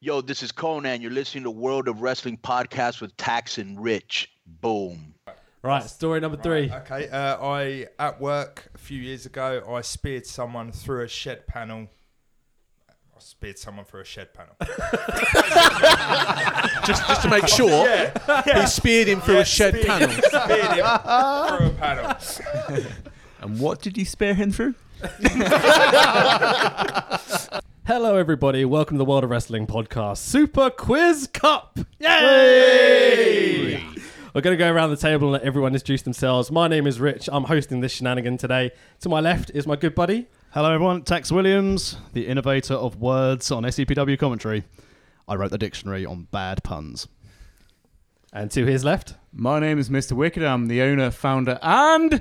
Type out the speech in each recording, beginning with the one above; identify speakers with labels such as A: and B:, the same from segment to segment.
A: Yo, this is Conan. You're listening to World of Wrestling podcast with Tax and Rich. Boom.
B: Right, story number three.
C: Okay, uh, I at work a few years ago, I speared someone through a shed panel. I speared someone through a shed panel.
D: Just, just to make sure, he speared him through a shed
C: speared-
D: panel.
C: speared him through a panel.
E: And what did you spare him through?
B: Hello, everybody. Welcome to the World of Wrestling podcast Super Quiz Cup. Yay! We're going to go around the table and let everyone introduce themselves. My name is Rich. I'm hosting this shenanigan today. To my left is my good buddy.
F: Hello, everyone. Tex Williams, the innovator of words on SCPW commentary. I wrote the dictionary on bad puns.
B: And to his left,
E: My name is Mr. Wicked. I'm the owner, founder, and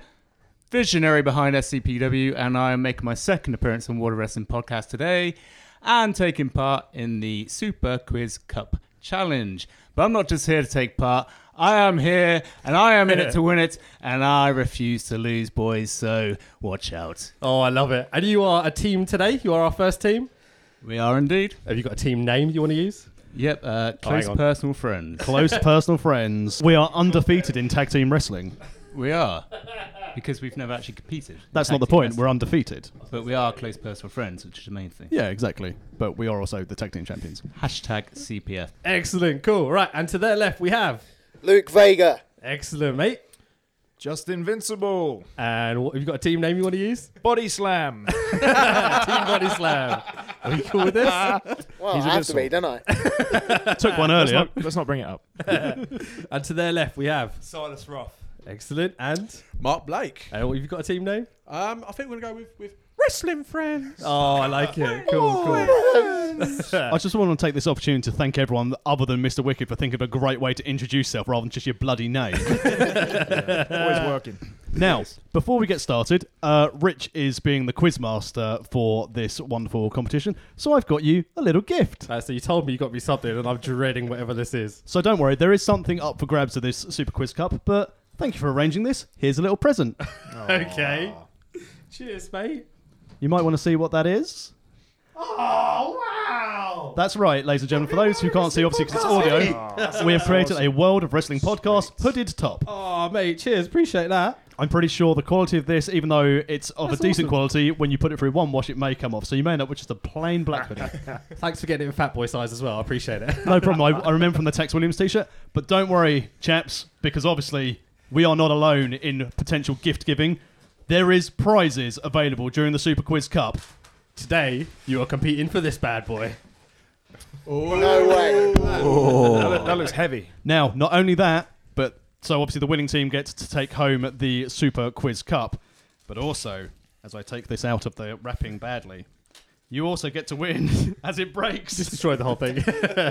E: visionary behind SCPW, and I am making my second appearance on Water Wrestling Podcast today and taking part in the Super Quiz Cup Challenge. But I'm not just here to take part. I am here, and I am in it to win it, and I refuse to lose, boys. So watch out.
B: oh, I love it. And you are a team today. You are our first team.
E: We are indeed.
B: Have you got a team name you want to use?
E: Yep, uh, close
B: on.
E: personal friends.
F: Close personal friends. We are undefeated in tag team wrestling.
E: We are. Because we've never actually competed. in
F: That's
E: tag
F: not the
E: team
F: point.
E: wrestling.
F: We're undefeated.
E: But we are close personal friends, which is the main thing.
F: Yeah, exactly. But we are also the tag team champions.
E: Hashtag CPF.
B: Excellent. Cool. Right. And to their left, we have.
G: Luke Vega.
B: Excellent, mate.
C: Just invincible.
B: And what, have you got a team name you want to use?
C: Body slam.
B: team Body Slam. Are you cool with this?
G: Well, I have to be, don't I?
F: I took one earlier.
C: Let's not bring it up.
B: And to their left, we have
C: Silas Roth.
B: excellent. And
D: Mark Blake.
B: uh, what, you've got a team name?
D: Um, I think we're gonna go with, with wrestling friends.
B: Oh, I like it. Cool, cool.
F: I just want to take this opportunity to thank everyone other than Mr. Wicked for thinking of a great way to introduce yourself rather than just your bloody name.
C: Always working.
F: Now, before we get started, uh, Rich is being the quizmaster for this wonderful competition, so I've got you a little gift.
B: Uh, so you told me you got me something, and I'm dreading whatever this is.
F: So don't worry, there is something up for grabs of this Super Quiz Cup, but thank you for arranging this. Here's a little present.
B: Okay. Cheers, mate.
F: You might want to see what that is. Oh, wow! That's right, ladies and gentlemen. For those who can't see, obviously, because it's audio, we have created a World of Wrestling podcast hooded top.
B: Oh, mate. Cheers. Appreciate that.
F: I'm pretty sure the quality of this, even though it's of a decent quality, when you put it through one wash, it may come off. So you may end up with just a plain black hoodie.
B: Thanks for getting it in fat boy size as well. I appreciate it.
F: no problem. I, I remember from the Tex Williams t-shirt. But don't worry, chaps, because obviously we are not alone in potential gift giving. There is prizes available during the Super Quiz Cup.
B: Today, you are competing for this bad boy.
G: No way.
C: That, look- that looks heavy.
F: Now, not only that, but so obviously the winning team gets to take home the Super Quiz Cup, but also, as I take this out of the wrapping badly, you also get to win as it breaks
B: Just destroyed the whole thing.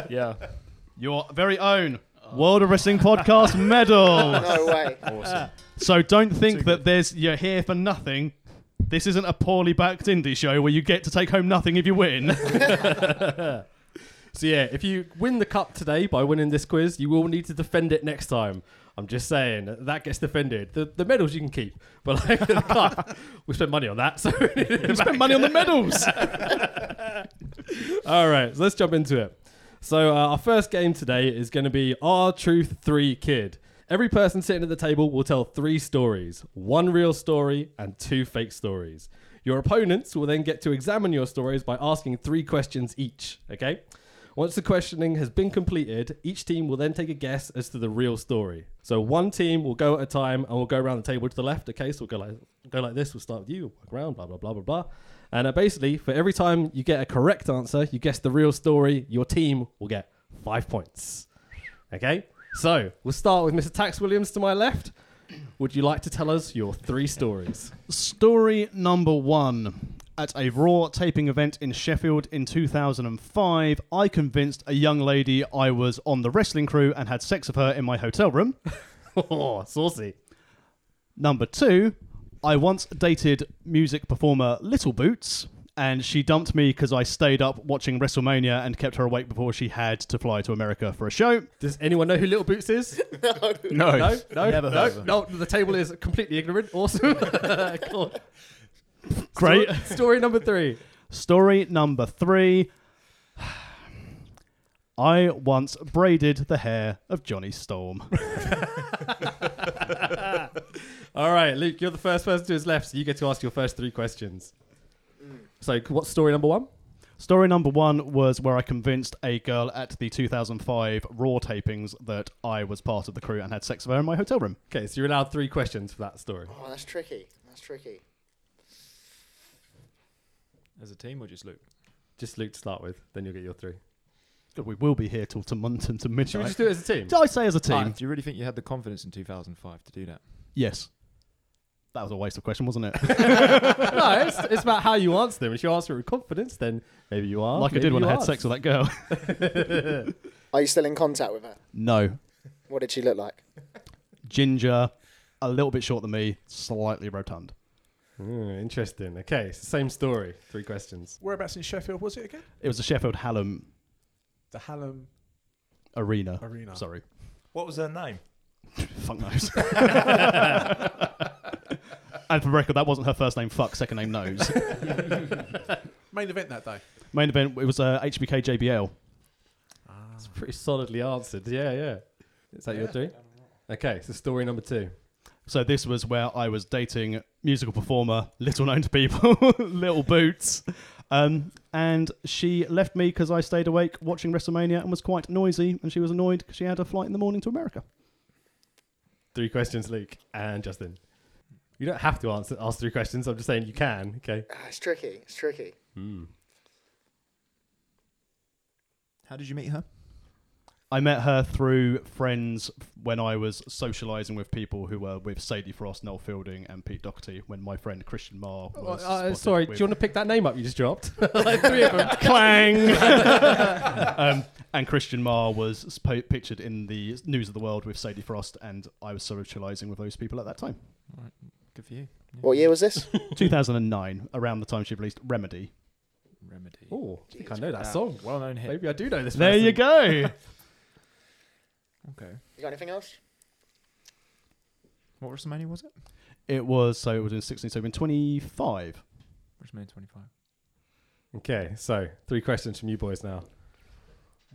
C: Yeah.
F: your very own World of Wrestling Podcast medal.
G: No way.
F: So don't think that there's you're here for nothing. This isn't a poorly backed indie show where you get to take home nothing if you win.
B: so yeah, if you win the cup today by winning this quiz, you will need to defend it next time. I'm just saying that gets defended. The, the medals you can keep, but like the cup, we spent money on that. So
F: you spent money on the medals.
B: All right, so let's jump into it. So, uh, our first game today is going to be Our Truth 3 Kid. Every person sitting at the table will tell three stories one real story and two fake stories. Your opponents will then get to examine your stories by asking three questions each, okay? Once the questioning has been completed, each team will then take a guess as to the real story. So one team will go at a time and we'll go around the table to the left. Okay, so we'll go like go like this. We'll start with you, work around, blah blah blah blah blah. And uh, basically, for every time you get a correct answer, you guess the real story. Your team will get five points. Okay, so we'll start with Mr. Tax Williams to my left. Would you like to tell us your three stories?
F: Story number one. At a Raw taping event in Sheffield in 2005, I convinced a young lady I was on the wrestling crew and had sex with her in my hotel room.
B: oh, saucy.
F: Number two, I once dated music performer Little Boots, and she dumped me because I stayed up watching WrestleMania and kept her awake before she had to fly to America for a show.
B: Does anyone know who Little Boots is?
E: No.
B: No, no,
F: Never
B: no,
F: heard of
B: no. The table is completely ignorant. Awesome. Cool.
F: Great.
B: Story number three.
F: Story number three. I once braided the hair of Johnny Storm.
B: All right, Luke, you're the first person to his left, so you get to ask your first three questions. So, c- what's story number one?
F: Story number one was where I convinced a girl at the 2005 Raw tapings that I was part of the crew and had sex with her in my hotel room.
B: Okay, so you're allowed three questions for that story.
G: Oh, that's tricky. That's tricky.
H: As a team or just Luke?
B: Just Luke to start with, then you'll get your three.
F: God, we will be here till to Munton to
B: Should we
F: midnight.
B: just do it as a team?
F: Did I say as a team?
H: Ah, do you really think you had the confidence in 2005 to do that?
F: Yes. That was a waste of question, wasn't it?
B: no, it's, it's about how you answer them. If you answer it with confidence, then maybe you are.
F: like I
B: maybe
F: did when
B: you
F: I had
B: aren't.
F: sex with that girl.
G: Are you still in contact with her?
F: no.
G: What did she look like?
F: Ginger, a little bit short than me, slightly rotund.
B: Hmm, interesting. Okay, it's the same story. Three questions.
D: Whereabouts in Sheffield was it again?
F: It was the Sheffield Hallam
D: The Hallam
F: Arena.
D: Arena.
F: Sorry.
C: What was her name?
F: Fuck knows. and for record, that wasn't her first name, fuck, second name, knows.
D: Main event that day.
F: Main event, it was uh, HBK JBL.
B: It's pretty solidly answered. Yeah, yeah. Is that your three? Okay, so story number two.
F: So this was where I was dating musical performer, little known to people, Little Boots, um, and she left me because I stayed awake watching WrestleMania and was quite noisy, and she was annoyed because she had a flight in the morning to America.
B: Three questions, Luke and Justin. You don't have to answer ask three questions. I'm just saying you can. Okay.
G: Ah, it's tricky. It's tricky.
H: How did you meet her?
F: I met her through friends when I was socialising with people who were with Sadie Frost, Noel Fielding, and Pete Doherty. When my friend Christian Marr was spotted
B: Oh, uh, sorry, do
F: with-
B: you want to pick that name up you just dropped? like three of them.
F: clang. um, and Christian Marr was spo- pictured in the News of the World with Sadie Frost, and I was socialising with those people at that time.
H: Good for you.
G: What year was this?
F: 2009, around the time she released Remedy.
H: Remedy.
B: Oh, I think I know that song.
H: Well known hit.
B: Maybe I do know this.
F: There you
B: person.
F: go.
H: Okay.
G: You got anything else?
H: What WrestleMania was it?
F: it was so it was in 16, so in 25.
H: WrestleMania 25.
B: Okay, so three questions from you boys now.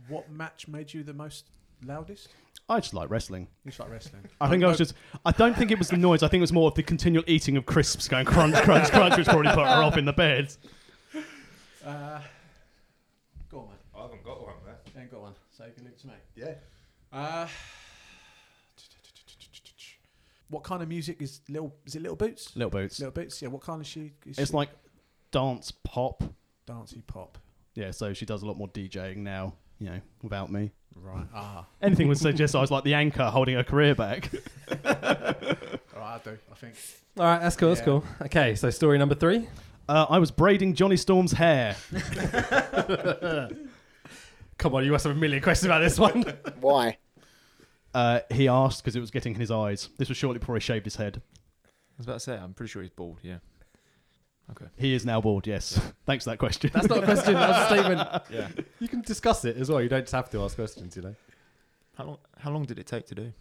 D: What match made you the most loudest?
F: I just like wrestling.
D: You just like wrestling.
F: I think I was just. I don't think it was the noise. I think it was more of the continual eating of crisps, going crunch, crunch, crunch, which probably put her off in the bed.
D: Uh, go on, man.
C: I haven't got one there.
D: You ain't got one. So you can look to me.
C: Yeah.
D: Uh, what kind of music is little? Is it little boots?
F: Little boots.
D: Little boots. Yeah. What kind of she? Is
F: It's
D: she?
F: like dance pop.
D: dancey pop.
F: Yeah, so she does a lot more DJing now. You know, without me.
D: Right. Ah.
F: Anything would suggest I was like the anchor holding her career back.
D: All right. I do. I think.
B: All right, that's cool. That's
D: Yeah.
B: cool. Okay, so story number three.
F: Uh, I was braiding Johnny Storm's hair.
B: Come on, you must have a million questions about this one.
G: Why?
F: Uh, he asked because it was getting in his eyes. This was shortly before he shaved his head.
H: I was about to say, I'm pretty sure he's bald, yeah.
F: He is now bald, yes. Thanks for that question.
B: That's not a question. That's a statement. Yeah. You can discuss it as well. You don't just have to ask questions. You know.
H: How long, how long did it take to do?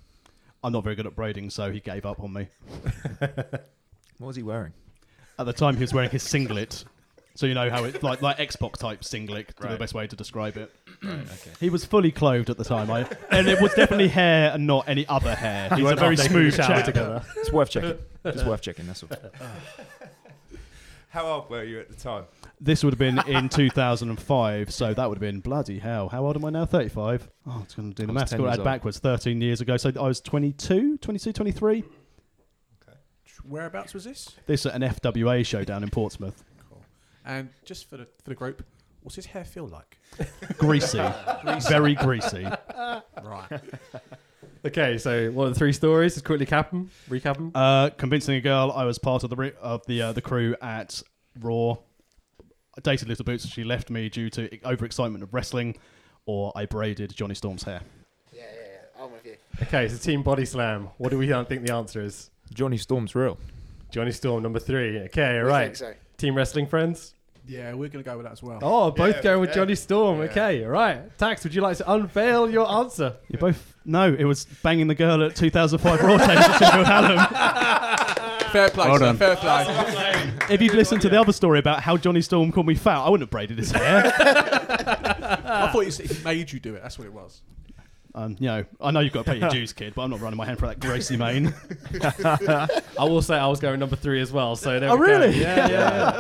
F: I'm not very good at braiding, so he gave up on me.
H: What was he wearing?
F: At the time, he was wearing his singlet. So you know how it's like, like Xbox type singlet, is the
H: Right.
F: best way to describe it.
H: okay.
F: He was fully clothed at the time, I, and it was definitely hair and not any other hair. He's a very smooth chap.
B: together.
H: It's worth checking. It's worth checking, that's all.
C: How old were you at the time?
F: This would have been in 2005, so that would have been bloody hell. How old am I now? 35. Oh, it's going to do the
H: I was
F: maths.
H: 10
F: Got to
H: years
F: add
H: old.
F: backwards. 13 years ago, so I was 22, 22, 23.
D: Whereabouts was this?
F: This at an FWA show down in Portsmouth.
D: Cool. And just for the for the group, what's his hair feel like?
F: Greasy, very greasy.
D: Right.
B: Okay, so what are the three stories? Just quickly cap them, recap them.
F: Uh, convincing a girl I was part of the re- of the uh, the crew at Raw. I dated Little Boots. She left me due to e- overexcitement of wrestling, or I braided Johnny Storm's hair.
G: Yeah, yeah, yeah. I'm with you.
B: Okay, so team body slam. What do we uh, think the answer is?
H: Johnny Storm's real.
B: Johnny Storm number three. Okay,
G: I
B: right.
G: think so.
B: Team wrestling friends.
D: Yeah, we're gonna go with that as well.
B: Oh, both
C: Yeah,
B: going with
C: yeah.
B: Johnny Storm.
C: Yeah.
B: Okay, all right. Tax, would you like to unveil your answer?
F: You both no, it was banging the girl at 2005 Raw tapes at Sheffield Hallam.
D: Fair play.
E: Well
D: sir,
E: done.
D: Fair play.
F: If you'd listened to the other story about how Johnny Storm called me fat, I wouldn't have braided his hair.
D: I thought you said he made you do it. That's what it was.
I: Um, you know, I know you've got to pay your dues, kid, but I'm not running my hand for that Gracie mane.
B: I will say I was going number three as well. So there
I: Oh,
B: we go.
I: really?
B: Yeah, yeah.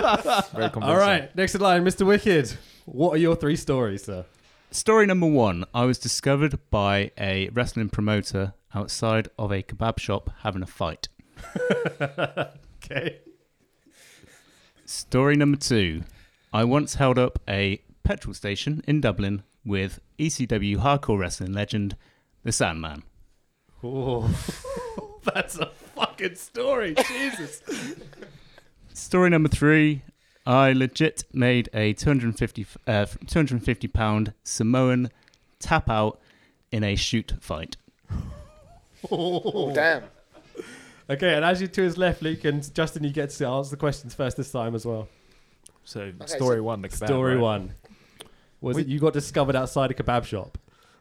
B: yeah.
H: Very convincing.
B: All right, next in line, Mr. Wicked. What are your three stories, sir?
F: Story number one I was discovered by a wrestling promoter outside of a kebab shop having a fight.
B: Okay.
F: Story number two I once held up a petrol station in Dublin with ECW hardcore wrestling legend, The Sandman.
B: Ooh. That's a fucking story. Jesus.
F: Story number three I legit made a 250, uh, 250 pound Samoan tap out in a shoot fight.
G: Oh, damn.
B: Okay, and as you two is left, Luke and Justin, you get to answer the questions first this time as well.
H: So
G: story
H: story one, the kebab,
B: Story
H: right?
B: one. Was it you got discovered outside a kebab shop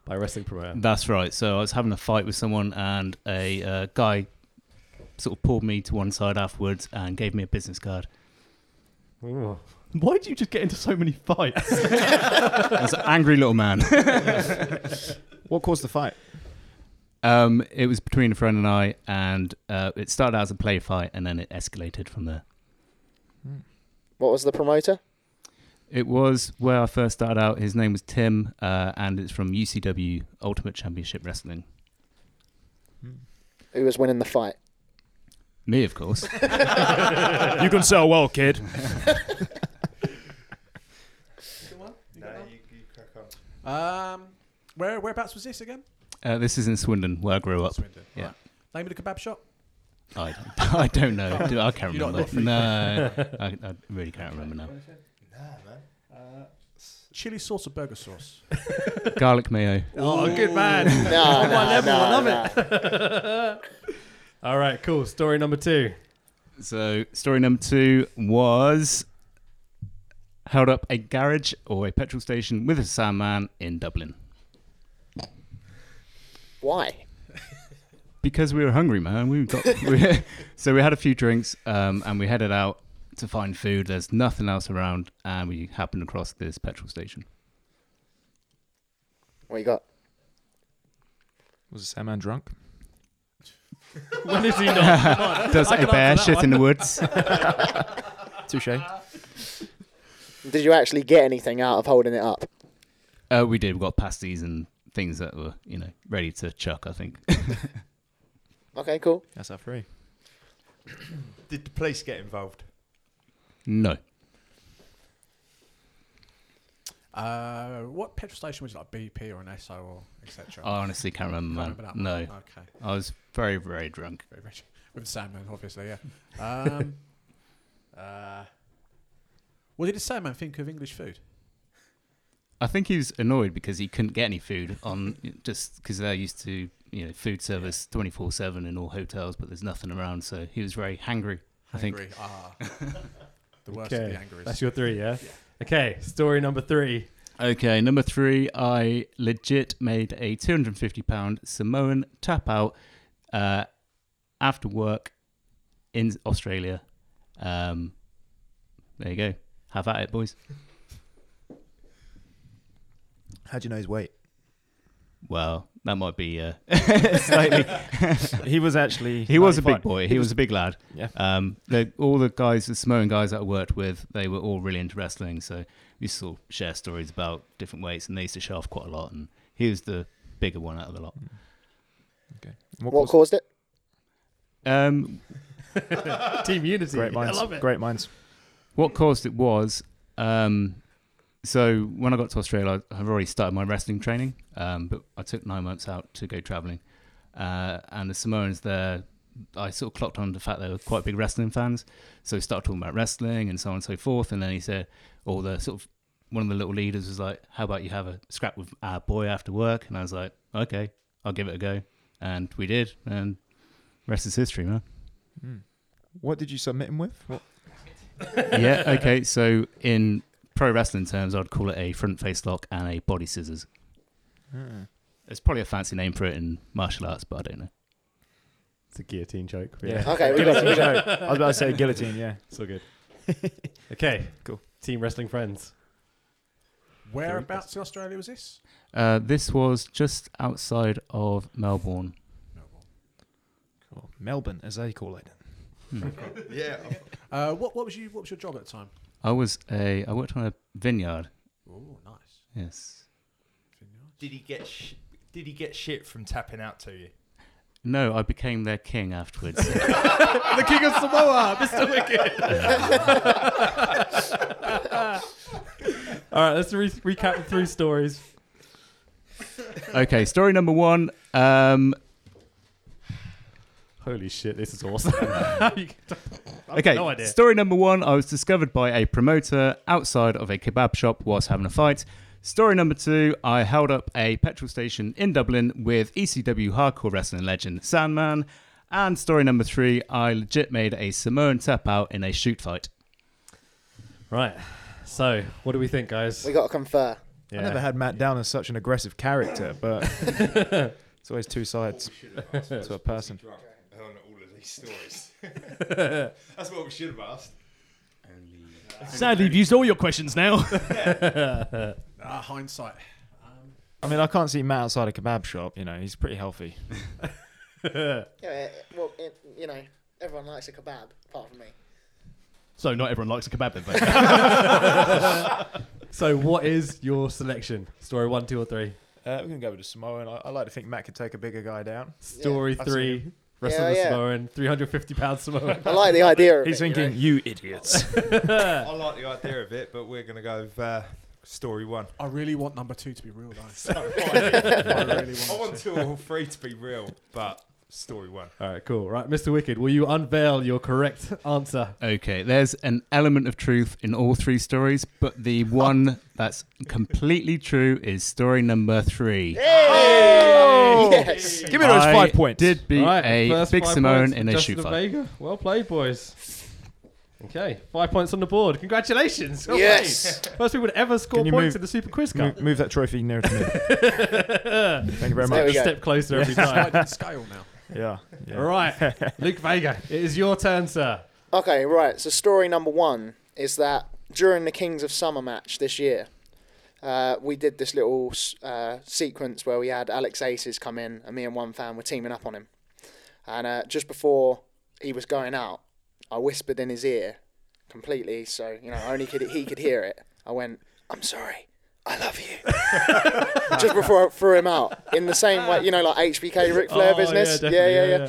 B: by a wrestling promoter?
F: That's right. So I was having a fight with someone, and a uh, guy sort of pulled me to one side afterwards and gave me a business card.
B: Ooh.
I: Why do you just get into so many fights?
F: I was an angry little man.
H: What caused the fight?
F: Um, it was between a friend and I, and uh, it started out as a play fight, and then it escalated from there.
G: What was the promoter?
F: It was where I first started out. His name was Tim, uh, and it's from UCW Ultimate Championship Wrestling.
G: Who was winning the fight?
F: Me, of course.
D: you can sell well, kid. Um, where whereabouts was this again?
F: uh, this is in Swindon, where I grew up.
D: Swindon.
F: Yeah.
D: Right. Name of the kebab shop.
F: I, I don't know. Do- I can't
D: You're not
F: remember. No, I, I really can't remember now.
D: Chili sauce or burger sauce?
F: Garlic mayo.
B: Oh, good man.
G: No, no,
B: level,
G: no,
B: I love
G: no.
B: All right, cool. Story number two.
F: So, story number two was held up a garage or a petrol station with a sandman in Dublin
G: Why?
F: because we were hungry, man. We got we, so we had a few drinks um, and we headed out to find food. There's nothing else around, and we happened across this petrol station.
G: What you got?
H: Was the Sandman drunk?
B: When is he not?
F: Does a bear shit in the woods?
H: Touche.
G: Did you actually get anything out of holding it up?
F: Uh, we did. We got pasties and things that were, you know, ready to chuck. I think.
G: Okay, cool.
H: That's our three.
C: Did the police get involved?
F: no.
D: Uh, what petrol station was it, like BP or an SO or etc.
F: I honestly can't remember.
D: Can't
F: Oh, Man.
D: remember that one.
F: no,
D: Okay.
F: I was very, very drunk.
D: Very rich. With the Sandman, obviously, yeah. Um, uh, what did the Sandman think of English food?
F: I think he was annoyed because he couldn't get any food on just because they're used to you know food service twenty four seven in all hotels, but there's nothing around, so he was very hangry. I think
D: Angry. Ah. the worst of the
B: Okay.
D: anger
B: That's
D: is.
B: your three, yeah? Okay, story number three.
F: Okay, number three, I legit made a two hundred and fifty pound Samoan tap out uh, after work in Australia. Um, there you go. Have at it, boys.
H: How'd you know his weight?
F: Well, that might be. Uh,
H: he was actually.
F: he was a big boy. He was a big lad.
H: Yeah.
F: Um, the, all the guys, the Samoan guys that I worked with, they were all really into wrestling. So we used to sort of share stories about different weights, and they used to show off quite a lot. And he was the bigger one out of the lot.
H: What
G: What
H: caused-
G: caused it?
F: Um,
B: Team Unity.
H: Great minds.
B: I love it.
H: Great minds.
F: what caused it was um, so when I got to Australia, I- I've already started my wrestling training, um, but I took nine months out to go traveling. Uh, and the Samoans there, I sort of clocked on the fact they were quite big wrestling fans. So we started talking about wrestling and so on and so forth. And then he said, or the sort of one of the little leaders was like, How about you have a scrap with our boy after work? And I was like, Okay, I'll give it a go. And we did. And rest is history, man.
H: What did you submit him with? What?
F: yeah, okay. So in pro wrestling terms, I'd call it a front face lock and a body scissors. It's probably a fancy name for it in martial arts, but I don't know.
B: It's a guillotine joke. but
H: Yeah.
G: Okay, we got
H: Guillotine joke. I was about to say guillotine. Yeah.
B: It's all good. okay.
H: Cool.
B: Team Wrestling Friends.
D: Whereabouts in Australia was this?
E: Uh, this was just outside of Melbourne.
H: Cool. Melbourne, as they call it.
C: Yeah.
D: Uh, what what was you what was your job at the time?
E: I was a I worked on a vineyard.
D: Oh, nice.
E: Yes.
C: Did he get sh- Did he get shit from tapping out to you?
E: No, I became their king afterwards.
F: the King of Samoa, Mr. Wicked.
B: All right, let's re- recap the three stories.
E: okay, story number one. Um,
F: Holy shit, this is awesome.
E: okay,
F: no idea.
E: story number one. I was discovered by a promoter outside of a kebab shop whilst having a fight. Story number two. I held up a petrol station in Dublin with ECW hardcore wrestling legend Sandman. And story number three. I legit made a Samoan tap out in a shoot fight.
B: Right. So, what do we think, guys?
G: We got to confer.
B: Yeah.
H: I never had Matt down as such an aggressive character, but it's always two sides to a person.
C: Drunk on all of these stories. That's what we should have asked.
F: Sadly, you've used all your questions now.
D: Ah, hindsight.
H: I mean, I can't see Matt outside a kebab shop. You know, he's pretty healthy.
G: Yeah, well, it, you know, everyone likes a kebab, apart from me.
F: so not everyone likes a kebab then. but-
B: So, what is your selection? Story one, two, or three?
H: Uh, we're gonna go with a Samoan. I, I like to think Matt could take a bigger guy down.
B: Story
H: I've seen
B: three, wrestle
G: Yeah,
B: the
G: yeah.
B: Samoan, 350 pound Samoan.
G: I like the idea of
H: He's
G: it. you know.
H: thinking, you idiots.
C: I like the idea of it, but we're gonna go with, uh, story one.
D: I really want number two to be real though.
C: I
D: really want
C: want two or three to be real, but story one.
B: All right, cool. Right, Mr. Wicked, will you unveil your correct answer?
E: Okay, there's an element of truth in all three stories, but the one that's completely true is story number three.
G: Yes.
H: Give me those
E: I
H: five points.
E: Did beat
B: All right,
E: a
B: first
E: big
B: five
E: Simone
B: points for
E: in a
B: Justin
E: shoot fight.
B: Vega. Well played, boys. Okay, five points on the board. Congratulations. Well
G: Yes.
B: played. First people to ever score
H: Can you
B: points
H: move-
B: in the Super Quiz Cup.
H: Move, move that trophy nearer to me. Thank you very
G: There
H: much.
G: we
B: A
G: go.
B: step closer every time.
D: Sliding scale now.
H: Yeah.
B: All
H: yeah.
B: right, Luke Vega, it is your turn, sir.
G: Okay, right. So story number one is that during the Kings of Summer match this year, uh, we did this little s- uh, sequence where we had Alex Aces come in, and me and one fan were teaming up on him. And uh, just before he was going out, I whispered in his ear, completely, so you know only could he could hear it. I went, "I'm sorry." I love you. Just before I threw him out, in the same way, you know, like HBK Ric Flair
B: Oh,
G: business.
B: yeah,
G: yeah, yeah,
B: definitely,
G: yeah.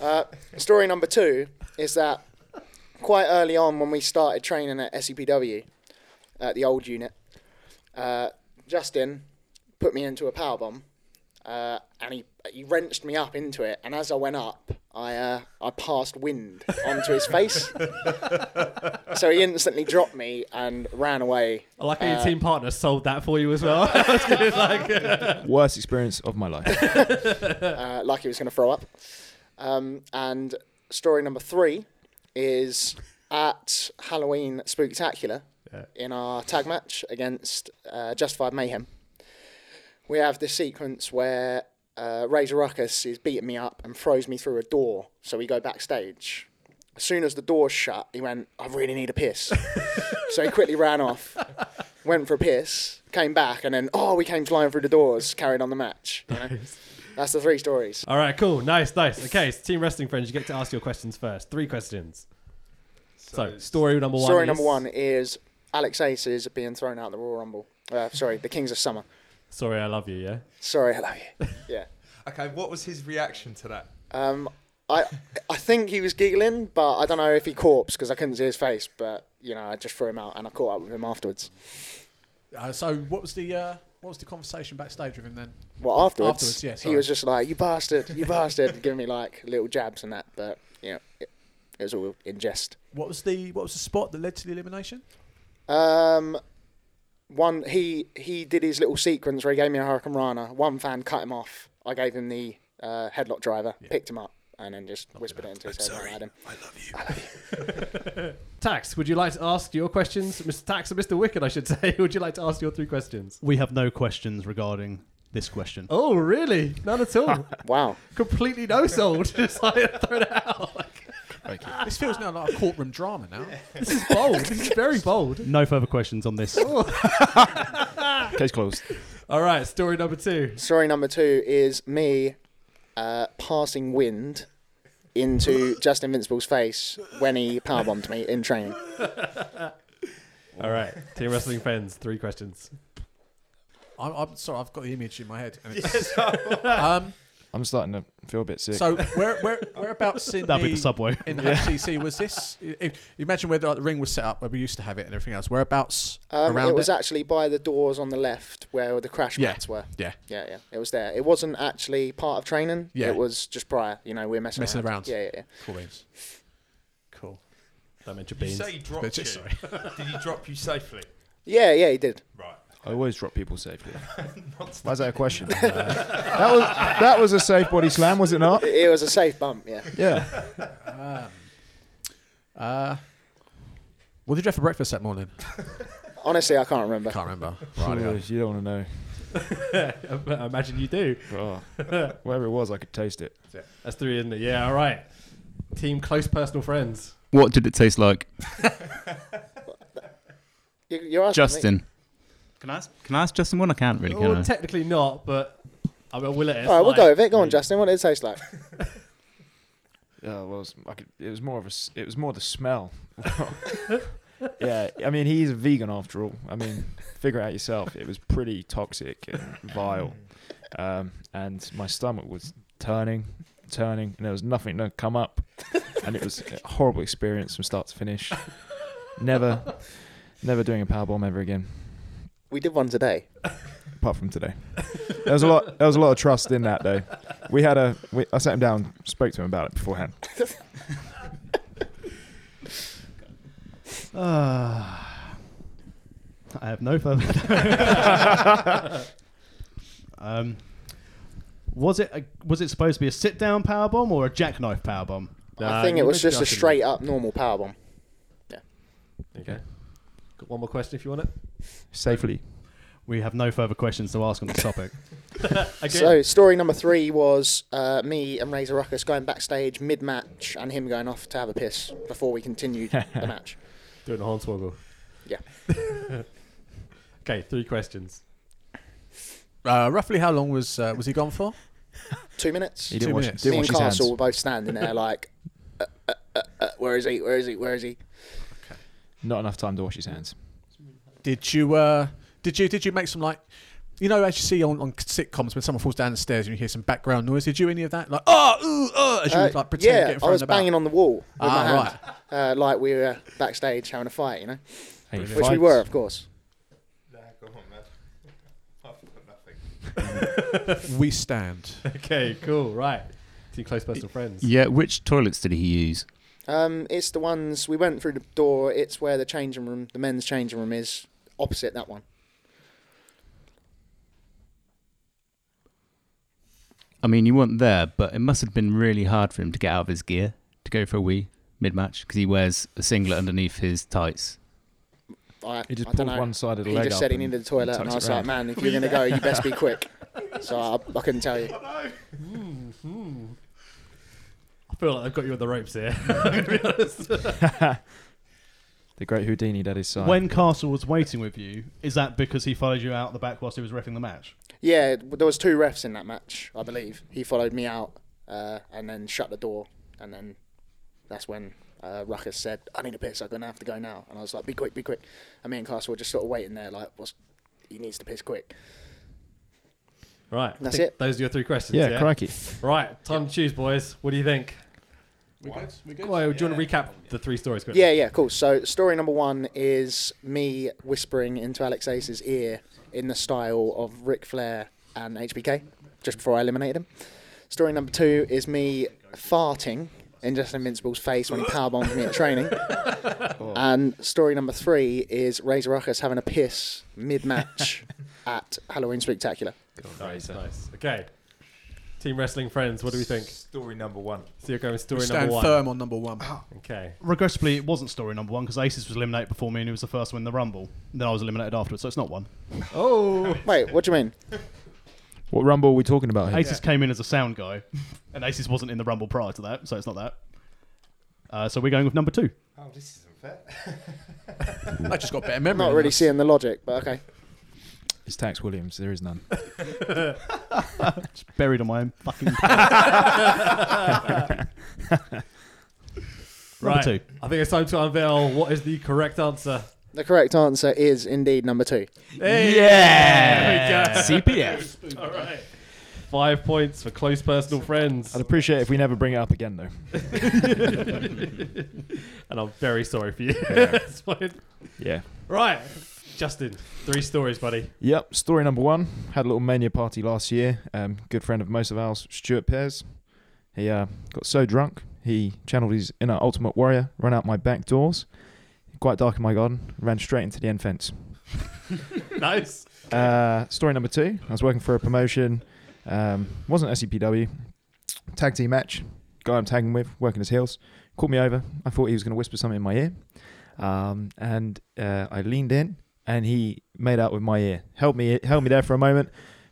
B: yeah,
G: Uh, story number two is that quite early on when we started training at SEPW, at the old unit, uh, Justin put me into a power bomb, uh, and he he wrenched me up into it. And as I went up, I uh, I passed wind onto his face, so he instantly dropped me and ran away.
B: I like how
G: Uh,
B: your team partner sold that for you as well. I was gonna, like,
H: Worst experience of my life.
G: uh, like he was going to throw up. Um, and story number three is at Halloween Spooktacular in our tag match against uh, Justified Mayhem. We have this sequence where uh, Razor Ruckus is beating me up and throws me through a door. So we go backstage. As soon as the door's shut, he went, I really need a piss. so he quickly ran off, went for a piss, came back, and then, oh, we came flying through the doors, carried on the match. you know? That's the three stories.
B: All right, cool, nice, nice. Okay, so team wrestling friends, you get to ask your questions first. Three questions. So, story number one.
G: Story
B: is-
G: number one is Alex Ace is being thrown out of the Royal Rumble. Uh, sorry, the Kings of Summer.
B: Sorry, I love you. Yeah.
G: Sorry, I love you. Yeah.
C: Okay, what was his reaction to that?
G: Um, I I think he was giggling, but I don't know if he corpsed because I couldn't see his face. But you know, I just threw him out and I caught up with him afterwards.
D: Uh, so what was the uh, what was the conversation backstage with him then?
G: Well, afterwards,
D: Afterwards, yeah,
G: he
D: sorry.
G: was just like, "You bastard, you bastard," giving me like little jabs and that. But you know, it, it was all in jest.
D: What was the what was the spot that led to the elimination?
G: Um, one he he did his little sequence where he gave me a Hurricane Rana. One fan cut him off. I gave him the uh, headlock driver, picked him up, and then just whispered it into his head. and I had him.
B: Tax, would you like to ask your questions, Mr. Tax or Mr. Wicked? I should say. Would you like to ask your three questions?
F: we have no questions regarding this question.
B: Oh, really? None at all.
G: Wow.
B: Completely no sold. Just like thrown out. Like,
C: Thank you.
D: This feels now like a courtroom drama now.
B: This is bold. this is very bold.
F: No further questions on this.
G: Oh,
H: Case closed.
B: All right, story number two.
G: Story number two is me uh, passing wind into Justin Invincible's face when he powerbombed me in training.
B: All right, team wrestling fans, three questions.
D: I'm, I'm sorry, I've got the image in my head. and it's- um,
H: I'm starting to feel a bit sick.
D: so where where whereabouts in
F: That'll
D: the,
F: be the subway.
D: in HCC was this? i- i- imagine where the, like, the ring was set up, where we used to have it, and everything else. Whereabouts
G: Um,
D: around
G: it was actually by the doors on the left where the crash
D: Yeah.
G: mats were.
D: yeah,
G: Yeah, yeah, it was there. It wasn't actually part of training.
D: Yeah.
G: It was just prior. You know, we were messing,
D: Messing around.
G: Yeah, yeah, yeah.
D: cool beans. Cool.
B: Don't mention
C: You
B: beans.
C: say he dropped you.
D: Bitches,
C: Did he drop you safely?
G: Yeah, yeah, he did.
C: Right.
H: I always drop people safely. Why is that a question? that was that was a safe body slam, was it not?
G: It was a safe bump. Yeah.
H: Yeah.
D: Uh, what did you have for breakfast that morning?
G: Honestly, I can't remember.
D: Can't remember.
H: Oh,
D: Right.
H: you don't want
B: I imagine you do.
H: to know. Oh, whatever it was, I could taste it.
B: That's three, isn't it? Yeah. All right. Team close personal friends.
E: What did it taste like?
G: You, you're asking Me.
E: Justin. Can I ask, can I ask Justin one? I can't really,
F: Oh,
B: Well,
E: can I?
B: technically not, but I mean, we'll let it.
G: uh, All right, we'll
B: slide.
G: go with it. Go on, Justin. What did it taste like?
H: Yeah, well, it was, I could, it was more of a. s- It was more the smell. yeah, I mean, he's a vegan after all. I mean, figure it out yourself. It was pretty toxic and vile, um, and my stomach was turning, turning, and there was nothing to come up, and it was a horrible experience from start to finish. Never, never doing a power bomb ever again,
G: We did one today.
H: apart from today. There was a lot. There was a lot of trust in that though. We had a. We, I sat him down, spoke to him about it beforehand.
F: Ah. I have no further. um, was it a, was it supposed to be a sit down power bomb or a jackknife power bomb?
B: Nah,
G: I think it
B: you
G: was
B: mentioned
G: just a
B: Justin.
G: straight up normal power bomb.
B: Okay. Got one more question if you want it.
H: Safely.
F: We have no further questions to ask on this topic.
B: Okay.
G: So story number three was uh, me and Razor Ruckus going backstage mid match and him going off to have a piss before we continued the match.
B: Doing a hornswoggle.
G: Yeah.
B: okay, three questions.
D: Uh, roughly how long was uh, was he gone for?
G: Two minutes.
H: He
D: Two
H: didn't wash,
D: minutes.
H: didn't
G: me
H: wash
G: and
H: his hands.
G: Castle were both standing there like, uh, uh, uh, uh, where is he? Where is he? Where is he?
H: Not enough time to wash his hands.
D: Did you uh, did you did you make some like you know as you see on, on sitcoms when someone falls down the stairs and you hear some background noise? Did you any of that? Like oh ooh oh as you
G: Uh,
D: like pretend
G: yeah,
D: to get
G: I
D: thrown
G: was
D: about.
G: banging on the wall with my
D: Ah,
G: hand, uh, like we were backstage having a fight, you know,
H: Hey,
G: which we
H: fight.
G: were, of course.
C: Nah, go on, man. I've got nothing.
D: We stand.
B: Okay, cool. Right. Team close personal friends.
E: Yeah, which toilets did he use?
G: Um, it's the ones we went through the door. It's where the changing room, the men's changing room, is opposite that one.
E: I mean, you weren't there, but it must have been really hard for him to get out of his gear to go for a wee mid match because he wears a singlet underneath his tights.
G: I,
H: He just
G: I don't
H: pulled
G: know.
H: one side of the
G: he
H: leg
G: just
H: up
G: said he
H: and
G: needed the toilet, and
H: tucks
G: I
H: it
G: was like,
H: round.
G: man, if you're gonna go, you best be quick. So I, I couldn't tell you.
B: I feel like I've got you on the ropes here. I'm gonna be honest.
H: The great Houdini that is signed.
F: when Castle was waiting with you, is that because he followed you out the back whilst he was refing the match?
G: Yeah, there was two refs in that match, I believe. He followed me out uh, and then shut the door, and then that's when uh, Ruckus said, "I need a piss. I'm gonna have to go now." And I was like, "Be quick, be quick!" And me and Castle were just sort of waiting there, like, "What's he needs to piss quick."
B: right. I
G: That's
B: think
G: it.
B: Those are your three questions.
H: yeah, crikey.
B: Right. Time to choose, boys. What do you think?
D: We good? We good?
B: Well, do you want to recap the three stories quickly?
G: Yeah, yeah, cool. So story number one is me whispering into Alex Ace's ear in the style of Ric Flair and HBK, just before I eliminated him. Story number two is me farting in Justin Invincible's face when he powerbombed me at training. And story number three is Razor Ruckus having a piss mid-match at Halloween Spectacular.
B: Nice. nice. Okay. Team wrestling friends, what do we think?
C: Story number one.
B: So you're going with story
D: We
B: number
D: stand
B: one.
D: firm on number one.
B: Okay.
F: Regrettably, it wasn't story number one because Aces was eliminated before me and he was the first one in the Rumble. Then I was eliminated afterwards, so it's not one.
B: Oh.
G: Wait, what do you mean?
H: What rumble are we talking about here?
F: Aces came in as a sound guy, and Aces wasn't in the Rumble prior to that, so it's not that. Uh, so we're going with number two.
C: Oh, this isn't fair.
D: I just got better
G: I'm
D: memory.
G: not
D: than
G: really
D: us.
G: seeing the logic, but okay.
H: It's Tax Williams. There is none.
F: It's buried on my own fucking.
B: right.
F: two.
B: I think it's time to unveil what is the correct answer.
G: The correct answer is indeed number two.
E: Uh,
F: Yeah.
B: There
E: CPF.
B: All right. Five points for close personal friends.
H: I'd appreciate it if we never bring it up again, though.
B: and I'm very sorry for you. It's fine.
H: Yeah.
B: right, Justin, three stories, buddy.
H: Yep. Story number one. Had a little mania party last year. Um, good friend of most of ours, Stuart Pears. He uh, got so drunk, he channeled his inner Ultimate Warrior, ran out my back doors, quite dark in my garden, ran straight into the end fence.
B: Nice.
H: Uh, story number two. I was working for a promotion. Um, wasn't SCPW. Tag team match. Guy I'm tagging with, working his heels, called me over. I thought he was going to whisper something in my ear. Um, and uh, I leaned in, and he made out with my ear. Held me, held me there for a moment.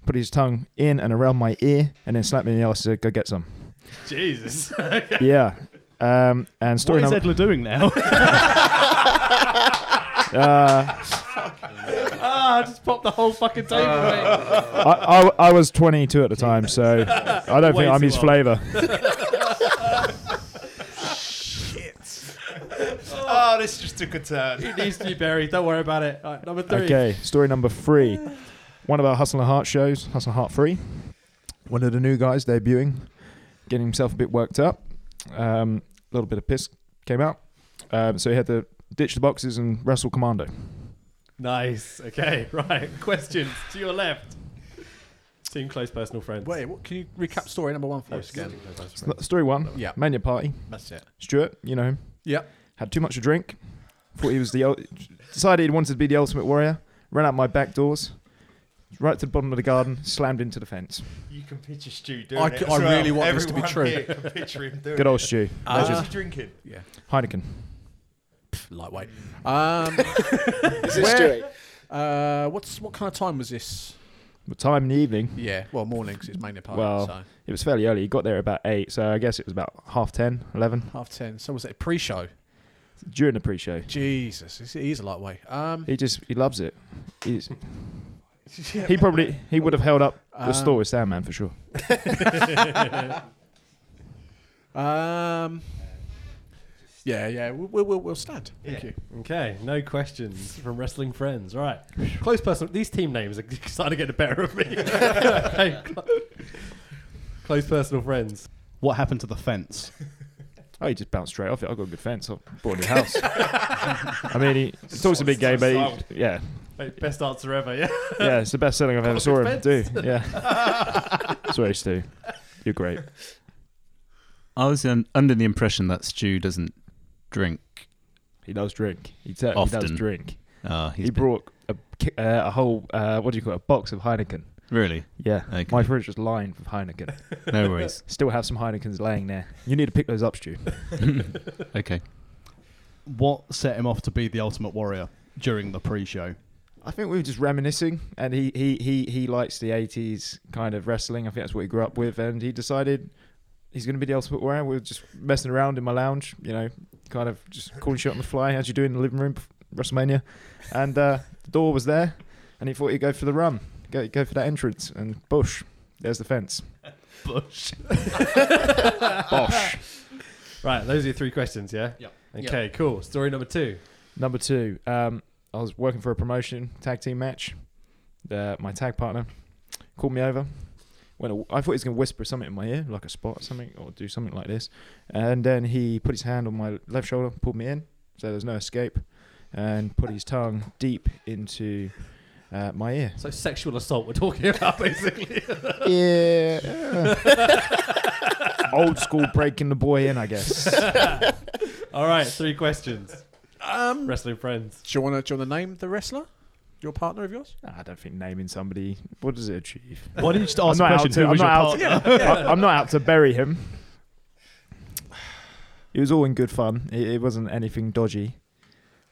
H: Put his tongue in and around my ear, and then slapped me in the ass. Said, "Go get some."
B: Jesus.
H: yeah. Um, and story
F: What is
H: number.
F: Edler doing now?
H: Uh,
B: ah, I just popped the whole fucking table. mate.
H: I, I, I was 22 at the time, so I don't
B: Way
H: think I'm
B: too
H: his
B: old.
H: flavour.
C: oh, this just took a turn.
B: It needs to be buried. Don't worry about it. All right, number three.
H: Okay, story number three. One of our Hustle and Heart shows, Hustle and Heart 3. One of the new guys debuting, getting himself a bit worked up. A little bit of piss came out. Um, so he had to ditch the boxes and wrestle Commando.
B: Nice. Okay. Right. Questions to your left. Team close personal friends.
D: Wait, what, can you recap story number one for us again?
H: St- story one
D: Yeah.
H: Mania Party.
D: That's it.
H: Stuart, you know him,
D: Yep.
H: had too much to drink. Thought he was the. ul- Decided he wanted to be the Ultimate Warrior. Ran out my back doors. Right to the bottom of the garden, slammed into the fence.
C: You can picture Stu doing
D: I
C: it.
D: c-
C: as
D: I
C: well.
D: really want this to be
C: Everyone
D: true.
C: Here can picture him doing it.
H: Good old Stu.
C: What was
D: Uh,
C: he drinking?
H: Heineken.
D: Lightweight. Um,
G: Is this
D: Where-
G: Stewie?
D: uh, what's what kind of time was this?
H: The time in the evening.
D: Yeah. Well, morning 'cause it's mainly party.
H: Well-
D: so
H: It was fairly early. He got there about eight, so I guess it was about half ten, eleven
D: half ten. So was it a pre-show?
H: during the pre-show.
D: Jesus, he's- he's a lightweight. Um,
H: He just he loves it. He's, he probably he would have held up the
E: Uh,
D: Um,
H: store with Sandman for sure.
D: um, yeah, yeah. We'll we'll, we'll, we'll stand. Thank
C: Yeah.
D: you.
B: Okay. No questions from wrestling friends. All right. Close personal. These team names are starting to get the better of me. okay. cl- Close personal friends.
F: what happened to the fence?
H: Oh, he just bounced straight off it. I got a good fence. I bought a new house. I mean, he talks a big game, but he, yeah,
B: Mate, best answer ever. Yeah.
H: yeah, it's the best selling I've ever saw him
B: good
H: do. Yeah, sorry, Stu, you're great.
E: I was un- under the impression that Stu doesn't drink.
H: He does drink. He, certainly does
E: Often.
H: drink.
E: Uh, he's
H: he
E: been-
H: brought a, ki- uh, a whole uh, what do you call it? A box of Heineken.
E: really
H: Yeah,
E: Okay.
H: my fridge was lined with Heineken.
E: no worries.
H: Still have some Heinekens laying there. You need to pick those up, Stu.
E: okay,
F: What set him off to be the ultimate warrior during the pre-show?
H: I think we were just reminiscing, and he he he he likes the '80s kind of wrestling. I think that's what he grew up with, and he decided he's going to be the ultimate warrior. We were just messing around in my lounge, you know, kind of just calling shit on the fly. How'd you do in the living room, bef- WrestleMania? And uh, the door was there, and he thought he'd go for the run, go go for that entrance, and bush. There's the fence.
F: Bush.
H: Bosh.
B: Right. Those are your three questions. Yeah.
F: Yep.
B: Okay. Cool. Story number two.
H: Number two, um, I was working for a promotion tag team match. Uh, my tag partner called me over. Went, aw- I thought he was going to whisper something in my ear, like a spot or something, or do something like this. And then he put his hand on my left shoulder, pulled me in, so there's no escape, and put his tongue deep into uh, my ear.
B: So sexual assault. We're talking about basically.
H: Yeah. Old school breaking the boy in, I guess.
B: All right. Three questions.
D: Um,
B: Wrestling friends.
D: do you want to do you want to name the wrestler? Your partner of yours?
H: I don't think naming somebody, what does it achieve?
F: Why did you just
H: I'm
F: ask the
H: not out
F: question?
H: to,
F: Who
H: I'm
F: was your
H: not out
F: partner?
H: to, I- I'm not out to bury him. It was all in good fun. It, it wasn't anything dodgy.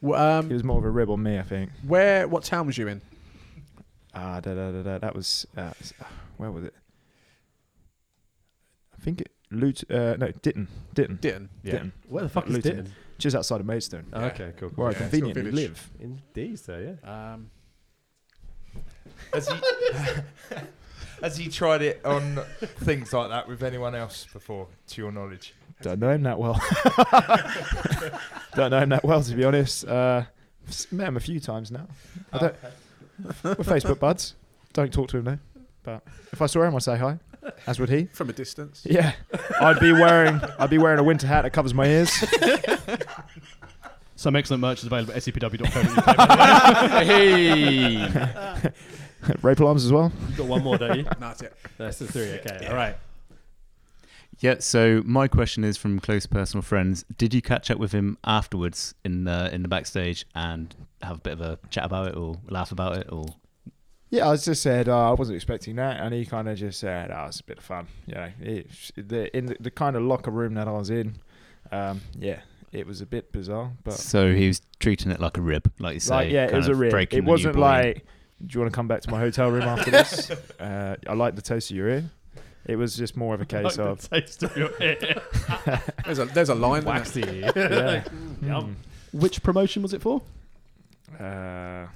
D: Wh-
H: It
D: Um,
H: was more of a rib on me, I think.
D: where? What town was you in?
H: Ah, da, da, da, da, that was uh, s- uh, where was it? I think it Lut- uh, no, Ditton. Ditton.
D: Ditton.
H: Ditton.
B: Where the fuck is
H: Luton.
B: Ditton?
H: Just outside of Maidstone,
B: Oh, okay, cool.
H: where I
D: Yeah, it's got a
H: conveniently
D: village.
H: live.
B: Indeed, so yeah.
D: Um,
C: Has he, has he tried it on things like that with anyone else before, to your knowledge?
H: Don't know him that well. Don't know him that well, to be honest. Uh, s- met him a few times now. I don't, We're Facebook buds. Don't talk to him though. But if I saw him, I'd say hi, as would he.
D: from a distance.
H: Yeah, I'd be wearing I'd be wearing a winter hat that covers my ears.
F: Some excellent merch is available at E scpw.co.uk.
E: hey.
H: Rape alarms as well.
B: You've got one more, don't you?
D: No, that's it.
B: That's the three. Okay, all right.
E: Yeah, so my question is from close personal friends. Did you catch up with him afterwards in the in the backstage and have a bit of a chat about it or laugh about it or
H: Yeah, I was just said uh, I wasn't expecting that, and he kind of just said, "Oh, it's a bit of fun." You know, it, the in the, the kind of locker room that I was in. Um, yeah, it was a bit bizarre, but
E: so he was treating it like a rib, like you say.
H: like yeah, it
E: kind
H: was a
E: of
H: rib.
E: breaking
H: It
E: the
H: wasn't
E: newborn.
H: like, do you want to come back to my hotel room after this? Uh, I like the taste of your ear. It was just more of a case
F: Like
H: of
F: the taste of your ear.
D: There's a there's a line. there.
B: Waxy.
H: yeah. hmm,
F: Which promotion was it for?
H: Uh,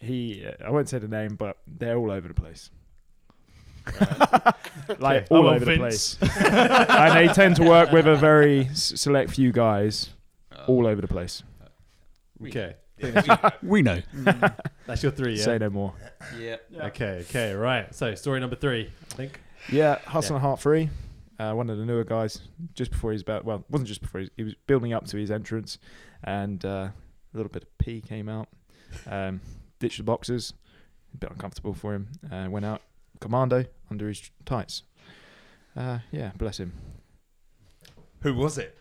H: he, I won't say the name, but they're all over the place. like all over the place, and they tend to work with a very s- select few guys, all over the place.
B: okay,
E: we know.
D: Mm-hmm.
B: that's your three. Yeah.
H: Say no more.
B: Okay. Okay. Right. So story number three. I think.
H: Yeah, Hustle and Heart Free. Uh, one of the newer guys, just before he's about, well, wasn't just before, he's, he was building up to his entrance, and uh, a little bit of pee came out. Um, ditched the boxers, a bit uncomfortable for him, uh, went out commando under his tights. Uh, yeah, bless him.
C: Who was it?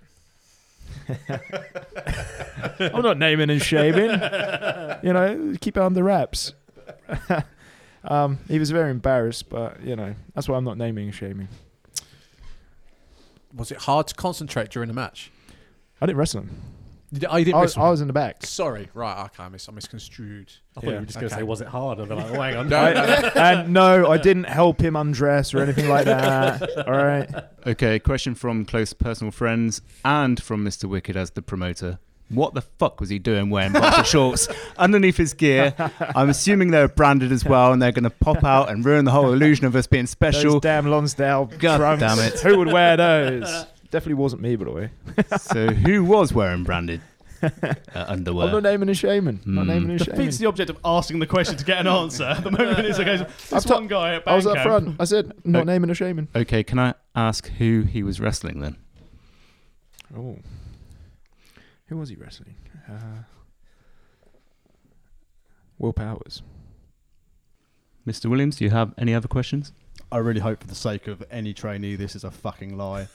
H: I'm not naming and shaming. you know, keep it under wraps. um, he was very embarrassed, but, you know, that's why I'm not naming and shaming.
D: Was it hard to concentrate during the match?
H: I didn't wrestle him.
D: Did, oh, you didn't
H: I,
D: miss
H: I was in the back.
D: Sorry, right? Okay, I, mis- I misconstrued.
B: I thought you
H: Yeah.
B: were just going to
D: Okay.
B: say, was it hard? And I'd be like, oh, hang on.
D: No, no, no.
H: and no, I didn't help him undress or anything like that. All right.
E: Okay, question from close personal friends and from Mr. Wicked as the promoter. What the fuck was he doing wearing boxer shorts underneath his gear? I'm assuming they're branded as well and they're going to pop out and ruin the whole illusion of us being
H: Those
E: special.
H: damn Lonsdale
E: God
H: trunks.
E: damn it.
H: Who would wear those? Definitely wasn't me, by the way.
E: so who was wearing branded uh, underwear?
H: I'm not naming and shaming. Not
E: Mm.
H: naming and
F: Defeats
H: shaming.
F: the object of asking the question to get an answer. At the moment, it's okay. This
H: I've ta-
F: one guy at
H: I was
F: Bandcamp-
H: up front. I said, not
E: Oh.
H: naming and shaming.
E: Okay, can I ask who he was wrestling then?
H: Oh. Who was he wrestling? Uh, Will Powers.
E: Mr. Williams, do you have any other questions?
F: I really hope, for the sake of any trainee, this is a fucking lie.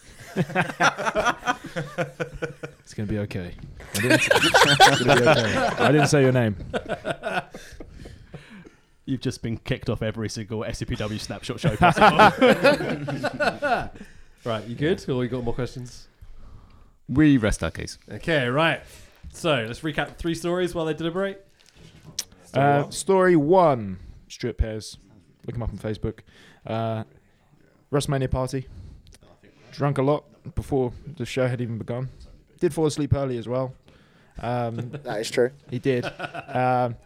H: It's going to be okay. I didn't, it's gonna be okay. I didn't say your name.
F: You've just been kicked off every single SCPW snapshot show possible.
B: Right. You good? Or you got more questions?
E: We rest our case.
B: Okay. Right. So let's recap three stories while they deliberate.
H: Uh, story one Stuart Pears. Look him up on Facebook. Uh, WrestleMania party. Drunk a lot before the show had even begun. Did fall asleep early as well. Um,
G: That is true.
H: he did. Um,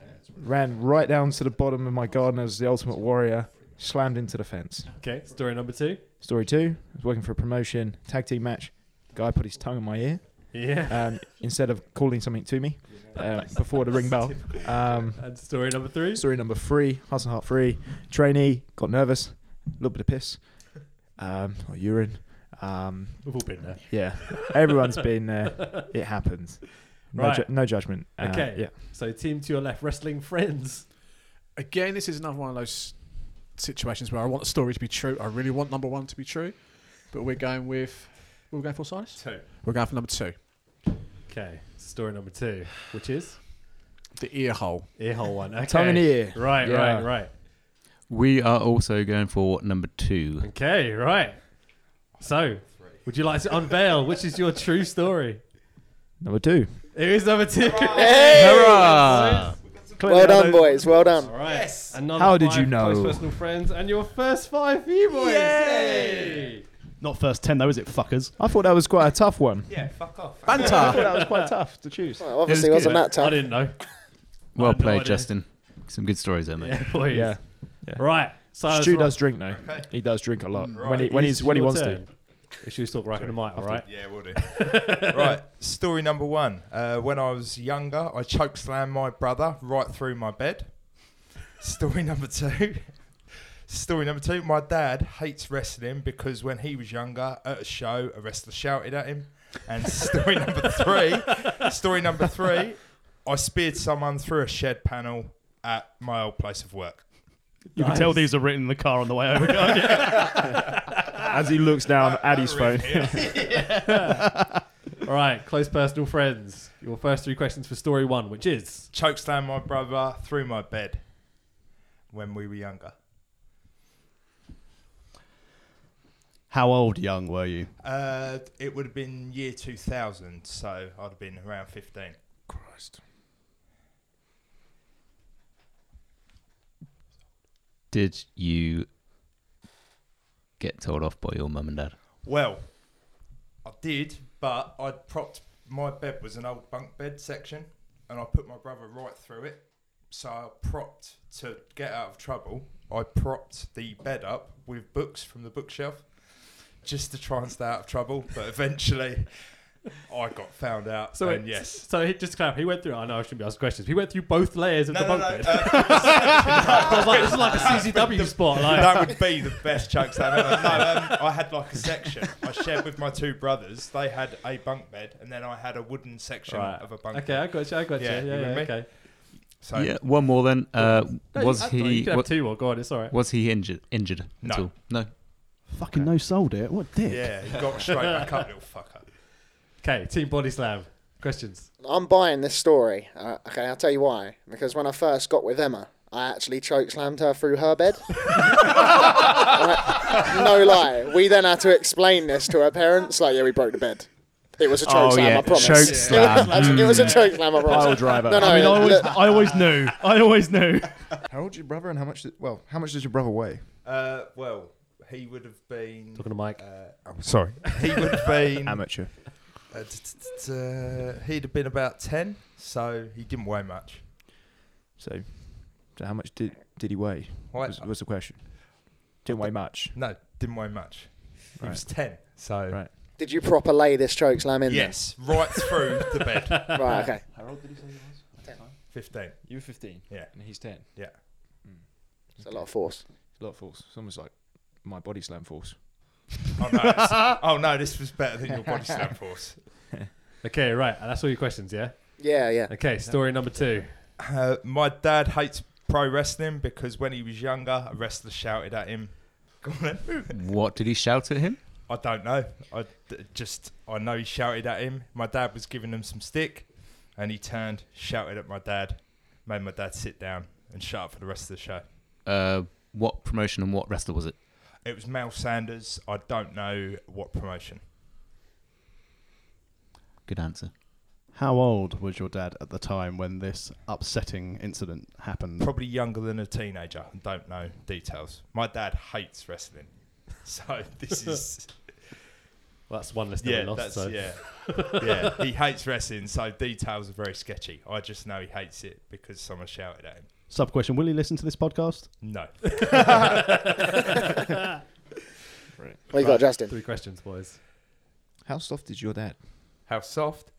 H: ran right down to the bottom of my garden as the Ultimate Warrior. Slammed into the fence.
B: Okay. Story number two.
H: Story two. I was working for a promotion tag team match. Guy put his tongue in my ear
B: Yeah.
H: um, instead of calling something to me uh, before the ring bell. Um,
B: And story number three.
H: Story number three, Hudson Heart three. Trainee got nervous, a little bit of piss, um, or urine. Um,
B: We've all been there.
H: yeah, everyone's been there. It happens. No,
B: Right.
H: ju- no judgment. Uh,
B: Okay.
H: Yeah.
B: So team to your left, wrestling friends.
D: Again, this is another one of those situations where I want the story to be true. I really want number one to be true, but we're going with what we're going for Silas.
B: Two.
D: We're going for number two,
B: Okay. Story number two, which is
D: the ear hole.
B: earhole one. Okay.
H: Tongue in ear.
B: Right.
H: Yeah.
B: Right. Right.
E: We are also going for number two.
B: Okay. Right. So, would you like to unveil which is your true story?
H: Number two.
B: It is number two.
E: Hurrah!
G: Well done, boys. Well done.
B: All right. Another
H: How did
B: five
H: you know?
B: Close personal friends and your first five e boys. Yay!
F: Not first 10, though, is it, fuckers?
H: I thought that was quite a tough one.
C: Yeah, fuck off.
H: I thought
D: Banter.
H: that was quite tough to choose.
G: Well, obviously,
F: good.
G: it wasn't that
B: I
G: tough.
B: didn't know. I
E: Well
B: had no
E: played,
B: idea.
E: Justin. Some good stories there, mate.
B: Yeah, please.
H: Yeah.
B: Right. So that's
H: Stu
B: right.
H: does drink though. He does drink a lot when he when
B: It's
H: he's when he
B: your
H: wants
B: turn. If she was still racking the mic, all right?
C: Yeah, will do. right, story number one. Uh, when I was younger, I chokeslammed my brother right through my bed. Story number two. Story number two. My dad hates wrestling because when he was younger, at a show, a wrestler shouted at him. And story number three. Story number three. I speared someone through a shed panel at my old place of work.
F: You can tell these are written in the car on the way over. can't you?
H: to as he looks down at his phone.
B: All right, close personal friends. Your first three questions for story one, which is
C: Chokeslammed my brother through my bed when we were younger.
F: How old, young, were you?
C: Uh, it would have been year 2000, so I'd have been around 15.
H: Christ.
E: Did you get told off by your mum and dad?
C: Well, I did, but I'd propped my bed was an old bunk bed section, and I put my brother right through it. So I propped to get out of trouble. I propped the bed up with books from the bookshelf, just to try and stay out of trouble. But eventually, I got found out.
B: so.
C: and
B: it-
C: yes,
B: So he just to clarify. He went through. I know I shouldn't be asking questions. He went through both layers of
C: no,
B: the
C: no,
B: bunk
C: no.
B: bed.
C: uh,
B: I was like, this is like a CCW spot. Like,
C: that would be the best chunks I've ever. No, um, I had like a section I shared with my two brothers. They had a bunk bed, and then I had a wooden section
B: Right.
C: of a bunk.
B: okay, I
C: bed.
B: got you. I got
C: Yeah,
B: you.
C: you
B: Yeah, yeah,
C: with me?
B: okay.
C: So
E: yeah, one more then. Uh,
B: No,
E: was
B: you- I- You
E: he
B: can have
E: wa-
B: two more. Go on. It's all right.
E: was he injured injured at
C: No.
E: all? No.
F: Fucking no soul, dear. What dick?
C: yeah, you got straight back up, little fucker.
B: Okay, team body slam. Questions.
G: I'm buying this story. Uh, okay, I'll tell you why. Because when I first got with Emma, I actually chokeslammed her through her bed. Right? No lie. We then had to explain this to her parents. Like, yeah, we broke the bed. It was a chokeslam,
E: yeah,
G: I promise.
E: chokeslam.
G: It, was a chokeslam, I promise.
H: Pile driver.
G: No, no,
F: I mean, I always,
G: look,
F: I always knew. I always knew.
J: How old's your brother and how much? Did, well, how much does your brother weigh?
C: Uh, well, he would have been.
B: Talking to Mike.
C: Uh, I'm sorry. He would have been. uh,
H: Amateur.
C: t- t- t- uh, he'd have been about ten, so he didn't weigh much.
H: So, so how much did did he weigh?
C: Why-
H: Was, was the question? Didn't weigh much.
C: No, didn't weigh much. He
H: Right.
C: was ten, so
H: Right.
G: did you proper lay this chokeslam in
C: yes, right through the bed.
G: there? Right, okay.
H: How old did he say he was?
C: Fifteen.
H: You were 15.
C: Yeah.
H: and he's 10.
G: It's a lot of force.
H: A lot of force. It's almost like my body slam force.
C: Oh no, it's- oh no, this was better than your body slam force.
B: Okay, right. And that's all your questions, yeah?
G: Yeah, yeah.
B: Okay, story number two.
C: Uh, my dad hates pro wrestling because when he was younger, a wrestler shouted at him. Go on then.
E: What did he shout at him?
C: I don't know. I d- just I know he shouted at him. My dad was giving him some stick, and he turned, shouted at my dad, made my dad sit down and shut up for the rest of the show.
E: Uh, what promotion and what wrestler was it?
C: It was Mel Sanders. I don't know what promotion.
E: Good answer.
F: How old was your dad at the time when this upsetting incident happened?
C: Probably younger than a teenager. I don't know details. My dad hates wrestling, so this is.
B: Well, that's one list that
C: Yeah,
B: we lost.
C: that's
B: so.
C: yeah, yeah. He hates wrestling, so details are very sketchy. I just know he hates it because someone shouted at him.
F: Sub question: Will he listen to this podcast?
C: No,
G: What you got, Justin?
B: Three questions, boys.
J: How soft is your dad?
C: how soft?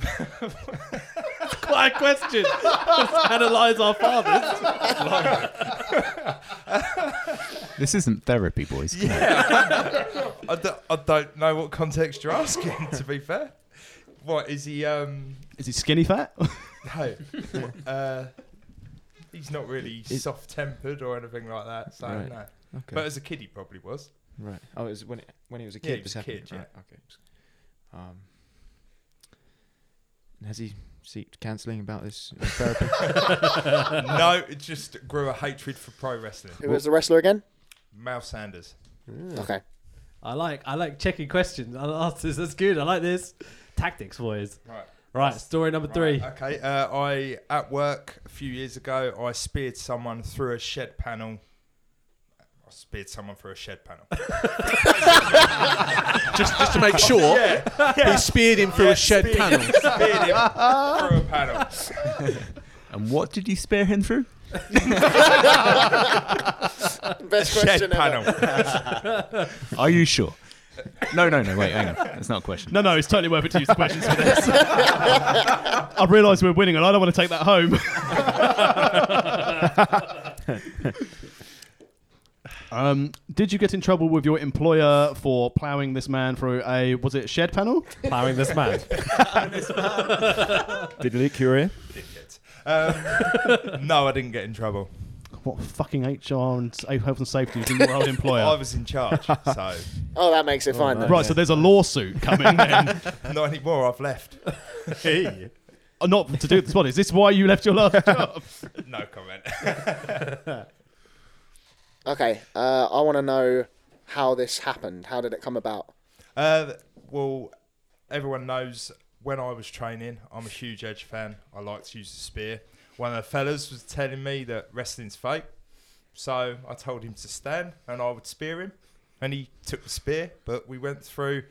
B: Quite a question. Let's analyse our fathers.
E: This isn't therapy, boys. Come on.
C: I don't, I don't know what context you're asking. to be fair, what is he? Um,
F: Is he skinny fat?
C: no, uh, he's not really soft-tempered or anything like that. So
H: Right.
C: no.
J: Okay.
C: But as a kid, he probably was.
H: Right. Oh, it was when it, when he was a
C: Yeah,
H: kid.
C: he was
H: this
C: a
H: happened.
C: kid, yeah.
H: Right, okay. Um, and has he seeked counselling about this in therapy?
C: no, it just grew a hatred for pro wrestling.
G: Who was the wrestler again?
C: Mal Sanders.
G: Okay.
B: I like I like checking questions. I like oh, this. That's good. I like this. Tactics, boys.
C: Right.
B: Right, story number three.
C: Right, okay. Uh, I at work a few years ago. I speared someone through a shed panel I speared someone through a shed panel.
D: just, just to make sure, he speared him through a shed
C: speared-
D: panel.
C: speared him through a panel.
E: And what did you spare him through?
G: Best
C: Shed
G: question ever.
C: panel.
E: Are you sure? No, no, no. Wait, hang on. That's not a question.
F: No, no, it's totally worth it to use the questions for this. I realise we're winning, and I don't want to take that home. um, did you get in trouble with your employer for ploughing this man through a was it shed panel?
B: Plowing this man.
H: Did Luke Curia?
C: Um, no, I didn't get in trouble.
F: What fucking HR and s- health and safety is your old
C: I
F: employer?
C: was in charge, so
G: Oh, that makes it fine then.
F: Right, so there's a lawsuit coming then.
C: not anymore. I've left.
F: Uh, Not to do with this one. Is this why you left your last job?
C: No comment.
G: Okay, uh, I want to know how this happened. How did it come about?
C: Uh, well, everyone knows when I was training, I'm a huge Edge fan. I like to use the spear. One of the fellas was telling me that wrestling's fake, so I told him to stand and I would spear him. And he took the spear, but we went through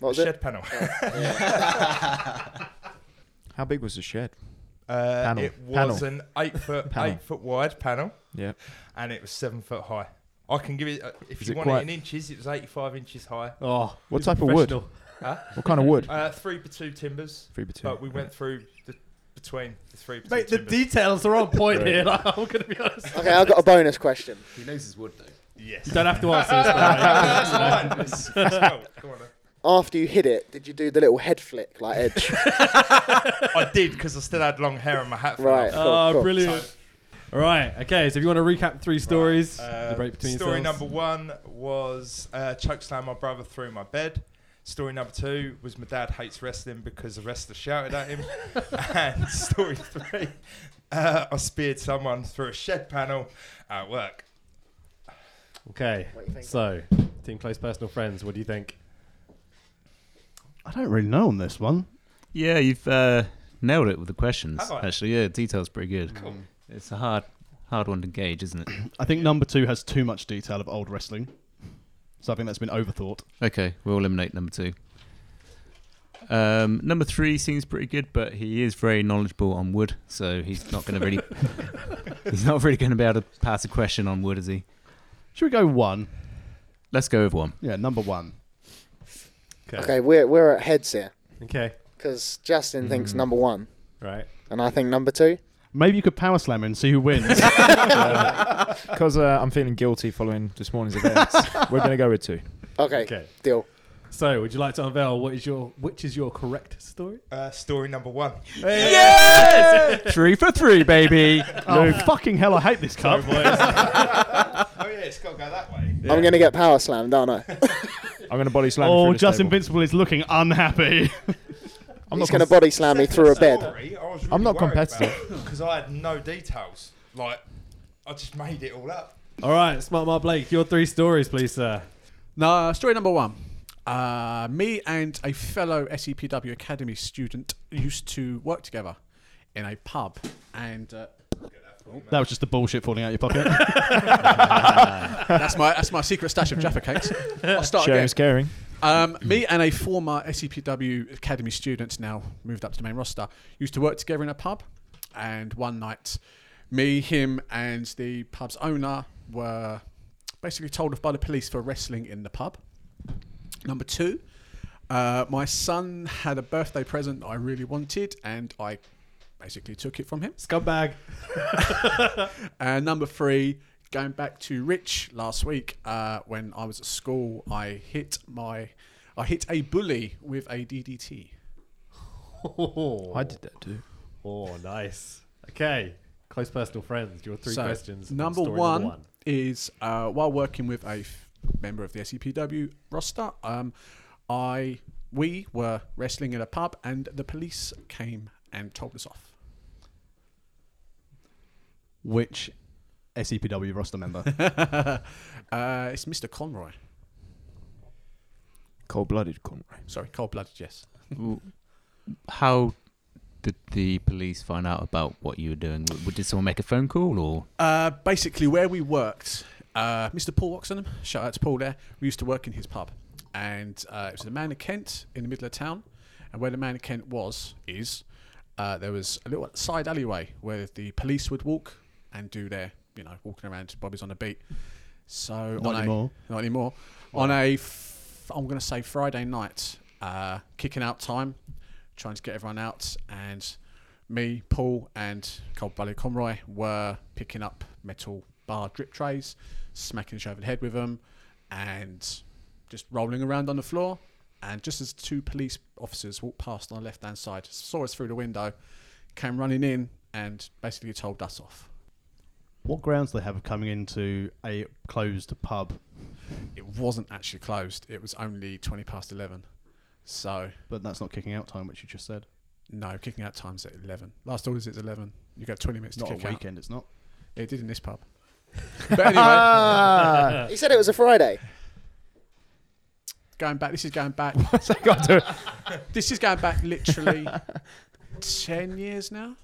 G: What
C: the
G: was
C: shed
G: it?
C: panel.
J: How big was the shed?
C: Uh,
J: Panel.
C: It was
J: Panel.
C: an eight foot,
J: Panel.
C: eight foot wide panel,
J: Yeah.
C: and it was seven foot high. I can give it uh, if
J: Is
C: you
J: it
C: want
J: quite-
C: it in inches. It was eighty-five inches high.
B: Oh,
J: What
B: he's
J: type
B: a
J: of wood?
B: professional.
J: What kind of wood?
C: Uh, three by two timbers,
J: Three by two.
C: but we went through the between the three. by
B: Mate,
C: two
B: the
C: timbers.
B: details are on point
J: Right.
B: here. like, I'm going to be honest.
G: Okay, I've got a bonus question.
E: He knows his wood though.
C: Yes.
B: You don't have to answer this. Though, mate.
C: That's fine. Let's go. Come on, then.
G: After you hit it, did you do the little head flick like Edge?
C: I did because I still had long hair and my hat. fell off.
G: right. cool,
B: Oh,
G: cool.
B: brilliant. All right. Okay. So if you want to recap three stories,
C: Uh,
B: the break between
C: story
B: yourselves.
C: number one was uh, choke slam my brother through my bed. Story number two was my dad hates wrestling because a wrestler shouted at him. and story three, uh, I speared someone through a shed panel at work.
B: Okay.
G: What do you think?
B: So, team close personal friends. What do you think?
F: I don't really know on this one.
E: Yeah, you've uh, nailed it with the questions.
C: Have I?
E: Actually, yeah, details pretty good. It's a hard, hard one to gauge, isn't it?
F: I think number two has too much detail of old wrestling. So I think that's been overthought.
E: Okay, we'll eliminate number two. Um, number three seems pretty good, but he is very knowledgeable on wood, so he's not going to really, he's not really going to be able to pass a question on wood, is he?
F: Should we go one?
E: Let's go with one.
F: Yeah, number one.
G: Okay, we're we're at heads here
B: Okay.
G: because Justin thinks number one,
B: Right.
G: and I think number two.
F: Maybe you could power slam him and see who wins.
H: Because uh, I'm feeling guilty following this morning's events. We're going to go with two.
G: Okay,
B: Okay.
G: deal.
B: So, would you like to unveil what is your which is your correct story?
C: Uh, story number one.
E: three for three, baby.
F: oh, fucking hell, I hate this cup.
C: Oh, yeah, it's got to go that way.
G: I'm gonna get power slammed, aren't I?
H: I'm going to body slam.
F: oh,
H: through this
F: Just
H: table.
F: Invincible is looking unhappy.
H: I'm
G: He's
H: not
G: gonna body slam me through a bed.
C: Sorry, I was
H: I'm not competitive.
C: because I had no details. Like, I just made it all up.
B: All right, smart Mark Blake, your three stories, please, sir.
D: No, story number one. Uh, me and a fellow SEPW Academy student used to work together in a pub, and uh,
F: that was just the bullshit falling out your pocket.
D: that's my that's my secret stash of Jaffa cakes. I'll start
H: Sharing
D: again.
H: is caring.
D: Um, me and a former SCPW Academy student, now moved up to the main roster, used to work together in a pub. And one night, me, him, and the pub's owner were basically told off by the police for wrestling in the pub. Number two, uh, my son had a birthday present that I really wanted, and I basically took it from him.
B: Scumbag.
D: And Uh, number three, going back to Rich last week, uh, when I was at school, I hit my, I hit a bully with a DDT.
B: Oh,
H: I did that too.
B: oh, nice. Okay, close personal friends. Your three
D: So,
B: questions. on
D: Number
B: story
D: one, is uh, while working with a f- member of the SCPW roster, um, I we were wrestling in a pub, and the police came and told us off.
F: Which SEPW E roster member?
D: Uh, it's Mr. Conroy.
H: Cold blooded Conroy.
D: Sorry, cold blooded. Yes.
E: How did the police find out about what you were doing? W- Did someone make a phone call or?
D: Uh, basically, where we worked, Uh, Mr. Paul Oxenham, shout out to Paul there. We used to work in his pub, and uh, it was the Man of Kent in the middle of town. And where the Man of Kent was, is uh, there was a little side alleyway where the police would walk and do their, you know, walking around bobbies on the beat. So
F: Not
D: on
F: anymore.
D: A, not anymore. On a, f- I'm going to say Friday night, uh, kicking out time, trying to get everyone out, and me, Paul, and Cold Blooded Conroy were picking up metal bar drip trays, smacking each over the head with them, and just rolling around on the floor. And just as two police officers walked past on the left hand side, saw us through the window, came running in, and basically told us off.
F: What grounds do they have of coming into a closed pub?
D: It wasn't actually closed, it was only 20 past 11. So,
F: But that's not kicking out time, which you just said.
D: no, kicking out time's at 11. Last orders is 11. You got 20 minutes
F: It's not
D: to
F: a
D: kick out.
F: weekend. It's not.
D: It did in this pub. but anyway,
G: He said it was a Friday.
D: going back, this is going back.
H: What's that got to
D: This is going back literally 10 years now.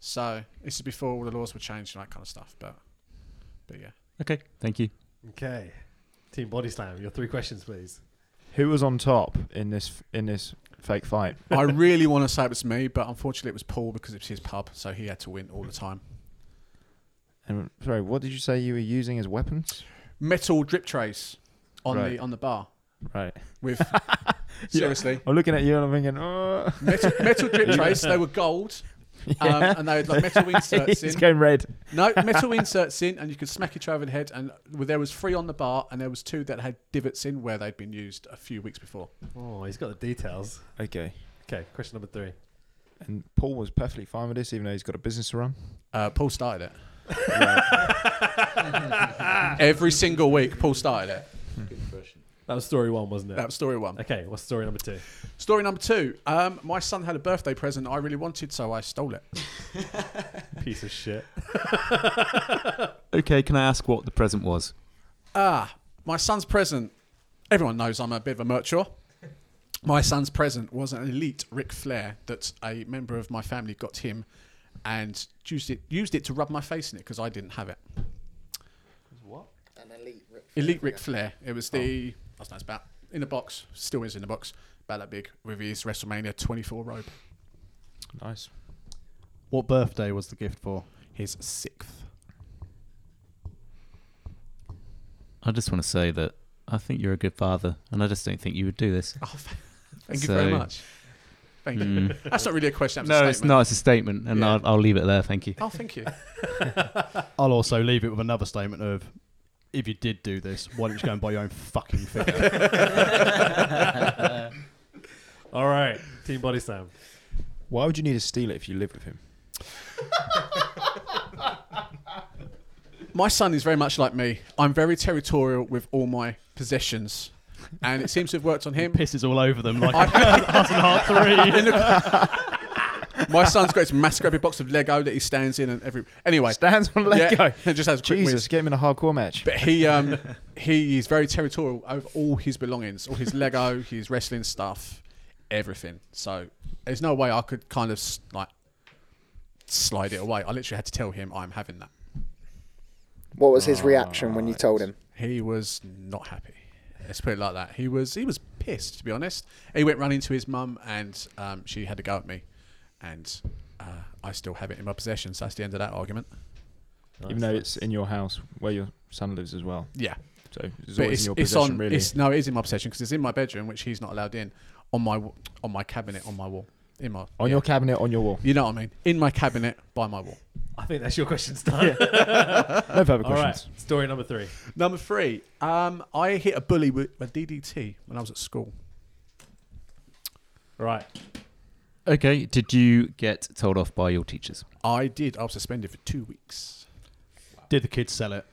D: So this is before all the laws were changed and that kind of stuff. But, but yeah.
E: Okay, thank you.
B: Okay. Team Body Slam, your three questions, please.
J: Who was on top in this in this fake fight?
D: I really want to say it was me, but unfortunately it was Paul because it was his pub, so he had to win all the time.
J: And sorry, what did you say you were using as weapons?
D: Metal drip trays on
J: Right.
D: the on the bar
J: Right.
D: with seriously
J: I'm looking at you and I'm thinking, oh,
D: metal, metal drip trays. They were gold, um, and they had like metal inserts in.
J: it's going red.
D: No, metal inserts in, and you could smack each other in the head. And well, there was three on the bar, and there was two that had divots in where they'd been used a few weeks before.
B: Oh, he's got the details.
J: Okay.
B: Okay, question number three.
J: And Paul was perfectly fine with this, even though he's got a business to run.
D: Uh, Paul started it. Every single week, Paul started it.
B: That was story one, wasn't it?
D: That was story one.
B: okay, what's story number two?
D: Story number two. Um, my son had a birthday present I really wanted, so I stole it.
B: Piece of shit.
E: Okay, can I ask what the present was?
D: Ah, my son's present. Everyone knows I'm a bit of a merchant. My son's present was an elite Ric Flair that a member of my family got him, and used it used it to rub my face in it because I didn't have it.
G: An elite Ric Flair.
D: Elite Ric Flair. It was the I don't know, it's about in a box, still is in a box, about that big with his WrestleMania 24 robe.
J: Nice.
F: What birthday was the gift for?
D: His sixth.
E: I just want to say that I think you're a good father, and I just don't think you would do this.
D: Oh, th- thank you very
E: So-
D: much. Thank you. That's not really a question. That's
E: Hmm. No,
D: a statement.
E: it's not. It's a statement, and
D: Yeah.
E: I'll, I'll leave it there. Thank you.
D: Oh, thank you.
F: I'll also leave it with another statement of if you did do this, why don't you go and buy your own fucking figure?
B: All right, Team Body Slam.
J: Why would you need to steal it if you live with him?
D: My son is very much like me. I'm very territorial with all my possessions, and it seems to have worked on him.
F: Pisses all over them like
D: I-
F: Hudson Heart 3.
D: My son's got his massive every box of Lego that he stands in, and every anyway.
J: Stands on
D: yeah,
J: Lego.
D: and just has a quick
J: Jesus,
D: whiz.
J: get him in a hardcore match.
D: But he um he is very territorial over all his belongings, all his Lego, his wrestling stuff, everything. So there's no way I could kind of s- like slide it away. I literally had to tell him I'm having that.
G: What was his reaction when you told him?
D: He was not happy. Let's put it like that. He was he was pissed to be honest. He went running to his mum and um, she had to go at me, and uh, I still have it in my possession. So that's the end of that argument.
J: even though it's in your house where your son lives as well.
D: Yeah,
J: So it's
D: but
J: always
D: it's,
J: in your
D: it's
J: possession,
D: on.
J: really.
D: It's, no, it is in my possession because it's in my bedroom, which he's not allowed in. On my w- on my cabinet, on my wall, in my
J: on
D: yeah.
J: your cabinet, on your wall.
D: You know what I mean? In my cabinet, by my wall.
B: I think that's your questions done.
J: No further
B: All right,
J: questions.
B: story number three.
D: Number three, um, I hit a bully with a DDT when I was at school.
B: Right.
E: Okay, did you get told off by your teachers?
D: I did. I was suspended for two weeks.
F: Did the kids sell it?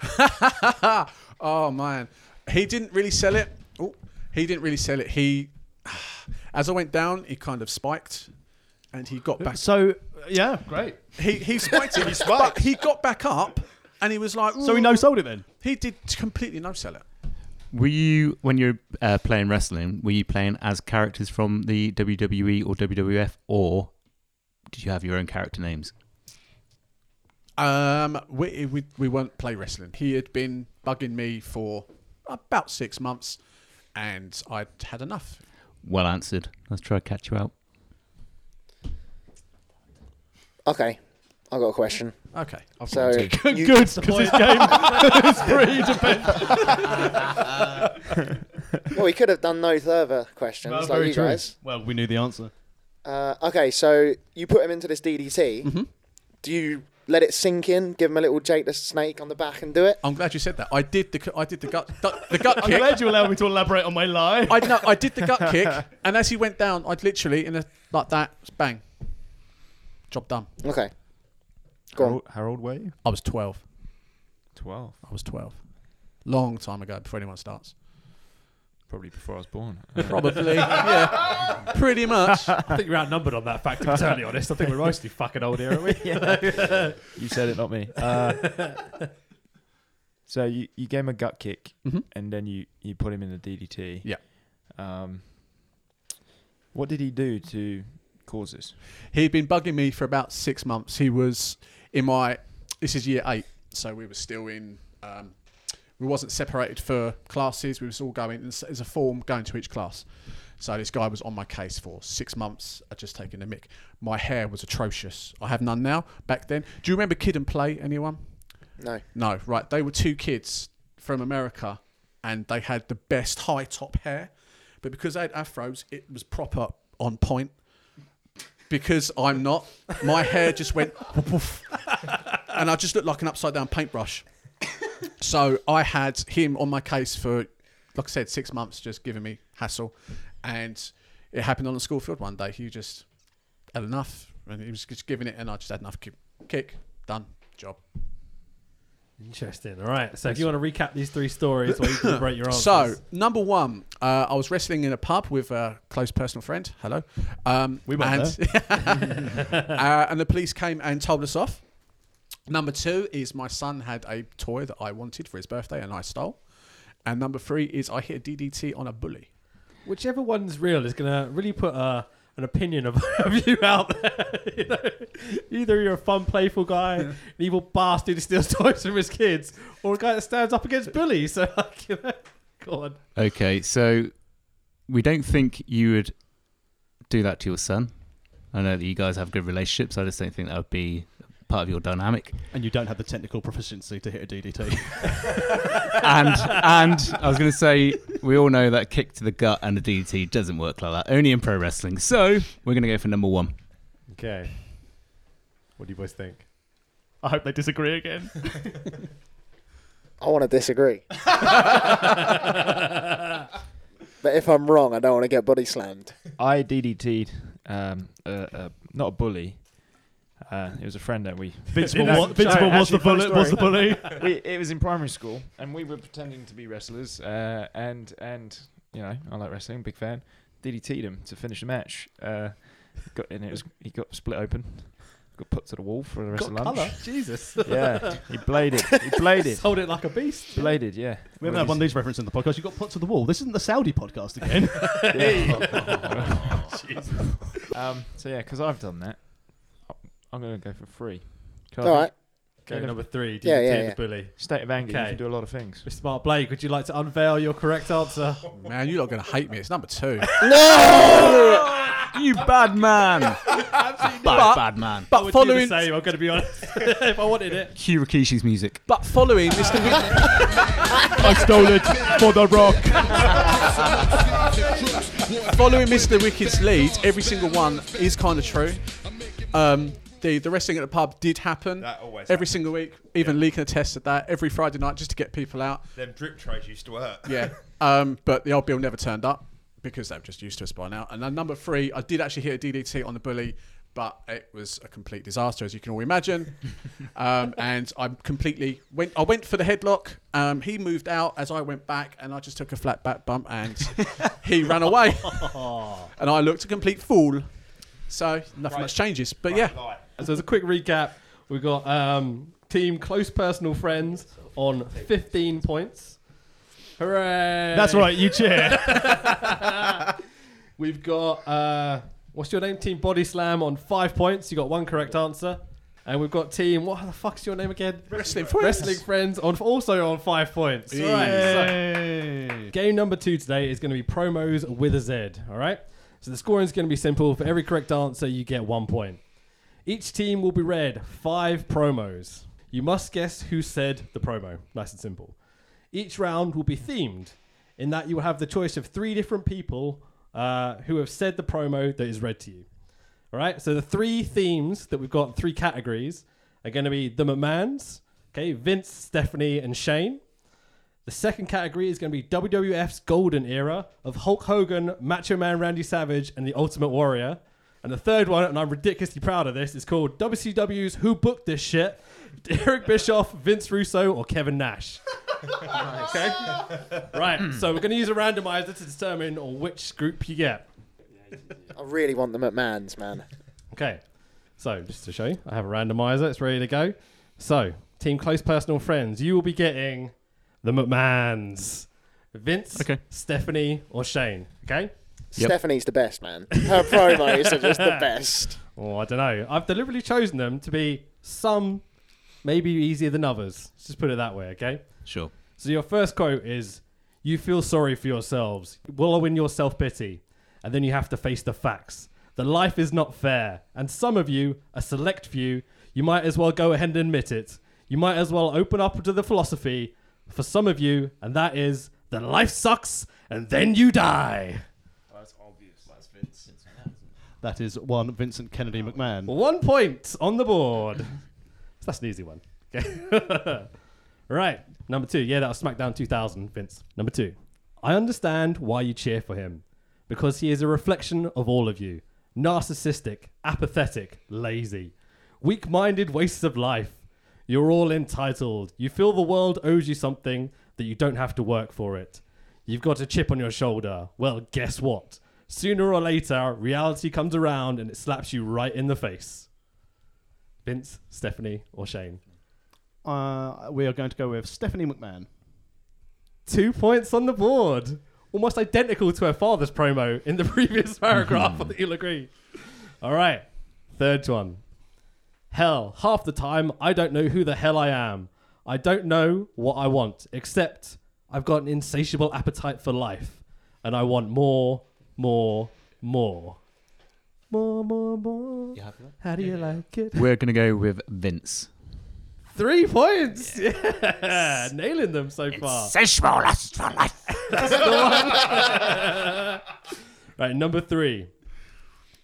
D: Oh man, he didn't really sell it. Oh, he didn't really sell it. He, as I went down, he kind of spiked, and he got back.
F: So, yeah, great.
D: He he spiked it. he spiked. But he got back up, and he was like,
F: So
G: Mm.
F: he no sold it then?
D: He did completely no sell it.
E: Were you, when you were uh, playing wrestling, were you playing as characters from the E WWE or WWF, or did you have your own character names?
D: Um, we, we we weren't play wrestling. He had been bugging me for about six months, and I'd had enough.
E: Well answered. Let's try to catch you out.
G: Okay, I've got a question.
D: Okay, I've
G: So you-
F: Good, because this game is pretty dependent.
G: well, we could have done no further questions
F: Well,
G: like
F: very
G: you
F: true.
G: guys.
F: Well, we knew the answer.
G: Uh, okay, so you put him into this DDT.
B: Mm-hmm.
G: Do you let it sink in? Give him a little Jake the Snake on the back and do it.
D: I'm glad you said that. I did the cu- I did the gut du- the gut
F: I'm
D: kick.
F: glad you allowed me to elaborate on my lie.
D: I no, I did the gut kick, and as he went down, I'd literally in a like that bang, job done.
G: Okay.
J: How,
G: Go
B: Oh.
G: on.
J: old- how old were you?
D: I was twelve.
J: 12.
D: I was twelve. Long time ago, before anyone starts.
J: Probably before I was born.
D: Probably, yeah, pretty much.
B: I think you're outnumbered on that fact, to be totally honest. I think we're mostly fucking old here, are we?
J: you said it, not me. Uh, so you, you gave him a gut kick
D: Mhm.
J: and then you, you put him in the DDT.
D: Yeah.
J: Um, what did he do to cause this?
D: He'd been bugging me for about six months. He was in my this is year eight, so we were still in. Um, we wasn't separated for classes. We was all going as as a form going to each class. So this guy was on my case for six months. I just taken a mick. My hair was atrocious. I have none now. Back then, do you remember Kid and Play? Anyone?
G: No.
D: No, right. They were two kids from America and they had the best high top hair. But because they had afros, it was proper on point. Because I'm not, my hair just went woof, woof. and I just looked like an upside down paintbrush. So I had him on my case for, like I said, six months, just giving me hassle. And it happened on the school field one day. He just had enough and he was just giving it, and I just had enough. Kick, kick done, job.
B: Interesting. All right. So if you want to recap these three stories or you can break your answers.
D: So, number one, uh, I was wrestling in a pub with a close personal friend. Hello. Um,
F: We weren't
D: and, uh, and the police came and told us off. Number two is my son had a toy that I wanted for his birthday and I stole. And number three is I hit a DDT on a bully.
B: whichever one's real is going to really put uh, an opinion of, of you out there. you know? Either you're a fun, playful guy, an evil bastard who steals toys from his kids, or a guy that stands up against bullies. So, like, you know, go on.
E: Okay, so we don't think you would do that to your son. I know that you guys have good relationships. I just don't think that would be part of your dynamic.
F: And you don't have the technical proficiency to hit a DDT.
E: and and I was going to say we all know that kick to the gut and a DDT doesn't work like that. Only in pro wrestling. So we're going to go for number one.
B: Okay. What do you boys think?
F: I hope they disagree again.
G: I want to disagree. but if I'm wrong, I don't want to get body slammed.
J: I DDT'd um, uh, uh, not a bully. Uh, it was a friend that we
F: Vince
J: No,
F: was, Vince
J: sorry,
F: was, the
J: actually, funny
F: bullet, was the
J: story.
F: bully.
J: we, it was in primary school, and we were pretending to be wrestlers. Uh, and and you know, I like wrestling, big fan. DDT'd him to finish the match. Uh, got and it was he got split open, got put to the wall for the rest of lunch.
B: Jesus.
J: Yeah, he bladed. He bladed.
B: Sold it like a beast.
J: bladed. Yeah.
F: We haven't had one of these references in the podcast. You got put to the wall. This isn't the Saudi podcast again.
J: Um. So yeah, because I've done that, I'm gonna go for free.
G: All right.
B: Okay, number three. Do
G: Yeah,
B: you
G: yeah,
B: take
G: yeah.
B: the bully?
J: State of anger.
B: Okay.
J: You can do a lot of things.
B: Mr. Mark Blake, would you like to unveil your correct answer?
D: Man, you're not going to hate me. It's number two.
E: You bad man. bad, bad man.
B: I
D: But
B: would do the
D: following,
B: same, I'm going to be honest. if I wanted it.
E: Hugh Rikishi's music.
D: but following Mr. Wi-
F: I stole it for the rock.
D: following Mr. Wicked's lead, every single one is kind of true. Um, the the wrestling at the pub did happen
C: That always
D: every
C: happens.
D: single week. Even Lee can attest at that. Every Friday night, just to get people out.
C: Them drip trays used to hurt.
D: Yeah. um, but the old Bill never turned up because they were just used to us by now. And then number three, I did actually hit a DDT on the bully, but it was a complete disaster, as you can all imagine. um, and I completely went. I went for the headlock. Um, he moved out as I went back, and I just took a flat back bump, and he ran away. and I looked a complete fool. So nothing much changes. But yeah,
C: Like,
B: So as a quick recap, we got um, team close personal friends on 15 points. Hooray!
F: That's right, you cheer.
B: We've got uh, what's your name? Team Body Slam on five points. You got one correct answer. And we've got team. What the fuck's your name again?
D: Wrestling
B: Wrestling friends on also on five points. All right. So, game number two today is going to be promos with a Z. All right. So the scoring is going to be simple. For every correct answer, you get one point. Each team will be read five promos. You must guess who said the promo. Nice and simple. Each round will be themed, in that you will have the choice of three different people uh, who have said the promo that is read to you. All right. So the three themes that we've got, three categories, are going to be the McMahons, okay, Vince, Stephanie, and Shane. The second category is going to be WWF's golden era of Hulk Hogan, Macho Man Randy Savage, and the Ultimate Warrior. And the third one, and I'm ridiculously proud of this, is called WCW's Who Booked This Shit? Eric Bischoff, Vince Russo, or Kevin Nash? Okay. Right. So we're going to use a randomizer to determine which group you get.
G: I really want them at Man's, man.
B: Okay. So, just to show you, I have a randomizer. It's ready to go. So, team close personal friends, you will be getting the McMahons. Vince,
E: Okay.
B: Stephanie, or Shane. Okay?
G: Stephanie's the best, man. Her promos are just the best.
B: Oh, I don't know. I've deliberately chosen them to be some maybe easier than others. Let's just put it that way, okay?
A: Sure.
B: So your first quote is You feel sorry for yourselves, wallow in your self pity, and then you have to face the facts. The life is not fair, and some of you, a select few, you might as well go ahead and admit it. You might as well open up to the philosophy for some of you, and that is the life sucks and then you die.
F: That is one Vincent Kennedy McMahon.
B: One point on the board. So that's an easy one. Okay. right. Number two. Yeah, that was SmackDown 2000, Vince. Number two. I understand why you cheer for him. Because he is a reflection of all of you narcissistic, apathetic, lazy, weak minded wastes of life. You're all entitled. You feel the world owes you something that you don't have to work for it. You've got a chip on your shoulder. Well, guess what? Sooner or later, reality comes around and it slaps you right in the face. Vince, Stephanie, or Shane.
F: Uh, we are going to go with Stephanie McMahon.
B: Two points on the board. Almost identical to her father's promo in the previous paragraph. I think you'll agree. All right. Third one. Hell, half the time, I don't know who the hell I am. I don't know what I want, except I've got an insatiable appetite for life. And I want more, more, more. More, more, more.
E: You happy with
B: How do you like it?
E: We're going to go with Vince.
B: Three points. Yeah. Nailing them so far. Right, number three.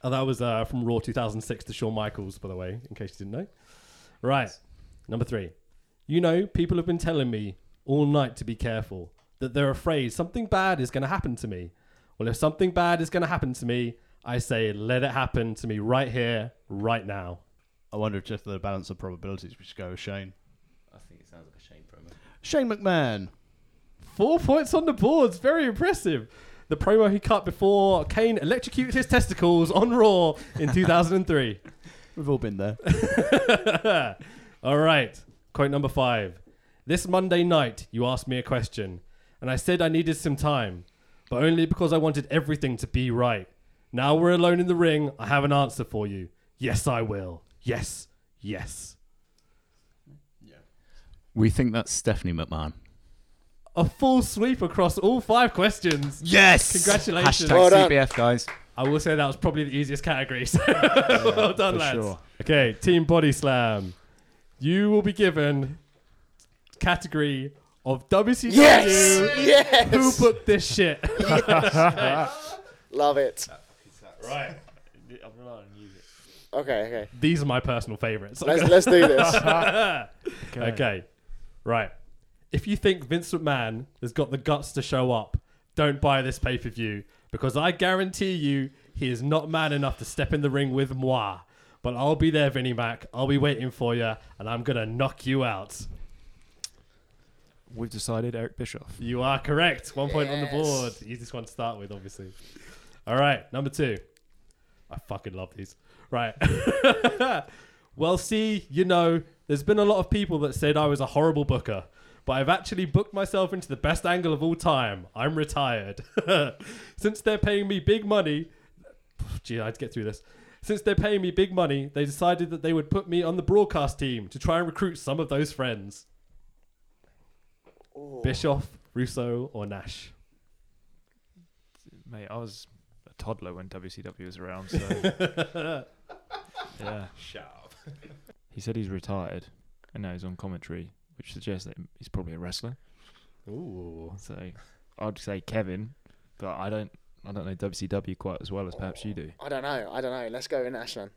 B: Oh, that was uh, from Raw 2006 to Shawn Michaels, by the way, in case you didn't know. Right, number three. You know, people have been telling me all night to be careful, that they're afraid something bad is going to happen to me. Well, if something bad is going to happen to me, I say, let it happen to me right here, right now.
F: I wonder if just the balance of probabilities we should go with Shane. I think it sounds like a Shane promo. Shane McMahon.
B: Four points on the boards. Very impressive. The promo he cut before Kane electrocuted his testicles on Raw in 2003.
F: We've all been there.
B: All right. Quote number five. This Monday night, you asked me a question, and I said I needed some time, but only because I wanted everything to be right. Now we're alone in the ring. I have an answer for you. Yes, I will. Yes, yes.
E: We think that's Stephanie McMahon.
B: A full sweep across all five questions.
E: Yes!
B: Congratulations.
E: Hashtag
G: Well done.
E: CBF, guys.
B: I will say that was probably the easiest category. So well done, lads.
H: sure.
B: Okay, Team Body Slam. You will be given category of WCW.
G: Yes!
B: Who
G: Yes!
B: booked this shit?
G: Love it.
B: right.
G: Okay, okay.
B: These are my personal favorites.
G: Let's, let's do this.
B: okay. Right. If you think Vince McMahon has got the guts to show up, don't buy this pay per view because I guarantee you he is not man enough to step in the ring with moi. But I'll be there, Vinnie Mac. I'll be waiting for you, and I'm gonna knock you out.
H: We've decided Eric Bischoff.
B: You are correct. One point on the
G: Yes.
B: board. Easiest one to start with, obviously. All right, number two. I fucking love these. Right. well, see, you know, there's been a lot of people that said I was a horrible booker, but I've actually booked myself into the best angle of all time. I'm retired. Since they're paying me big money, gee, I'd get through this. Since they're paying me big money, they decided that they would put me on the broadcast team to try and recruit some of those friends. Bischoff, Russo, or Nash.
J: Mate, I was a toddler when WCW was around, so yeah.
C: Shut up.
J: He said he's retired, and now he's on commentary, which suggests that he's probably a wrestler.
B: Ooh.
J: So I'd say Kevin, but I don't. I don't know WCW quite as well as perhaps you do.
G: I don't know. I don't know. Let's go in Ashland.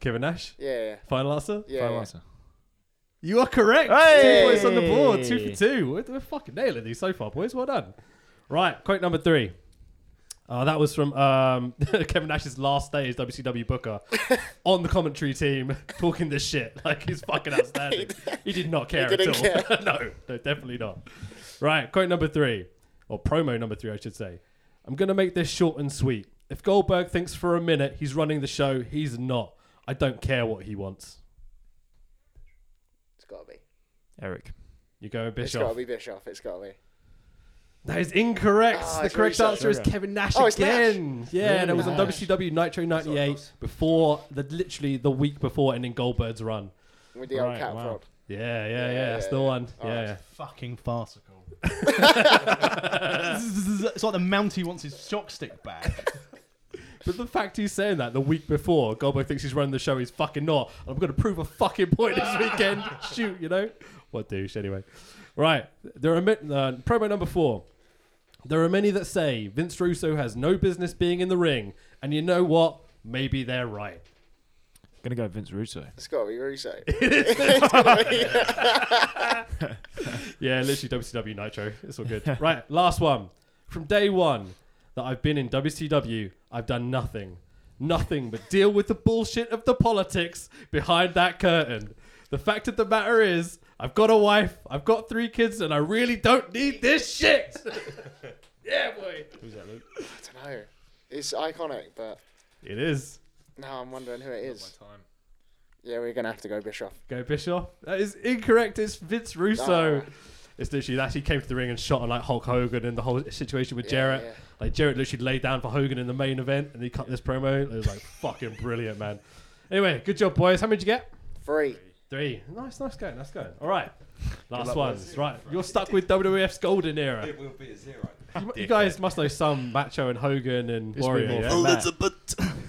B: Kevin Nash,
G: Yeah.
B: final answer?
G: Yeah.
J: Final
G: yeah.
J: answer.
B: You are correct.
J: Hey!
B: Two points on the board. Two for two. We're, we're fucking nailing these so far, boys. Well done. Right, quote number three. Uh, that was from um, Kevin Nash's last day as WCW Booker on the commentary team, talking this shit. Like, he's fucking outstanding. he did not care
G: He didn't
B: at all. no, no, definitely not. Right, quote number three, or promo number three, I should say. I'm going to make this short and sweet. If Goldberg thinks for a minute he's running the show, he's not. I don't care what he wants.
G: It's got to be.
J: Eric.
B: You going
G: It's got
B: Bischoff?
G: to be Bischoff. It's got to be.
B: That is incorrect.
G: Ah,
B: the
G: it's
B: correct
G: Russo.
B: answer is Kevin Nash
G: Oh, it's
B: again. Yeah, and it was on
G: Nash.
B: WCW Nitro '98 before the literally the week before ending Goldberg's run.
G: With the old
J: Right,
G: cat
J: wow.
G: prod.
B: Yeah, yeah, yeah,
G: yeah,
B: that's
G: yeah,
B: the
G: yeah.
B: one.
G: All
B: yeah,
G: right.
B: yeah.
F: Fucking farcical. it's like the Mountie wants his shock stick back.
B: But the fact he's saying that the week before Goldberg thinks he's running the show, he's fucking not. And I'm going to prove a fucking point this weekend. Shoot, you know what douche anyway. Right, there are mi- uh, promo number four. There are many that say Vince Russo has no business being in the ring, and you know what? Maybe they're right.
J: Gonna go Vince Russo.
G: It's got to be Russo.
B: Yeah, literally WCW Nitro. It's all good. right, last one. From day one that I've been in WCW, I've done nothing. Nothing but deal with the bullshit of the politics behind that curtain. The fact of the matter is, I've got a wife, I've got three kids, and I really don't need this shit. yeah, boy.
G: I don't know. It's iconic, but
B: It is.
G: now I'm wondering who it is. Yeah, we're going to have to go Bischoff.
B: Go Bischoff. That is incorrect. It's Vince Russo.
G: Ah.
B: It's literally that he came to the ring and shot on like Hulk Hogan and the whole situation with
G: Yeah,
B: Jarrett.
G: yeah.
B: Like Jarrett literally laid down for Hogan in the main event and he cut this promo. It was like fucking brilliant, man. Anyway, good job, boys. How many did you get?
G: Three.
B: Three. Nice, nice going. Nice going. All right. Last ones. Right. You're stuck with WWF's golden era.
K: It will be a zero.
B: You, you guys must know some Macho and Hogan and
J: been
B: Warrior.
J: more
B: yeah?
J: fun.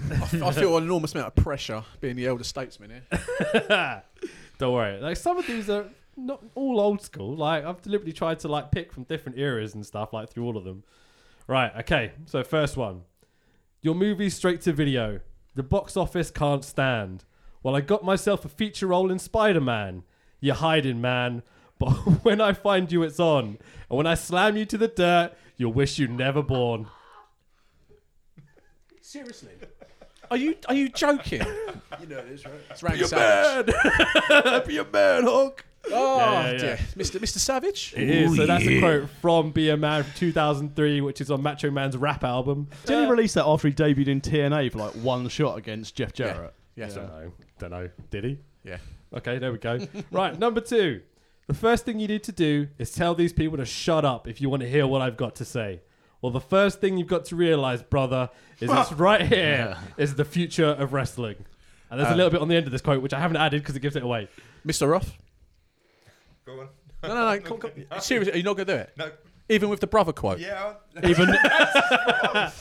D: I, f- I feel an enormous amount of pressure being the elder statesman here.
B: Don't worry. Like some of these are not all old school. Like I've deliberately tried to like pick from different eras and stuff, like through all of them. Right. Okay. So first one, your movie straight to video. The box office can't stand. Well, I got myself a feature role in Spider Man. You're hiding, man. But when I find you, it's on. And when I slam you to the dirt, you'll wish you never born.
D: Seriously? Are you are you joking?
K: You know this, right?
D: It's Randy Savage.
A: Be a man, Hulk.
D: Oh
B: Yeah, yeah, yeah.
D: dear, Mr. Mr. Savage.
B: It is. so that's a quote from Be a Man from 2003, which is on Macho Man's rap album.
F: Did he release that after he debuted in TNA for like one shot against Jeff Jarrett?
D: Yeah,
B: Don't know. Don't know. Did he?
D: Yeah.
B: Okay, there we go. right, number two. The first thing you need to do is tell these people to shut up if you want to hear what I've got to say. Well, the first thing you've got to realize, brother, is this right here is the future of wrestling. And there's a little bit on the end of this quote, which I haven't added because it gives it away.
D: Mr. Roth.
C: Go on.
D: No, no, no. Come, come. Seriously, are you not going to do it?
C: No.
D: Even with the brother quote.
C: Yeah. I'll-
F: Even,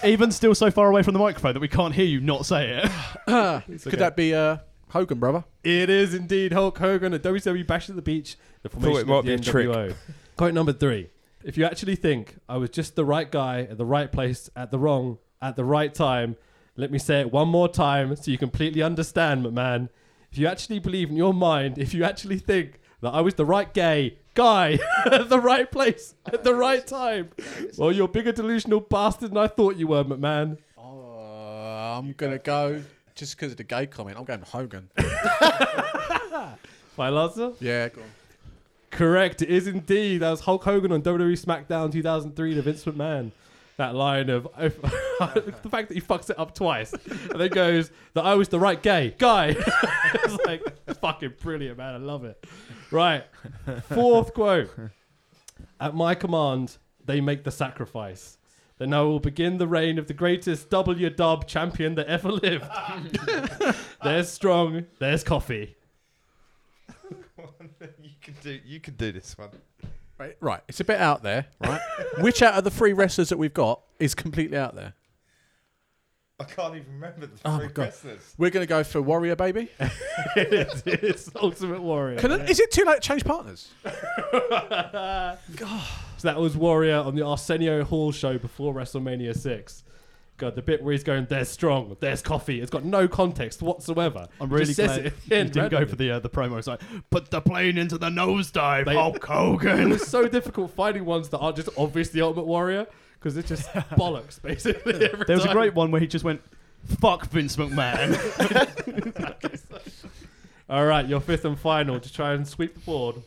F: even still so far away from the microphone that we can't hear you not say it.
D: Could that be uh, Hogan, brother?
B: It is indeed Hulk Hogan at WWE Bash at the Beach. The formation
C: it
B: of
C: might
B: the
C: be a trick.
B: NWO. Quote number three: If you actually think I was just the right guy at the right place at the wrong at the right time, let me say it one more time so you completely understand, McMahon. If you actually believe in your mind, if you actually think that I was the right gay guy at the right place at the right time, well, you're a bigger delusional bastard than I thought you were, McMahon.
D: Oh, I'm going to go just because of the gay comment. I'm going Hogan.
B: My answer.
D: yeah, go on.
B: Correct. It is indeed. That was Hulk Hogan on WWE SmackDown 2003 to Vince McMahon. That line of the fact that he fucks it up twice and then goes that I was the right gay guy. it's like fucking brilliant, man. I love it. Right. Fourth quote. At my command, they make the sacrifice. Then I will begin the reign of the greatest W E dub champion that ever lived. there's strong, there's coffee.
C: you can do. You can do this one.
D: Right, right, it's a bit out there, right? Which out of the three wrestlers that we've got is completely out there?
C: I can't even remember the
D: Oh
C: three
D: my God.
C: wrestlers.
D: We're going to go for Warrior Baby.
B: it's, it's Ultimate Warrior.
D: Can I, is it too late to change partners?
B: So that was Warrior on the Arsenio Hall show before WrestleMania 6. God, the bit where he's going, there's strong, there's coffee. It's got no context whatsoever.
F: I'm really
B: Just says
F: glad
B: it
F: you
B: at the end
F: didn't go
B: randomly.
F: for the uh, the promo. It's like, put the plane into the nosedive,
B: They-
F: Hulk
B: It
F: Hogan.
B: was so difficult finding ones that aren't just obviously Ultimate Warrior because it's just bollocks, basically. Every
F: there was a
B: time.
F: great one where he just went, "Fuck Vince McMahon."
B: All right, your fifth and final to try and sweep the board.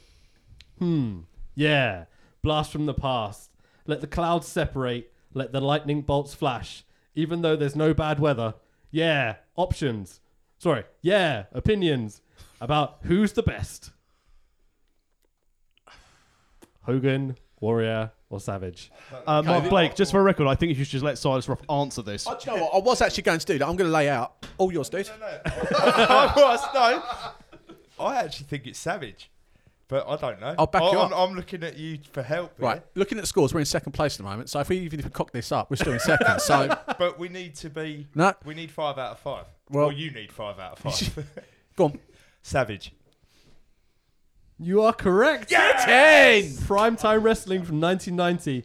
B: Hmm. Yeah. Blast from the past. Let the clouds separate. Let the lightning bolts flash. Even though there's no bad weather. Yeah. Options. Sorry. Yeah. Opinions about who's the best Hogan, Warrior, or Savage?
F: Uh, Mark Blake, just for a record, I think you should just let Silas Roth answer this.
D: I, you know what? I was actually going to do that. I'm going to lay out all yours, dude.
C: I was- no. I actually think it's savage, but I don't know.
D: I'll back
C: I,
D: you
C: I'm,
D: up.
C: I'm looking at you for help.
D: Right, looking at the scores, we're in second place at the moment. So if we even if we cock this up, we're still in second. So
C: here. But we need to be.
D: no,
C: We need five out of five.
D: Well-
C: Well, you need five out of five.
D: go on.
C: savage.
B: You are correct. Yes! Prime Primetime Wrestling from 1990.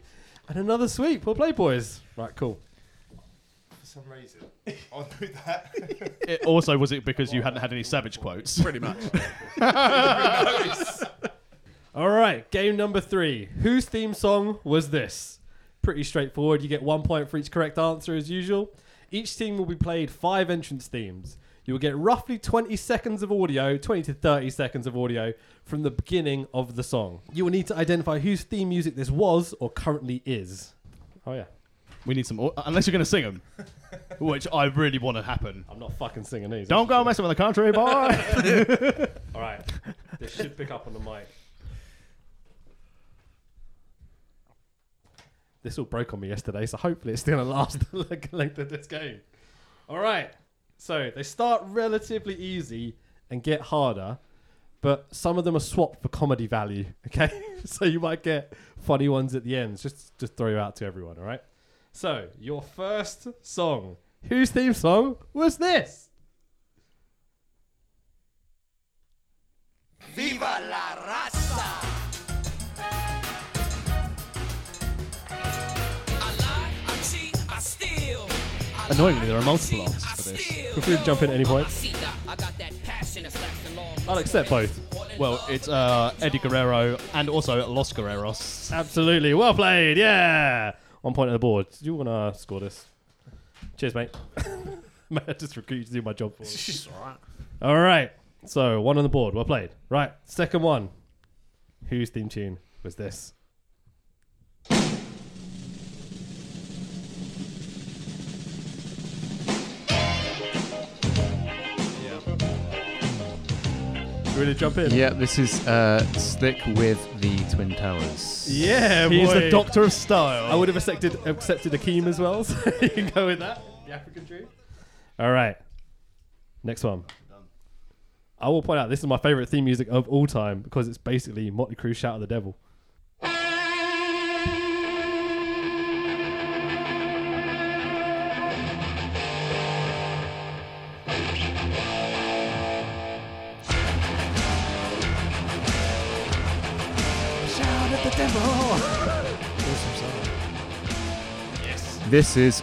B: And another sweep. Well played, boys. Right, cool.
C: For some reason, I knew that.
F: It- also, was it because you hadn't had any Savage quotes?
D: Pretty much.
B: All right, game number three. Whose theme song was this? Pretty straightforward. You get one point for each correct answer, as usual. Each team will be played five entrance themes. You will get roughly 20 seconds of audio, 20 to 30 seconds of audio from the beginning of the song. You will need to identify whose theme music this was or currently is. Oh, yeah.
F: We need some, au- unless you're going to sing them, which I really want to happen.
B: I'm not fucking singing these.
F: Don't go messing with the country boy.
B: All right. They should pick up on the mic. This all broke on me yesterday, so hopefully it's still going to last the leg- length of this game. All right. So they start relatively easy and get harder, but some of them are swapped for comedy value. Okay, so you might get funny ones at the end. Just just throw you out to everyone. All right. So your first song, whose theme song was this?
F: Annoyingly, there are multiple answers for this.
B: Feel free to jump in at any point. I'll accept both.
F: Well, it's uh, Eddie Guerrero and also Los Guerreros.
B: Absolutely. Well played. Yeah. One point on the board. Do you want to score this? Cheers, mate. Mate, I just recruit you to do my job for me. all right. So, one on the board. Well played. Right. Second one. Whose theme tune was this? You ready to jump in?
E: Yeah, this is uh, Slick with the Twin Towers.
B: Yeah,
F: He is
B: boy.
F: the Doctor of Style.
B: I would have accepted accepted Akeem as well, so you can go with that. The African Dream. All right. Next one. I will point out this is my favorite theme music of all time because it's basically Motley Crue "Shout at the Devil."
E: This is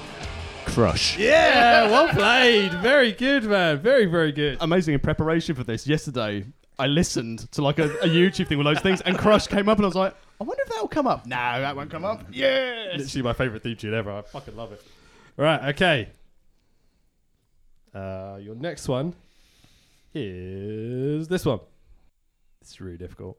E: Crush.
B: Yeah, well played. Very good, man. Very very good.
F: amazing in preparation for this yesterday i listened to like a, a youtube thing with those things and crush came up and i was like i wonder if that'll come up no that won't come up yes
B: Literally my favorite theme tune ever. I fucking love it. All right. Okay. Uh, your next one is this one. It's really difficult.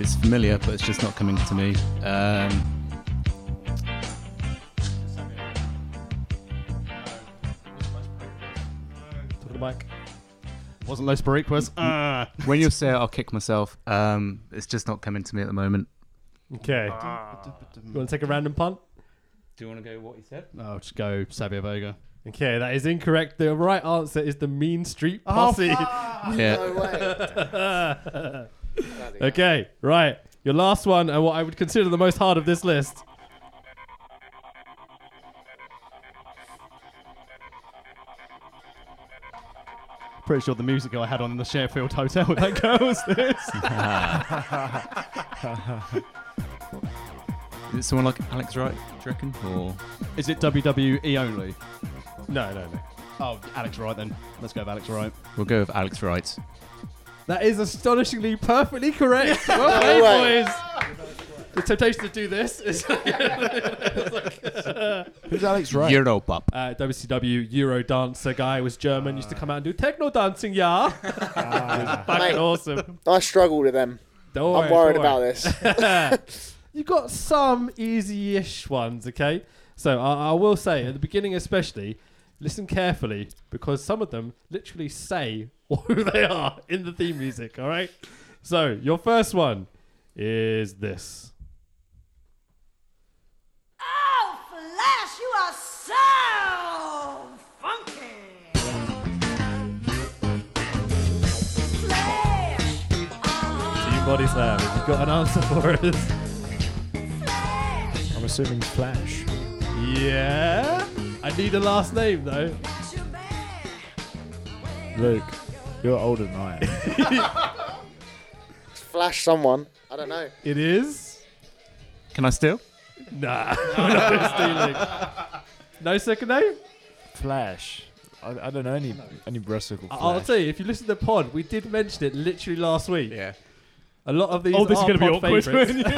E: It's familiar, but it's just not coming to me. Um,
B: Talk to the mic.
F: Wasn't Los Barriquas. Ah.
E: when you say it, I'll kick myself. Um, it's just not coming to me at the moment.
B: Okay.
F: Ah.
B: You want to take a random punt?
E: Do you want to go what he said?
F: I'll just go Sabia Vega.
B: Okay, that is incorrect. The right answer is the Mean Street
F: Oh,
B: Posse.
E: Yeah.
G: No way. Bloody hell.
B: okay, right. Your last one, and what I would consider the most hard of this list.
F: Pretty sure the music I had on in the Sheffield Hotel with that girl was this.
E: Is it someone like Alex Wright, do you reckon? Or
F: Is it WWE only?
B: No, no, no.
F: Oh, Alex Wright then. Let's go with Alex Wright.
E: we'll go with Alex Wright.
B: That is astonishingly perfectly correct.
G: No
B: well
G: way.
B: played, boys. The temptation to do this is
H: Who's Alex Wright?
E: Euro pop.
B: uh, WCW Euro dancer guy was German, used to come out and do techno dancing, yeah. It was fucking
G: Mate.
B: awesome.
G: I struggle with them.
B: Don't worry,
G: I'm worried
B: don't
G: about
B: worry.
G: this.
B: you got some easy-ish ones, okay? So I, I will say at the beginning, especially, listen carefully because some of them literally say who they are in the theme music. All right. So your first one is this.
L: Oh, Flash, you are so funky. Flash,
B: Team Body Slam. If you've got an answer for us,
L: Flash,
H: I'm assuming Flash.
B: yeah. I need a last name though.
L: that's your man.
H: Luke, you're older than I am.
G: Flash someone. I don't know.
B: It is.
E: Can I steal?
B: Nah. I'm not stealing. No second name?
H: Flash. I, I don't know any any wrestler called
B: I-
H: Flash.
B: I'll tell you, if you listen to the pod, we did mention it literally last week.
D: Yeah.
B: A lot of these.
F: Oh, this is
B: going to
F: be awkward.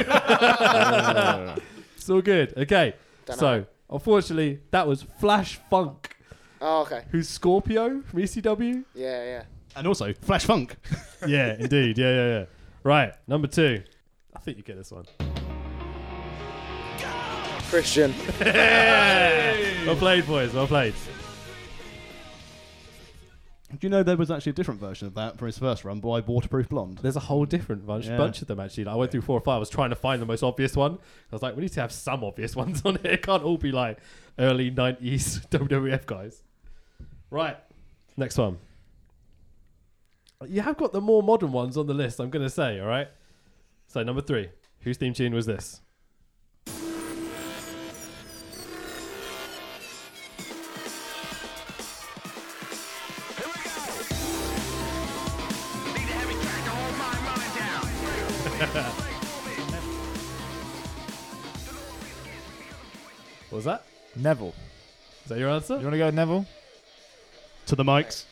H: Uh,
B: it's all good. Okay.
G: Dunno.
B: So, unfortunately, that was Flash Funk,
G: Oh, okay.
B: who's Scorpio from E ECW.
G: Yeah, yeah.
F: and also Flash Funk.
B: Yeah, indeed. Yeah, yeah, yeah. Right, number two. I think you get this one.
G: Christian.
B: Well played, boys. Well played.
F: Do you know there was actually a different version of that for his first run by Waterproof Blonde?
B: There's a whole different bunch,
F: Yeah.
B: bunch of them actually. Like, I went through four or five. I was trying to find the most obvious one. I was like, we need to have some obvious ones on here. It can't all be like early '90s WWF guys. Right, next one. You have got the more modern ones on the list. I'm gonna say, all right. So number three, whose theme tune was this? What was that?
H: Neville.
B: Is that your answer?
H: You want to go with Neville?
F: To the mics.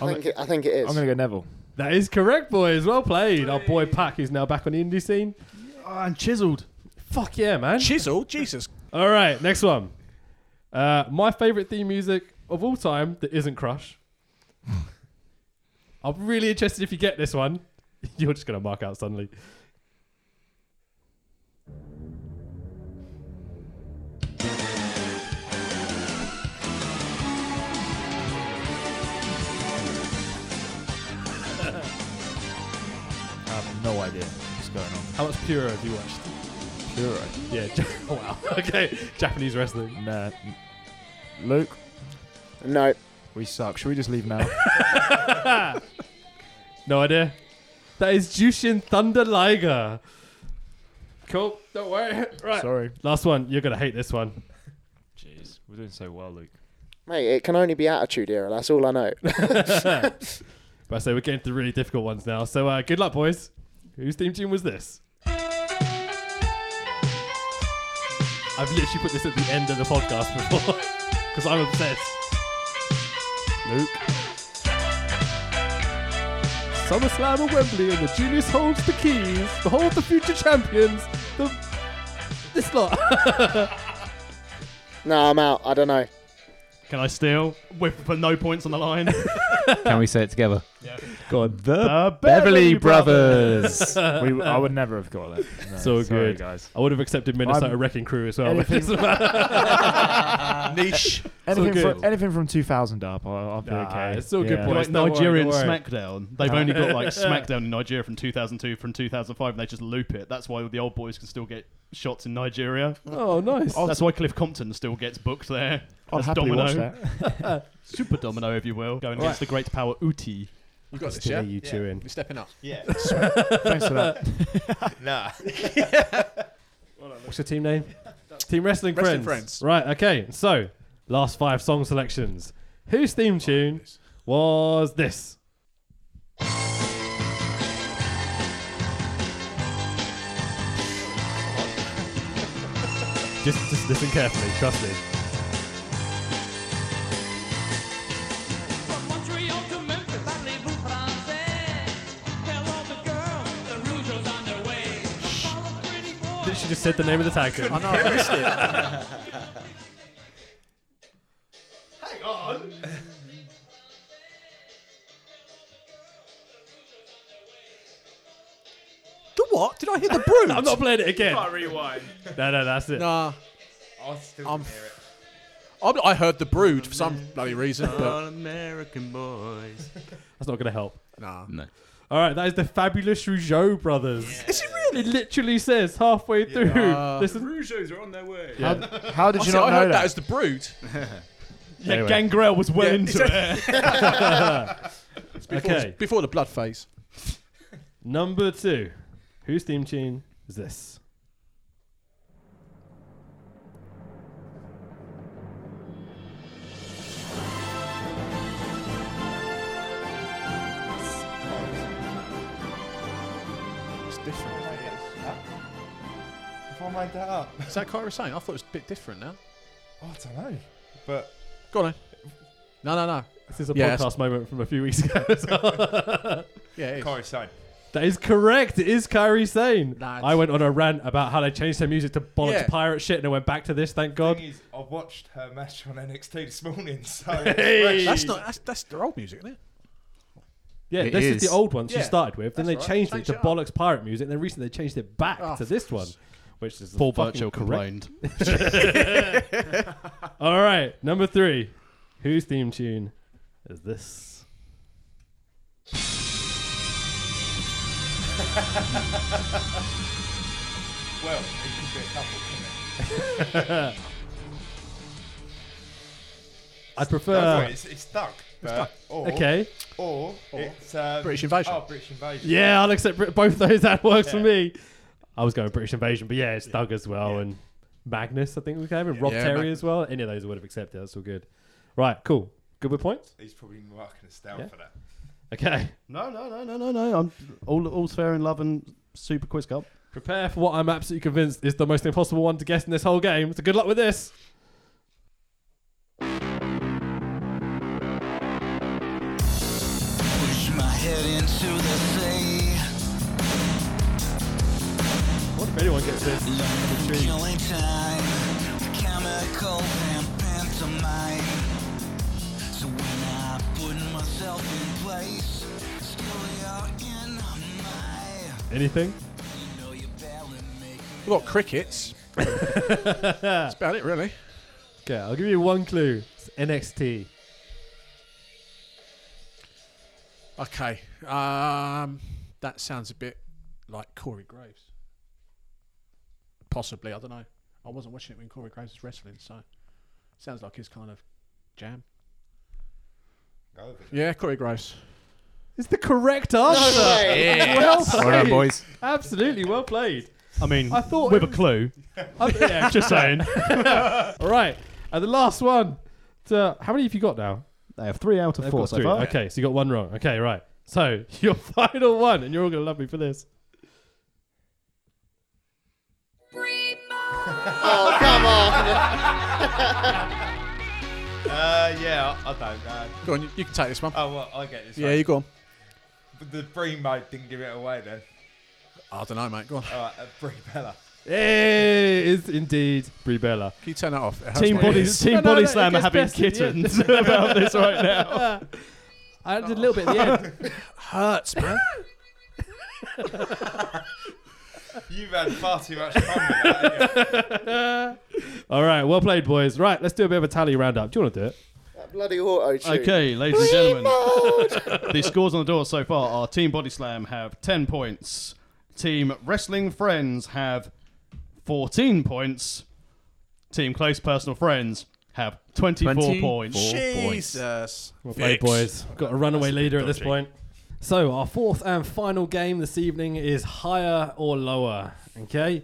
G: I think it, I think it is.
H: I'm going to go Neville.
B: That is correct, boys. Well played. Our boy Pack is now back on the indie scene.
F: Oh, and chiseled.
B: Fuck yeah, man.
D: Chisel? Jesus.
B: All right, next one. Uh, my favorite theme music of all time that isn't Crush. I'm really interested if you get this one. You're just gonna mark out suddenly.
H: I have no idea what's going on.
B: How much Puro have you watched?
H: Puro.
B: Yeah. Ja- wow. Okay. Japanese wrestling.
H: Nah. Luke,
G: no.
H: we suck. Should we just leave now?
B: No idea. That is Jushin Thunder Liger. Cool. Don't worry. Right.
H: Sorry.
B: Last one. You're gonna hate this one.
H: Jeez, we're doing so well, Luke.
G: Mate, it can only be attitude era. That's all I know.
B: But I say we're getting to the really difficult ones now. So uh, good luck, boys. Whose theme tune was this? I've literally put this at the end of the podcast before because I'm obsessed. Luke. SummerSlam at Wembley and the Julius holds the keys. Behold the future champions. The this lot.
G: no, I'm out. I don't know.
F: Can I steal? With for no points on the line.
E: Can we say it together?
F: Yeah.
E: Go on. The,
F: The
E: Beverly
F: Beverly
E: Brothers.
H: we, I would never have got that. No,
B: so
H: sorry,
B: good,
H: guys.
B: I would have accepted Minnesota
H: I'm-
B: Wrecking Crew as well. but
H: Anything-
B: it doesn't matter.
D: Niche.
H: Anything,
B: good.
H: from, anything from 2000 up, I'll, I'll be
B: Nah,
H: okay.
B: it's all good
H: Yeah.
B: points.
F: like
B: don't worry,
F: Nigerian
B: don't worry.
F: SmackDown. They've only got like SmackDown in Nigeria from 2002, from 2005, and they just loop it. That's why the old boys can still get shots in Nigeria.
B: Oh, nice.
F: That's why Cliff Compton still gets booked there.
H: I'll
F: as
H: happily
F: Domino.
H: watch that.
F: Super Domino, if you will, going against the great power Uti.
D: You got this,
B: Still
D: yeah?
B: you
D: Yeah.
B: two in.
D: You're stepping up.
F: Yeah.
H: Thanks for that.
C: Nah.
B: What's your team name? team Wrestling,
D: Wrestling
B: Friends.
D: Friends.
B: Right, okay. So, last five song selections. Whose theme tune was this? just, just listen carefully, trust me.
L: From Montreal to Memphis, I live in France. Tell all the girls the rouge is on their way. All the pretty boys.
B: She just said the name of the tag team.
D: The what? Did I hear the brood?
B: I'm not playing it again. No, no, that's it.
D: Nah,
C: I still
D: I'm- I'm, I heard the brood for some bloody reason, but
E: American boys.
B: That's not going to help.
D: nah.
E: No.
B: All right, that is the fabulous Rougeau brothers.
D: Is it really?
B: It literally says halfway through.
D: Uh,
B: Listen,
E: Rougeos are on their way.
H: How did
D: I,
H: you
D: said,
H: not
D: I
H: know
D: heard
H: that?
D: that as the brood.
F: Yeah, Gangrel was well
D: Yeah,
F: into it.
D: It's before,
B: Okay.
D: before the blood phase.
B: Number two. Whose theme tune is this?
D: It's different.
C: If I made that up,
D: Is that Kyra saying? I thought it was a bit different now.
C: I don't know. But
D: Go on. Then. No, no, no.
B: This is a
D: Yeah,
B: podcast moment from a few weeks ago. as well.
D: Yeah, it is.
C: Corey Sane.
B: that is correct. It is Kyrie Sane.
D: Nah, it's-
B: I went on a rant about how they changed their music to bollocks
D: Yeah.
B: pirate shit and it went back to this, thank God.
C: Thing is, I watched her match on NXT this morning, so
B: Hey!
D: That's not. That's, that's their old music, isn't it?
B: Yeah,
E: It
B: this is.
E: is.
B: the old one she
D: Yeah.
B: started with. Then
D: That's
B: they
D: right.
B: changed
D: Change
B: it to
D: it up.
B: bollocks pirate music. And then recently they changed it back
D: Oh,
B: to this
D: for
B: one,
D: s-
B: which is
F: Paul
B: fucking
F: Burchill
B: correct.
F: complained.
B: All right, number three. Whose theme tune is this?
C: well, it could be a couple, couldn't it?
B: I
C: No,
B: prefer.
C: sorry, it's, it's Doug. but- Or,
B: Ah. Okay.
C: Or, it's um,
D: British Invasion.
C: Oh, British Invasion.
B: Yeah, I'll accept Brit- both those. That works for me. I was going British Invasion, but yeah, it's Doug as well and Magnus. I think we came and Rob
D: Yeah,
B: Terry
D: Mag-
B: as well. Any of those I would have accepted. That's all good. Right, cool. Good with points.
C: He's probably marking us down
B: Yeah.
C: for that.
B: Okay,
F: No, no, no, no, no, no. I'm all, all's fair in love and Super Quiz Cup.
B: prepare for what I'm absolutely convinced is the most impossible one to guess in this whole game. So good luck with this.
L: Push my head into the sea.
B: What if anyone gets this?
L: Killing time. The chemicals and pantomime. So when I put myself in place, still you're in my.
B: Anything?
L: You know you're battling me.
D: We've got crickets. that's about it, really.
B: Okay, I'll give you one clue. It's NXT.
D: Okay. Um, that sounds a bit like Corey Graves. Possibly, I don't know. I wasn't watching it when Corey Graves was wrestling, so sounds like his kind of jam.
C: Go over it.
D: Yeah, Corey Graves.
B: It's the correct answer. Well played.
E: Well done, boys.
B: Absolutely well played.
F: I mean,
B: I thought
F: with
B: it
F: a clue.
B: I- yeah,
F: Just saying.
B: All right, and the last one. So, how many have you got now?
F: they have three out of
B: They've
F: four
B: got
F: so
B: three.
F: far.
B: Okay, so you got one wrong. Okay, right. So your final one, and you're all gonna love me for this.
G: Oh, come on.
C: Uh, yeah, I I don't know.
D: Go on, you, you can take this one.
C: Oh, well, I get this
D: yeah,
C: one.
D: you go on.
C: But the Bree mode didn't give it away then.
D: I don't know, mate. Go on.
C: All right, uh, Brie Bella.
B: Hey, it is indeed Brie Bella.
D: Can you turn that off? It hurts
F: Team
D: my
F: Body,
D: ears.
F: team
B: No, no,
F: body
B: no, it
F: Slam are
B: gets
F: having
B: best at the end.
F: kittens about this right now.
B: I did a little bit at the end.
D: hurts, man.
C: You've had far too much fun with that. haven't you?
B: All right, well played, boys. Right, let's do a bit of a tally roundup. Do you want to do it?
G: That bloody auto tune.
F: Okay, ladies and gentlemen, the scores on the door so far are Team Body Slam have 10 points, Team Wrestling Friends have 14 points, Team Close Personal Friends have 24
E: Twenty
F: points.
D: Jesus.
B: Well played, boys. We've got a runaway leader at this point. So, our fourth and final game this evening is higher or lower. Okay?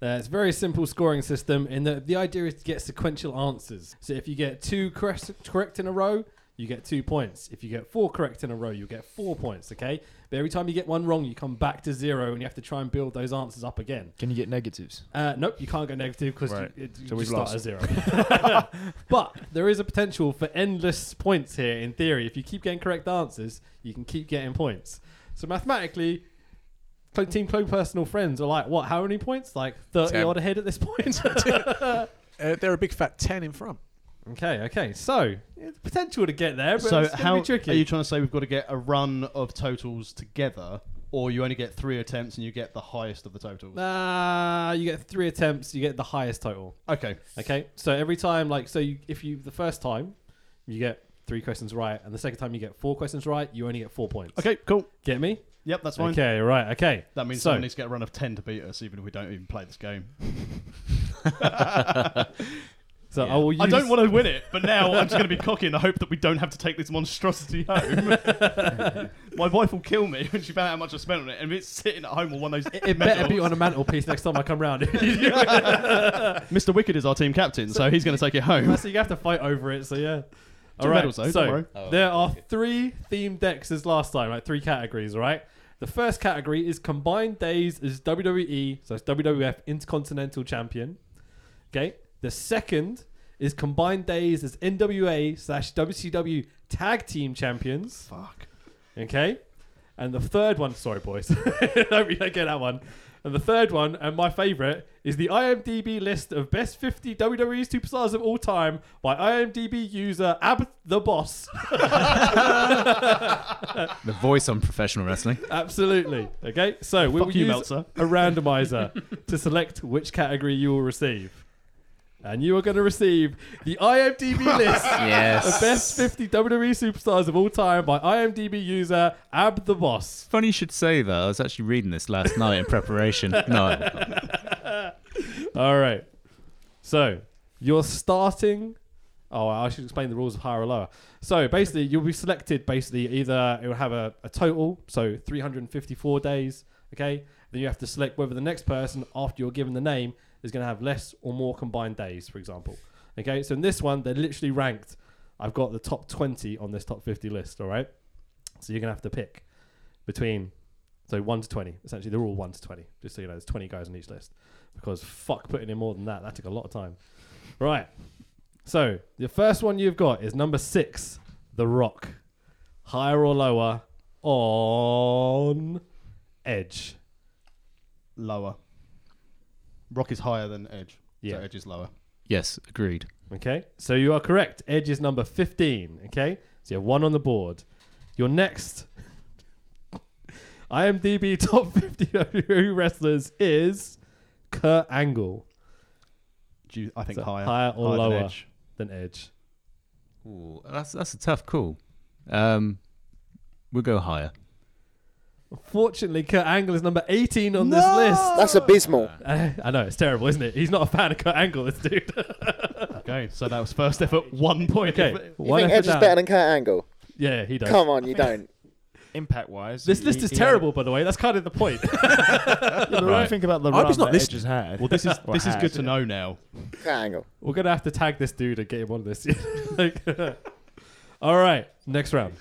B: Uh, it's a very simple scoring system in that the idea is to get sequential answers. So, if you get two correct, correct in a row, you get two points. If you get four correct in a row, you get four points. Okay? But every time you get one wrong, you come back to zero and you have to try and build those answers up again.
H: Can you get negatives?
B: Uh, nope, you can't go negative because
H: Right.
B: you, it, you
H: So we've
B: just start
H: lost.
B: at zero. but there is a potential for endless points here in theory. If you keep getting correct answers, you can keep getting points. So mathematically, Clo- Team Clo Personal Friends are like, what, how many points? Like 30
D: Ten.
B: odd ahead at this point?
D: Uh, they're a big fat 10 in front.
B: okay, okay. So, yeah, the potential to get there, but
F: So
B: it's
F: how
B: going to be tricky.
F: are you trying to say we've got to get a run of totals together, or you only get three attempts and you get the highest of the totals?
B: Nah, you get three attempts, you get the highest total.
F: Okay,
B: Okay, so every time, like, so you, if you the first time you get three questions right, and the second time you get four questions right, you only get four points.
F: okay, cool.
B: get me?
F: Yep, that's fine.
B: Okay, right, okay.
F: That means
B: so
F: someone needs to get a run of ten to beat us, even if we don't even play this game.
B: so I will use.
F: I don't want to win it, but now I'm just going to be cocky in the hope that we don't have to take this monstrosity home. My wife will kill me when she found out how much I spent on it, and if it's sitting at home on one of those.
B: It, it better be on a mantelpiece next time I come round.
F: Mr. Wicked is our team captain, so he's going to take it home.
B: so you have to fight over it. So yeah.
F: Two
B: All right.
F: medals, though, don't
B: so
F: worry.
B: there are three theme decks as last time, right? Three categories, all right? The first category is combined days as WWE, so it's WWF Intercontinental Champion. Okay. The second is combined days as NWA slash WCW Tag Team Champions.
F: Fuck.
B: Okay. And the third one, sorry, boys. I hope you don't get that one. And the third one, and my favorite, is the IMDb list of best 50 WWE E superstars of all time by IMDb user Ab the Boss.
E: The voice on professional wrestling.
B: Absolutely. Okay. So we will
F: Fuck you,
B: use
F: Meltzer.
B: a randomizer to select which category you will receive. And you are going to receive the IMDb list
E: Yes.
B: of best 50 WWE E superstars of all time by IMDb user Ab the Boss.
E: Funny you should say that. I was actually reading this last night in preparation. No,
B: All right. So you're starting. Oh, I should explain the rules of higher or lower. So basically, you'll be selected. Basically, either it will have a, a total, so 354 days. Okay. Then you have to select whether the next person, after you're given the name, is going to have less or more combined days, for example. Okay. So in this one, they're literally ranked. I've got the top 20 on this top 50 list. All right. So you're going to have to pick between, so 1 to 20. Essentially, they're all 1 to 20. Just so you know, there's 20 guys on each list because fuck putting in more than that. That took a lot of time. Right. So the first one you've got is number six, The Rock. Higher or lower on Edge.
F: Lower. Rock is higher than Edge.
B: Yeah.
F: So Edge is lower.
E: yes, agreed.
B: Okay. So you are correct. Edge is number 15. Okay. So you have one on the board. Your next IMDb top 50 WWE wrestlers is Kurt Angle.
F: Do you, I think
B: So
F: higher.
B: higher or
F: than
B: lower?
F: Edge.
B: Than Edge.
E: Ooh, that's that's a tough call. Um, we'll go higher.
B: Fortunately, Kurt Angle is number 18 on this list.
G: That's abysmal.
B: I I know it's terrible, isn't it? He's not a fan of Kurt Angle, this dude.
F: Okay, so that was first effort, one point.
B: okay,
G: You think Edge is better than Kurt Angle?
B: Yeah, he does.
G: Come on, you don't.
H: Impact wise,
B: This list is terrible, by the way. That's kind of the point.
E: Right.
H: Think about the
D: hope
H: run
D: he's not
H: that Edge
D: listening.
H: has had.
F: Well, this is
H: Or
F: this is
H: has.
F: good to know now.
G: Kurt Angle.
B: We're gonna have to tag this dude and get him on this. like, all right, next round.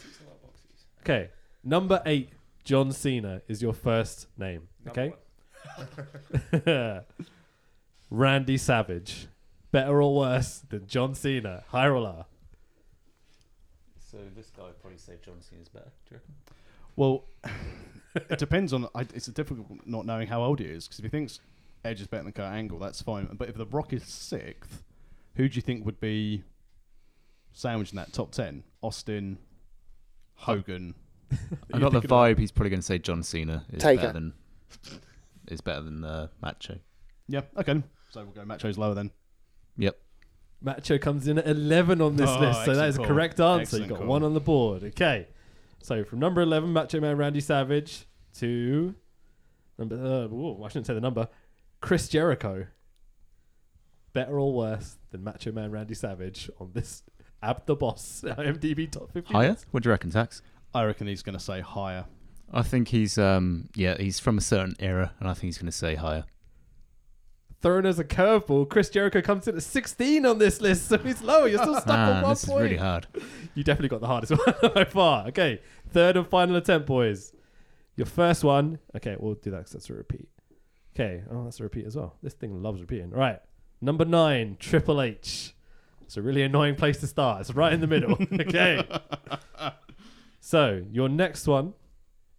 B: Okay, number eight, John Cena is your first name. Okay. Randy Savage, better or worse than John Cena? Higher or lower?
E: So this guy would probably say John Cena's better. Do you reckon?
F: Well, it depends on. I, it's difficult not knowing how old he is because if he thinks Edge is better than Kurt Angle. That's fine. But if The Rock is sixth, who do you think would be sandwiched in that top ten? Austin, Hogan.
M: I got the vibe he's probably going to say John Cena is
F: Taker.
M: better than is better than uh, Macho.
F: Yeah. Okay. So we'll go Macho's lower then.
B: Macho comes in at 11 on this
F: Oh,
B: list, so that
F: excellent
B: is the
F: call.
B: correct answer.
F: Excellent
B: You've got
F: call.
B: one on the board. Okay. So from number 11, Macho Man Randy Savage to number, uh, ooh, I shouldn't say the number, Chris Jericho. Better or worse than Macho Man Randy Savage on this Ab the Boss IMDb top 50?
M: Higher? What do you reckon, Tax?
F: I reckon he's going to say higher.
M: I think he's um yeah he's from a certain era, and I think he's going to say higher.
B: Thrown as a curveball, Chris Jericho comes in at 16 on this list, so he's lower. You're still stuck on
M: Man,
B: one
M: Ah, this is
B: point.
M: really hard.
B: You definitely got the hardest one by far. Okay, third and final attempt, boys. Your first one. Okay, we'll do that because that's a repeat. Okay, oh, that's a repeat as well. This thing loves repeating. Right, number nine, Triple H. It's a really annoying place to start. It's right in the middle. okay. So your next one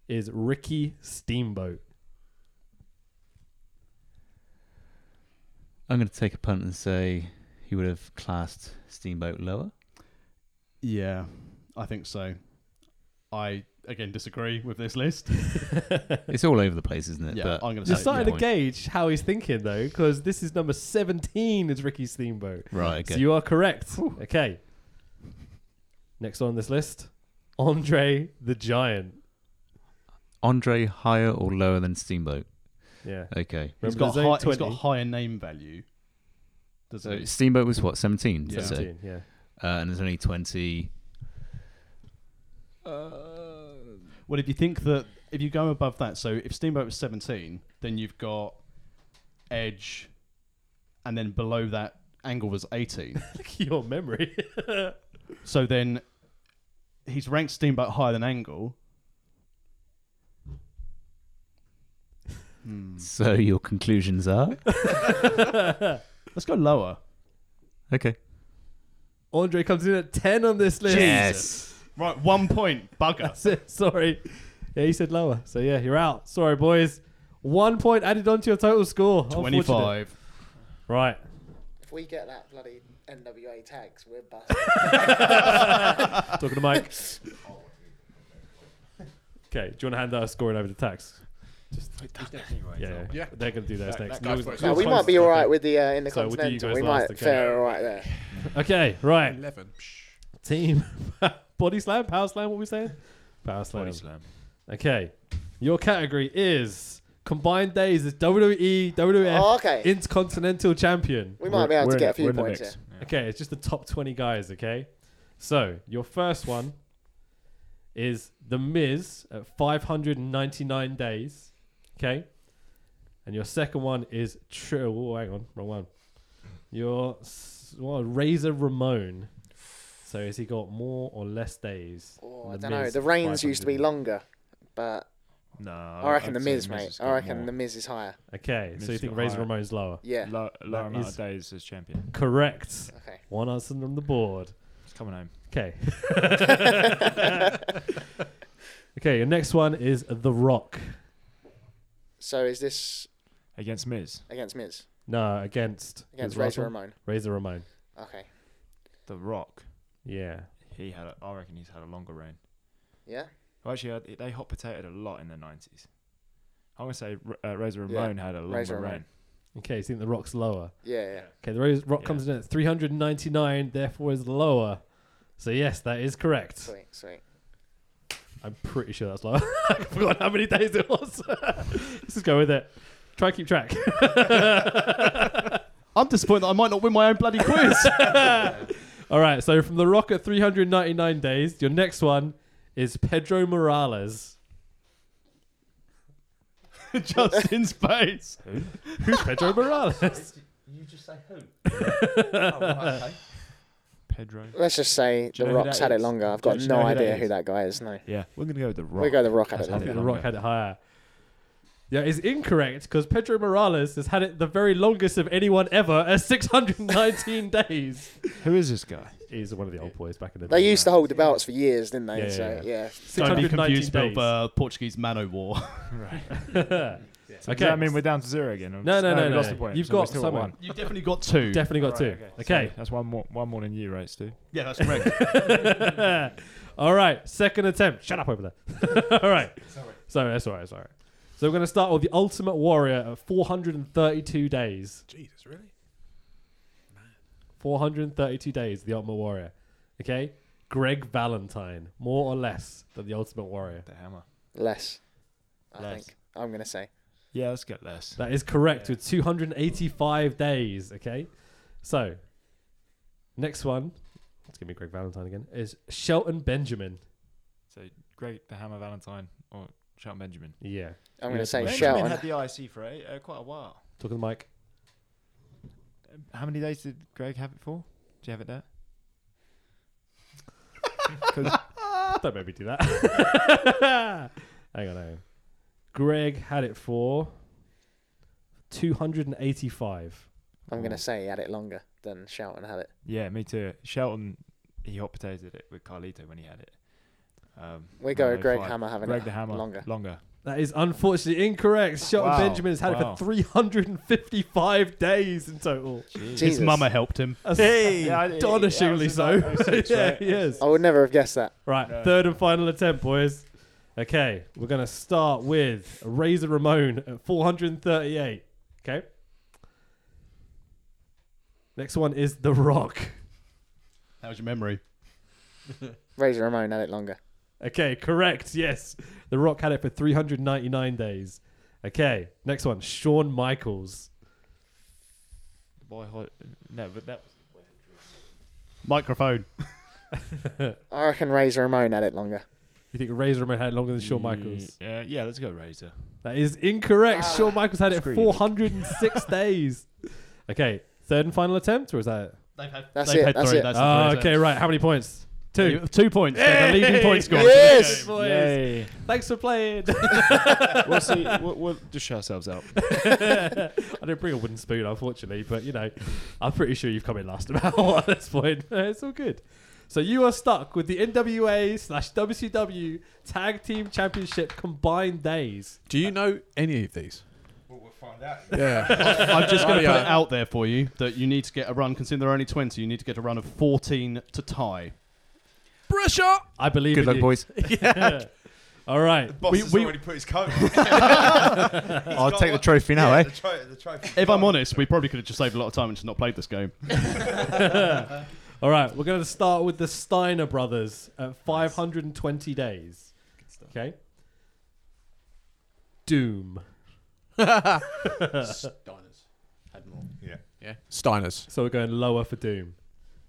B: is Ricky Steamboat.
M: I'm going to take a punt and say he would have classed Steamboat lower.
F: Yeah, I think so. I again disagree with this list.
M: It's all over the place, isn't it?
F: Yeah,
M: But-
F: I'm going to
B: You're
F: say
B: starting to
F: yeah.
B: gauge how he's thinking though, because this is number 17 is Ricky Steamboat.
M: Right,
B: So
M: okay.
B: you are correct. Okay. Next on this list, Andre the Giant.
M: Andre higher or lower than Steamboat?
B: Yeah.
M: Okay.
F: He's
B: Remember
F: got,
B: the zone
F: high,
B: 20?
F: he's got higher name value. Does
M: So
F: it?
M: Steamboat was what, 17? did you
F: Yeah.
M: say?
F: 17, yeah.
M: Uh, and there's only 20.
F: Well, if you think that if you go above that, so if Steamboat was 17, then you've got Edge, and then below that, Angle was 18.
B: Look at your memory.
F: so then he's ranked Steamboat higher than Angle. Hmm.
B: Mm.
M: So your conclusions are?
F: Let's go lower.
M: okay.
B: Andre comes in at 10 on this list.
M: Yes.
F: Right, one point, bugger.
B: That's it. Sorry. Yeah, he said lower. So yeah, you're out. Sorry, boys. One point added onto your total score. Unfortunate.
F: 25.
B: Right.
G: If we get that bloody NWA tags, we're
B: Talking
G: busted.
B: to Mike. Okay, do you want to hand that scoring over to Tax? Yeah, yeah.
D: Yeah.
B: they're going to do theirs
D: That-
B: next.
D: that
B: Yours-
D: guy's got it.
B: yours
D: No, we might
B: closest,
D: be
B: I
D: all right
B: think.
D: with the, uh,
B: So we'll do you
G: Intercontinental,
B: guys
G: we
B: last,
G: might fare all right there.
B: Okay, right.
D: 11.
B: Team body slam, power slam. What we saying? Power slam.
H: Body slam.
B: Okay, your category is combined days as WWE, WWF,
G: Oh, okay.
B: Intercontinental Champion.
G: We might be able to get a few points here.
B: Okay, it's just the top 20 guys, okay? So, your first one is The Miz at 599 days, okay? And your second one is Tri- Oh, hang on, wrong one. Your s- well, Razor Ramon. So, has he got more or less days?
G: Oh,
B: than
G: I
B: The
G: don't know.
B: Miz,
G: The reigns used to be
B: 500?
G: longer, but
H: No,
G: I reckon the
H: Oh, I'd say
G: Miz,
H: Miz
G: mate.
H: has
G: I
H: got
G: reckon
H: more.
G: the Miz is higher.
B: Okay,
H: Miz
B: so you
H: has
B: think
H: got
B: Razor
H: higher.
B: Ramon's lower?
G: Yeah.
H: Low, lower
B: That
H: amount
B: is-
H: of days as champion.
B: Correct.
G: Okay.
B: One answer on the board.
H: It's coming home.
B: Okay. okay, your next one is The Rock.
G: So is this
H: Against Miz,
G: against Miz?
B: No, against
G: Against
B: who's
G: Razor
B: Russell?
G: Ramon.
B: Razor Ramon.
G: Okay.
H: The Rock.
B: Yeah.
H: He had. A, I reckon he's had a longer reign.
G: Yeah.
H: Well, actually, uh, they hot potatoed a lot in the nineties. I'm gonna say R- uh, Razor
G: Yeah,
H: Ramon had a longer
G: Razor Ramon.
H: reign.
B: Okay, you think the rock's lower?
G: Yeah, yeah.
B: Okay, the Ro- rock comes in at 399, therefore is lower. So yes, that is correct.
G: Sweet, sweet.
B: I'm pretty sure that's lower. I forgot how many days it was. Let's just go with it. Try and keep track.
F: I'm disappointed that I might not win my own bloody quiz.
B: All right, so from the rock at 399 days, your next one is Pedro Morales.
F: Just in space.
B: Who's Pedro Morales?
K: You just say who?
H: Pedro.
G: Let's just say
H: Do
G: the
H: you know who
G: Rock's
H: that
G: had it
H: is?
G: longer. I've
H: Do you
G: got no
H: know who that
G: idea who
H: is?
G: that guy is. No.
H: Yeah, we're gonna go with the Rock.
G: We go the Rock had
H: That's
G: it
H: how
B: I
G: longer.
B: think
H: Yeah,
B: The Rock
H: longer.
B: had it higher. Yeah, it's incorrect because Pedro Morales has had it the very longest of anyone ever uh, at 619 days.
H: Who is this guy?
B: He's one of the old boys back in the
G: They
B: day.
G: used to hold the belts for years, didn't they?
B: Yeah, yeah,
G: so yeah.
F: Don't be
B: 619
F: confused
B: days.
F: with uh, Portuguese man o' war.
H: So does that mean we're down to zero again? Or-
B: No, no, no,
H: we
B: no.
H: lost the point.
B: You've
H: so we're
B: got
H: still at
B: someone.
H: one.
F: You've definitely got two.
B: Definitely got two.
H: Right, So
B: okay.
H: that's one more, one more than you, right, Stu?
F: Yeah, that's
B: correct. all right, second attempt. Shut up over there. all right. Sorry. Sorry, that's all right. That's all right. So we're going to start with the Ultimate Warrior at 432 days.
D: Jesus, really?
B: 432 days, the Ultimate Warrior. Okay? Greg Valentine, more or less than the Ultimate Warrior.
H: The hammer.
G: Less. I
B: Less.
G: think. I'm going to say.
H: Yeah, let's get less.
B: That is correct with 285 days. Okay. So, next one, it's going to be Greg Valentine again, is Shelton Benjamin.
H: So great, the hammer Valentine or Shelton Benjamin.
B: Yeah. Yeah,
G: I'm going to say
H: Benjamin
G: Shelton.
H: had the IC for eh, uh, quite a while.
B: Talking to Mike.
H: How many days did Greg have it for? Do you have it there? 'Cause-
B: Don't make me do that. hang on, hang on. Greg had it for 285.
G: I'm going to say he had it longer than Shelton had it.
H: yeah, me too. Shelton, he hot potatoed it with Carlito when he had it. Um,
G: We go with
H: 905.
G: Greg Hammer having
H: Greg
G: it
H: the hammer
G: longer.
H: Longer.
B: That is unfortunately incorrect. Shelton
H: Wow.
B: Benjamin has had
H: Wow.
B: it for 355 days in total.
F: His mama helped him.
B: Hey,
H: Yeah, I- yeah,
B: astonishingly
H: that was
B: so.
H: in 06,
B: yeah,
H: right?
B: he is.
G: I would never have guessed that.
B: Right,
H: No.
B: third and final attempt, boys. Okay, we're gonna start with Razor Ramon at 438. Okay. Next one is The Rock.
F: How's your memory?
G: Razor Ramon had it longer.
B: Okay, correct. Yes, The Rock had it for 399 days. Okay, next one, Shawn Michaels.
H: The boy hot. No, but that was.
F: Microphone.
G: I reckon Razor Ramon had it longer.
B: You think Razor Ramon had it longer than Shawn Michaels?
H: Yeah, yeah, let's go Razor.
B: That is incorrect. Shawn Michaels had it for
H: Screw you.
B: 406 days. Okay, third and final attempt, or is that? it?
F: They've had,
G: That's
F: they've
G: it,
F: had
G: that's
F: three.
G: it.
F: That's the
B: Ah,
F: three
B: okay, right. How many points? Two.
F: attempts. Two points. They're the leading point scorer.
G: Yes!
B: Boys,
H: Yay.
B: thanks for playing.
H: we'll see. We'll, we'll just shut ourselves out.
B: I didn't bring a wooden spoon, unfortunately, but you know, I'm pretty sure you've come in last about at this point. It's all good. So you are stuck with the NWA slash WCW Tag Team Championship combined days.
D: Do you know any of these?
C: Well, we'll find out.
D: Yeah.
F: I'm just going to
D: Yeah.
F: put it out there for you that you need to get a run, considering there are only 20, you need to get a run of 14 to tie.
D: Pressure.
B: I believe.
M: Good
B: in
M: luck,
B: you.
M: boys.
B: Yeah. all right.
C: Boss
B: We,
C: has
B: we,
C: already put his coat.
M: I'll take the trophy now, eh?
C: The tro- the trophy.
F: If I'm honest, we probably could have just saved a lot of time and just not played this game.
B: all right. We're going to start with the Steiner brothers at 520 days. Okay. Doom.
D: Steiners. Had more.
C: Yeah.
D: Yeah. Steiners.
B: So we're going lower for Doom.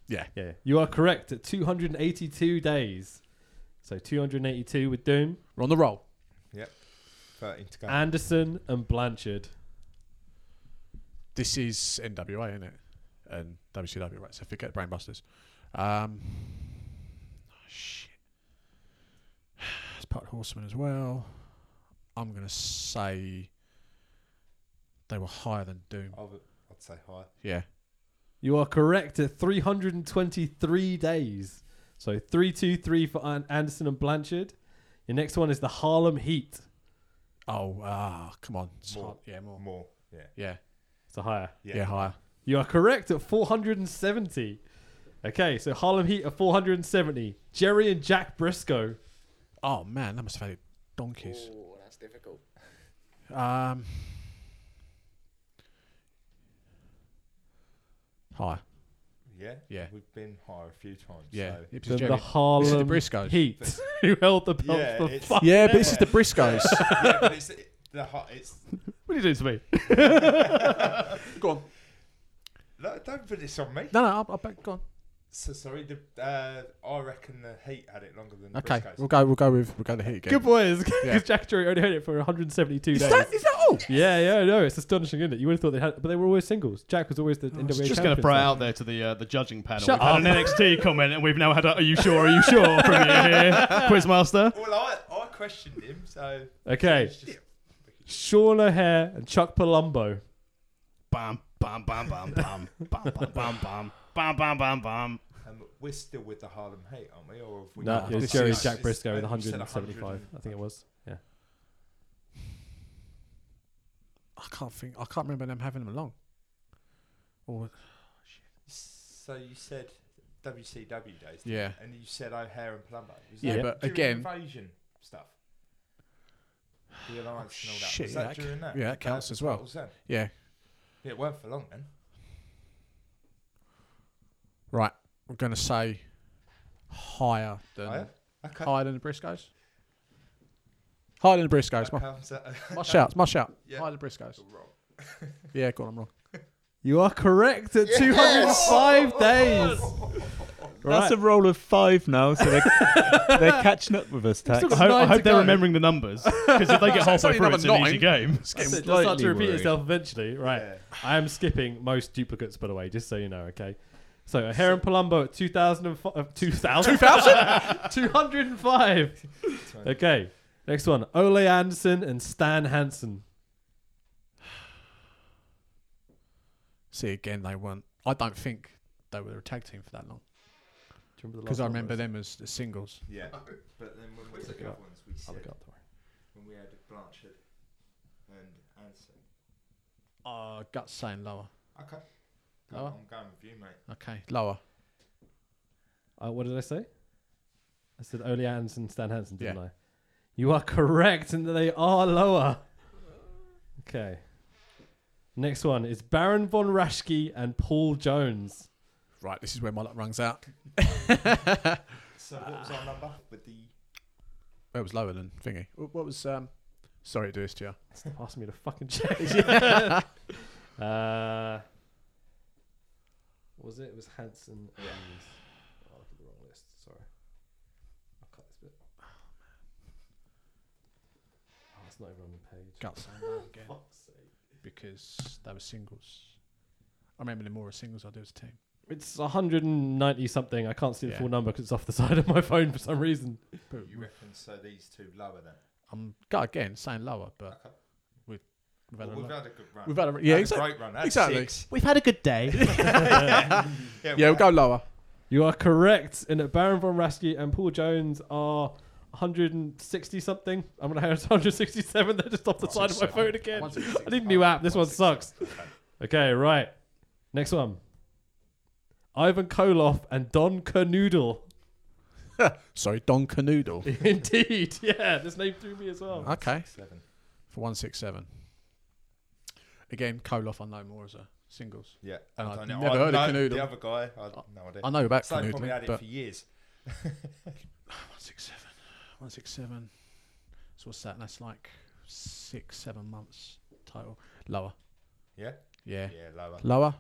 D: Yeah.
B: Yeah. You are correct at 282 days. So 282 with Doom,
D: We're on the roll.
C: Yep. 13 to go.
B: Ah. Anderson and Blanchard.
D: This is NWA, isn't it? And WCW, right? So forget Brainbusters. Um, oh, shit. It's part Horseman as well. I'm going to say they were higher than Doom.
C: I would, I'd say high.
D: Yeah.
B: You are correct at 323 days. So 323 for An- Anderson and Blanchard. Your next one is the Harlem Heat.
D: Oh, ah, come on. It's
C: More.
D: hard. Yeah, more.
C: More. Yeah.
D: Yeah.
B: It's a higher.
D: Yeah,
C: Yeah.
D: higher.
B: You are correct at 470. Okay, so Harlem Heat at 470. Jerry and Jack Briscoe.
D: Oh, man. That must have had donkeys.
G: Oh, that's difficult.
D: Um, higher.
C: Yeah.
D: Yeah.
C: We've been high a few times.
D: Yeah.
C: So.
D: It was
B: Then
D: Jerry-
B: the Harlem
D: This is the Briscoes.
B: Heat, who held the belt
C: Yeah,
B: for
C: it's-
B: five
D: Yeah, but this is the Briscoes.
C: yeah, but it's the hot. It's
F: What are you doing to me?
D: go on.
C: no, don't put this on me.
D: No, no, I'll, I'll back. Go on.
C: So sorry. The, uh, I reckon the Heat had it longer than the
D: Okay,
C: Briscoes.
D: we'll go. We'll go with we'll go the heat again.
B: Good boys, because
D: Yeah.
B: Jack Drury only had it for 172 days.
D: is that oh! all?
B: yeah, yeah, I know. It's astonishing, isn't it? You would have thought they had, but they were always singles. Jack was always the
D: Oh,
B: NWA
F: just
B: going
F: going to throw it out there to the uh, the judging panel.
B: Shut
F: we've had an NXT comment, and we've now had a "Are you sure? Are you sure?" from you here, Quizmaster.
C: Well, I, I questioned him, so
B: Okay,
C: it's just
B: Sean O'Hare and Chuck Palumbo.
F: Bam, bam, bam, bam, bam, bam, bam, bam, bam, bam, bam, bam, bam.
C: um, we're still with the Harlem Heat, aren't we? Or have we
B: No,
D: Nah,
B: it was
D: this
B: Jerry
D: is-
B: Jack Briscoe with
C: You said
B: 175. I think it was. Yeah.
D: I can't think. I can't remember them having them along. Or
C: So you said WCW days.
D: Yeah.
C: And you said O'Hare and Plumber. Was
D: Yeah,
C: that
D: but
C: during
D: again-
C: invasion stuff. The alliance and all that.
D: shit,
C: was
D: yeah,
C: that
D: that c-
C: during that? Uh,
D: yeah, that counts as well.
C: was that?
D: Yeah.
C: Yeah, it weren't for long then.
D: right, we're gonna say higher than
C: Higher? Okay.
D: higher than the Briscoes. Higher than the Briscoes.
C: Okay,
D: my,
C: is that-
D: my shout, my shout.
C: Yeah.
D: Higher than the Briscoes. Yeah, go on, I'm wrong.
B: You are correct at
D: Yes!
B: 205 days.
M: That's a roll of five now, so they're, they're catching up with us, Tax.
F: I hope, I hope they're remembering the numbers because if they get
B: It's only
F: halfway through,
B: number
F: it's an easy
B: nine.
F: game.
B: It's getting It does start to repeat itself eventually, right? I am skipping most duplicates, by the way, just so you know, okay? So, a Heron Palumbo at 2005. Uh, 2000? 205. Okay, next one. Ole Anderson and Stan Hansen.
D: See again, they weren't. I don't think they were a tag team for that long.
B: Do you remember the
D: Because
B: last
D: I
B: one
D: remember
B: was?
D: them as the singles.
C: Yeah. But then when we
B: Look
C: took
B: it
C: up
B: up.
C: ones, we
B: I'll
C: said
B: look it up,
C: when we had Blanchard and Anson.
D: Uh, gut saying lower.
C: Okay. Go
D: Lower?
C: on, I'm going with you, mate.
D: Okay, lower.
B: Uh, what did I say? I said Ole Anderson, Stan Hansen, didn't
D: Yeah.
B: I? You are correct in that they are lower. Okay. Next one is Baron von Raschke and Paul Jones.
D: Right, this is where my luck runs out.
C: So what was our number with the
D: It was lower than thingy. Wh- What was um? Sorry to do this to you.
B: Stop asking me to fucking check. uh, what was it? It was Hansen and. Oh, I looked at the wrong list. Sorry. I'll cut this bit. Oh, man. Oh, it's not even on the page.
D: Guts and
B: Oh,
D: lower again.
B: fuck's sake.
D: Because they were singles. I remember them more as singles. I do as a team.
B: It's 190 something. I can't see the
D: Yeah.
B: full number because it's off the side of my phone for some reason.
D: But
C: you reckon so these two lower then?
D: I'm go again saying lower, but we we've had
C: Well,
D: a
C: we've
D: lot.
C: had a good run.
D: We've had a
C: Had
D: yeah
C: a
D: exactly
C: great run. That's
D: exactly.
C: six.
M: We've had a good day.
D: yeah,
C: Yeah,
D: we'll go lower.
B: You are correct in that Baron von Raschke and Paul Jones are 160 something. I'm going to have 167. They're just off the side of my phone again. I need a new app. This one sucks. Okay, right. Next one. Ivan Koloff and Don Kernoodle.
D: Sorry, Don Canoodle.
B: Indeed. Yeah, this name threw me as well.
D: okay,
C: Seven.
D: for one six seven. Again, Koloff I know more as a singles.
C: Yeah.
D: And
C: I
D: I've
C: don't know.
D: never
C: I
D: heard
C: know
D: of Canoodle.
C: The other guy, I had no idea.
D: I know about
C: So they probably
D: Canoodling,
C: had it
D: but-
C: for years.
D: One six seven. One six seven. So what's that? That's like six seven months total. Lower.
C: Yeah.
D: Yeah.
C: Yeah, lower.
D: Lower.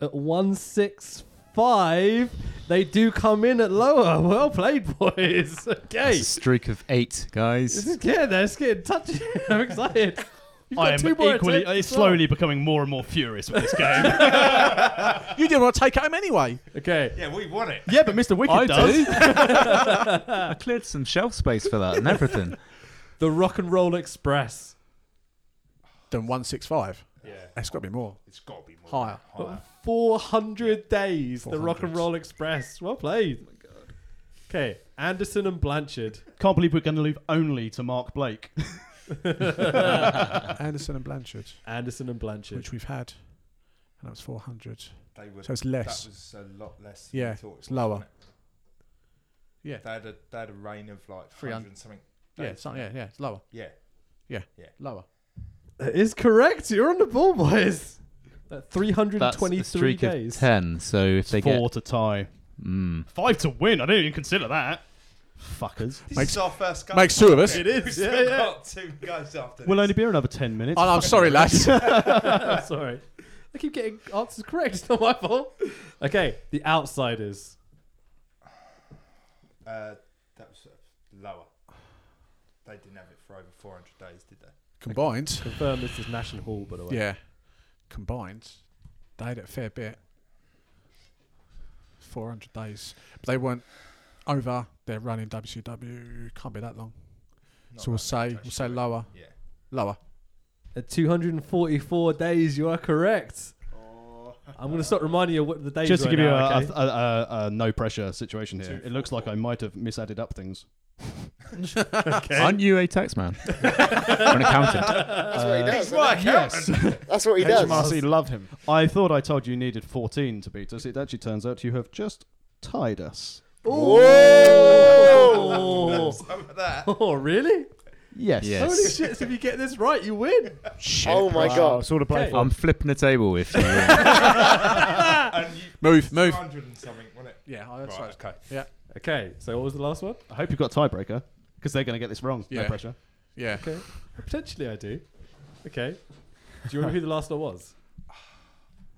B: At 165, they do come in at lower. Well played, boys. Okay.
M: Streak of eight,
B: This
M: guys.
B: is good. That's good. Touch. I'm excited. You've got
F: I am
B: two more
F: equally.
B: attempts
F: It's
B: as well.
F: slowly becoming more and more furious with this game.
D: You didn't want to take it home anyway.
B: Okay.
C: Yeah, we won it.
F: yeah, but Mr. Wicked
M: I
F: does.
M: do. I cleared some shelf space for that and everything.
B: The Rock and Roll Express.
D: Then one six five.
C: Yeah.
D: That's got to be more.
C: It's got to be more.
D: Higher.
B: Oh,
C: Higher.
B: 400 days. The Rock and
D: 400.
B: Roll Express. Well played. Okay. Anderson and Blanchard.
F: Can't believe we're going to leave only to Mark Blake.
D: Anderson and Blanchard,
B: Anderson and Blanchard.
D: which we've had, and that was four hundred.
C: They were,
D: So it's less.
C: That was a lot less. Than
D: Yeah,
C: we thought it
D: it's
C: was,
D: lower.
C: wasn't it?
D: Yeah.
C: They had a they had a reign of like
D: Three
C: three
D: hun-
C: hundred and something.
D: Yeah,
C: days,
D: it's not, yeah, yeah, it's lower,
C: Yeah.
D: lower.
B: That is correct. You're on the ball, boys. At
M: That's a
B: 323
M: streak
B: days.
M: of ten. So if they
F: Four
M: get
F: to tie.
M: mm,
F: Five to win. I didn't even consider that. Fuckers.
C: This
D: Makes-
C: is our first go.
D: Makes two of us.
B: It
C: We've
B: is.
C: still
B: Yeah, yeah.
C: got two goes after
F: We'll
C: this.
F: only be here another ten minutes.
D: Oh, I'm sorry, lads.
B: Sorry. I keep getting answers correct. It's not my fault. Okay. The Outsiders.
C: Uh, that was uh, lower. They didn't have it for over 400 days, did they?
D: combined,
B: Confirm this is National Hall, by the way.
D: yeah, combined, they had it a fair bit. Four hundred days, but they weren't over. They're running WCW. Can't be that long.
C: Not
D: so we'll
C: that
D: say
C: much,
D: we'll say
C: actually.
D: lower,
C: Yeah.
D: lower.
B: At 244 days, you are correct.
C: Oh.
B: I'm going to start reminding you what the days
F: Just to
B: were
F: give you
B: now,
F: a,
B: okay?
F: a, a, a, a no pressure situation here,
C: Two,
F: it looks
C: four,
F: like I might have misadded up things.
B: Okay.
M: Aren't you a tax man? or an accountant?
G: That's what he does.
C: my
G: isn't it? That's what he does.
F: him. I thought I told you you needed 14 to beat us. It actually turns out you have just tied us.
B: Whoa!
C: Some of that.
B: Oh, really?
F: Yes.
B: Holy shits, if you get this right, you win.
G: Oh my
M: Wow,
G: god.
M: it's all to play
B: Okay.
M: for. I'm flipping the table if you win.
C: And you,
D: Move, move.
C: 200 and something, wasn't it?
D: Yeah, I
C: Right,
D: that's right.
C: okay.
D: Yeah,
B: Okay, so what was the last one?
F: I hope you've got a tiebreaker because they're going to get this wrong.
D: Yeah.
F: No pressure.
D: yeah.
B: Okay. Potentially I do. Okay. Do you remember who the last one was?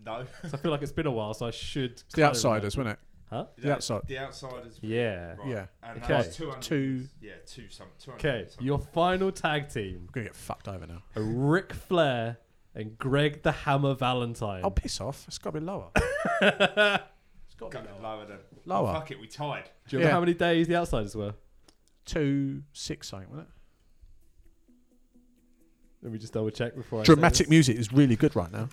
C: No.
B: 'Cause I feel like it's been a while, so I should.
D: It's the outsiders, wasn't it?
B: Huh?
D: The outside.
C: The outsiders.
B: Yeah.
C: Right.
D: Yeah.
C: And
B: Okay.
C: that was 200.
D: Two.
C: Yeah, two some, 200.
B: Okay,
C: something.
B: your final tag team
D: I'm gonna get fucked over now.
B: are Ric Flair and Greg the Hammer Valentine.
D: Oh, piss off! It's got to be lower.
C: Got it lower than.
D: Lower.
C: Fuck it, we tied.
B: do you remember
D: yeah.
B: how many days the outsiders were?
D: Two six something, wasn't it?
B: Let me just double check before I. say
D: Dramatic
B: this.
D: music is really good right now.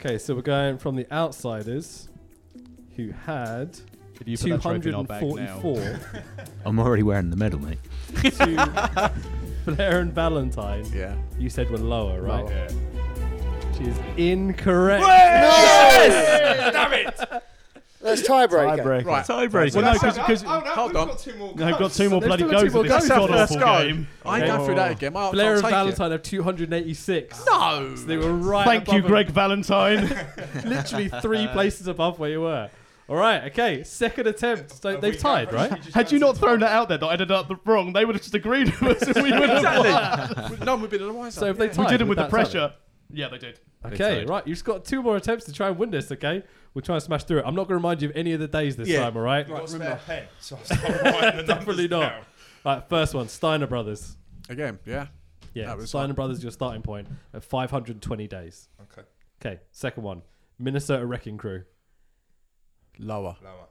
B: Okay, so we're going from the outsiders, who had
F: If you put
B: two
F: that trophy
B: hundred
F: in our
B: and
F: bag now.
B: forty-four.
M: I'm already wearing the medal, mate.
B: to Flair and Valentine.
D: Yeah.
B: You said were lower, right?
D: Lower.
B: Yeah. She is incorrect.
G: That's tiebreaker.
D: Right.
M: Tiebreaker.
F: Well, no,
D: That's-
F: because because
C: Oh, no,
D: Hold
C: we've
D: on.
C: got two more.
F: no, I've got
C: goals.
F: two more
B: There's
F: bloody
B: still
F: goes
B: two
F: of
B: more goes.
F: this god
D: Let's
F: awful
D: go.
F: game.
D: I ain't going through that again. I'll,
B: Flair
D: I'll
B: and
D: take
B: Valentine have 286.
D: It.
B: So they were right.
F: Thank
B: above
F: you,
B: them.
F: Greg Valentine.
B: Literally three places above where you were. All right. Okay. Second attempt. So
C: Have
B: they've
C: we
B: tied,
C: done-
B: right?
C: we just
F: Had you
C: done
F: not thrown that out there that I ended up the wrong, they would have just agreed with us and we would have won.
D: No, no one would be the wiser.
B: So if they
D: yeah.
B: tied,
F: We did it
B: would
F: with the
B: that tell it?
F: pressure. Yeah, they did.
B: Okay, right. You've just got two more attempts to try and win this, okay? We'll try and smash through it. I'm not going to remind you of any of the days this
D: Yeah.
B: time, all right?
C: I've got a spare pen, so I'll start writing the
B: Definitely
C: numbers
B: not.
C: down.
B: All right, first one Steiner Brothers.
D: again, yeah.
B: Yeah,
D: That was
B: Steiner
D: hot.
B: Brothers, your starting point at 520 days.
C: Okay.
B: Okay, second one Minnesota Wrecking Crew
D: Lower.
C: Lower.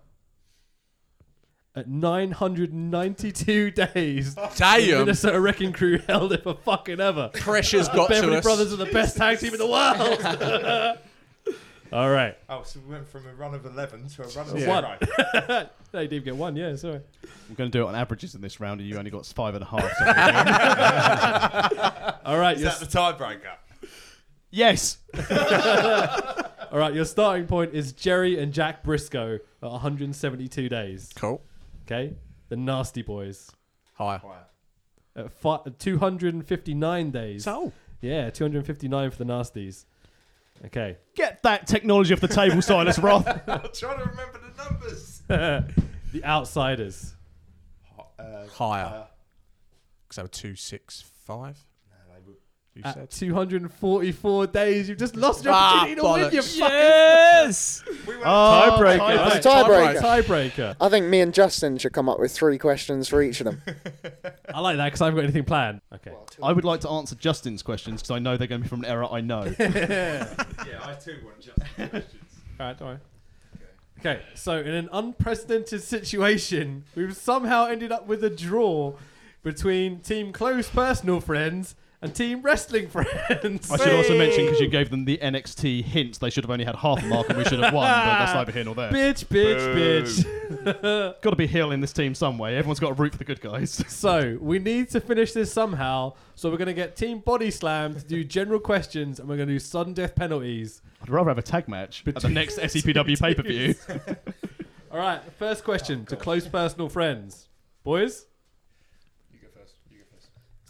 B: at 992 days. The
D: Damn.
B: Minnesota Wrecking Crew held it for fucking ever.
D: Pressure's got to
B: Beverly
D: us.
B: Brothers are the best tag team in the world. all right.
C: Oh, so we went from a run of 11 to a run of
B: Yeah.
C: zero.
B: They did get one, yeah, sorry.
F: I'm going to do it on averages in this round, and you only got five and a half. so there you go.
B: All right,
C: Is
B: your
C: that the tiebreaker?
F: yes.
B: All right, your starting point is Jerry and Jack Briscoe at 172 days.
D: Cool.
B: Okay, the Nasty Boys
D: Higher.
B: at Uh, fi- 259 days.
D: So oh.
B: Yeah, 259 for the Nasties. Okay,
F: Get that technology off the table, Silas Roth.
C: I'm trying to remember the numbers.
B: the Outsiders.
C: Uh,
D: higher. Because they were two six five. You
B: At
D: said
B: 244 days, you've just lost your
D: Ah,
B: opportunity to win. You
D: bollocks.
M: Yes!
C: we went
F: Oh, Tiebreaker.
G: It's a tiebreaker.
B: Tiebreaker.
G: I think me and Justin should come up with three questions for each of them.
B: I like that because I haven't got anything planned. Okay.
F: I would like to answer Justin's questions because I know they're going to be from an error I know.
C: yeah, I too want just questions.
B: All right, don't worry. Okay, so in an unprecedented situation, we've somehow ended up with a draw between Team Close Personal Friends and Team Wrestling Friends.
F: I should also mention because you gave them the NXT hint, they should have only had half a mark and we should have won, but that's neither here nor there.
B: bitch, bitch, bitch.
F: Got to be heel in this team some way. Everyone's got to root for the good guys.
B: so we need to finish this somehow. So we're going to get Team Body Slam to do general questions and we're going to do sudden death penalties.
F: I'd rather have a tag match at the next E SCPW pay per view.
B: All right, first question to Close Personal Friends. Boys?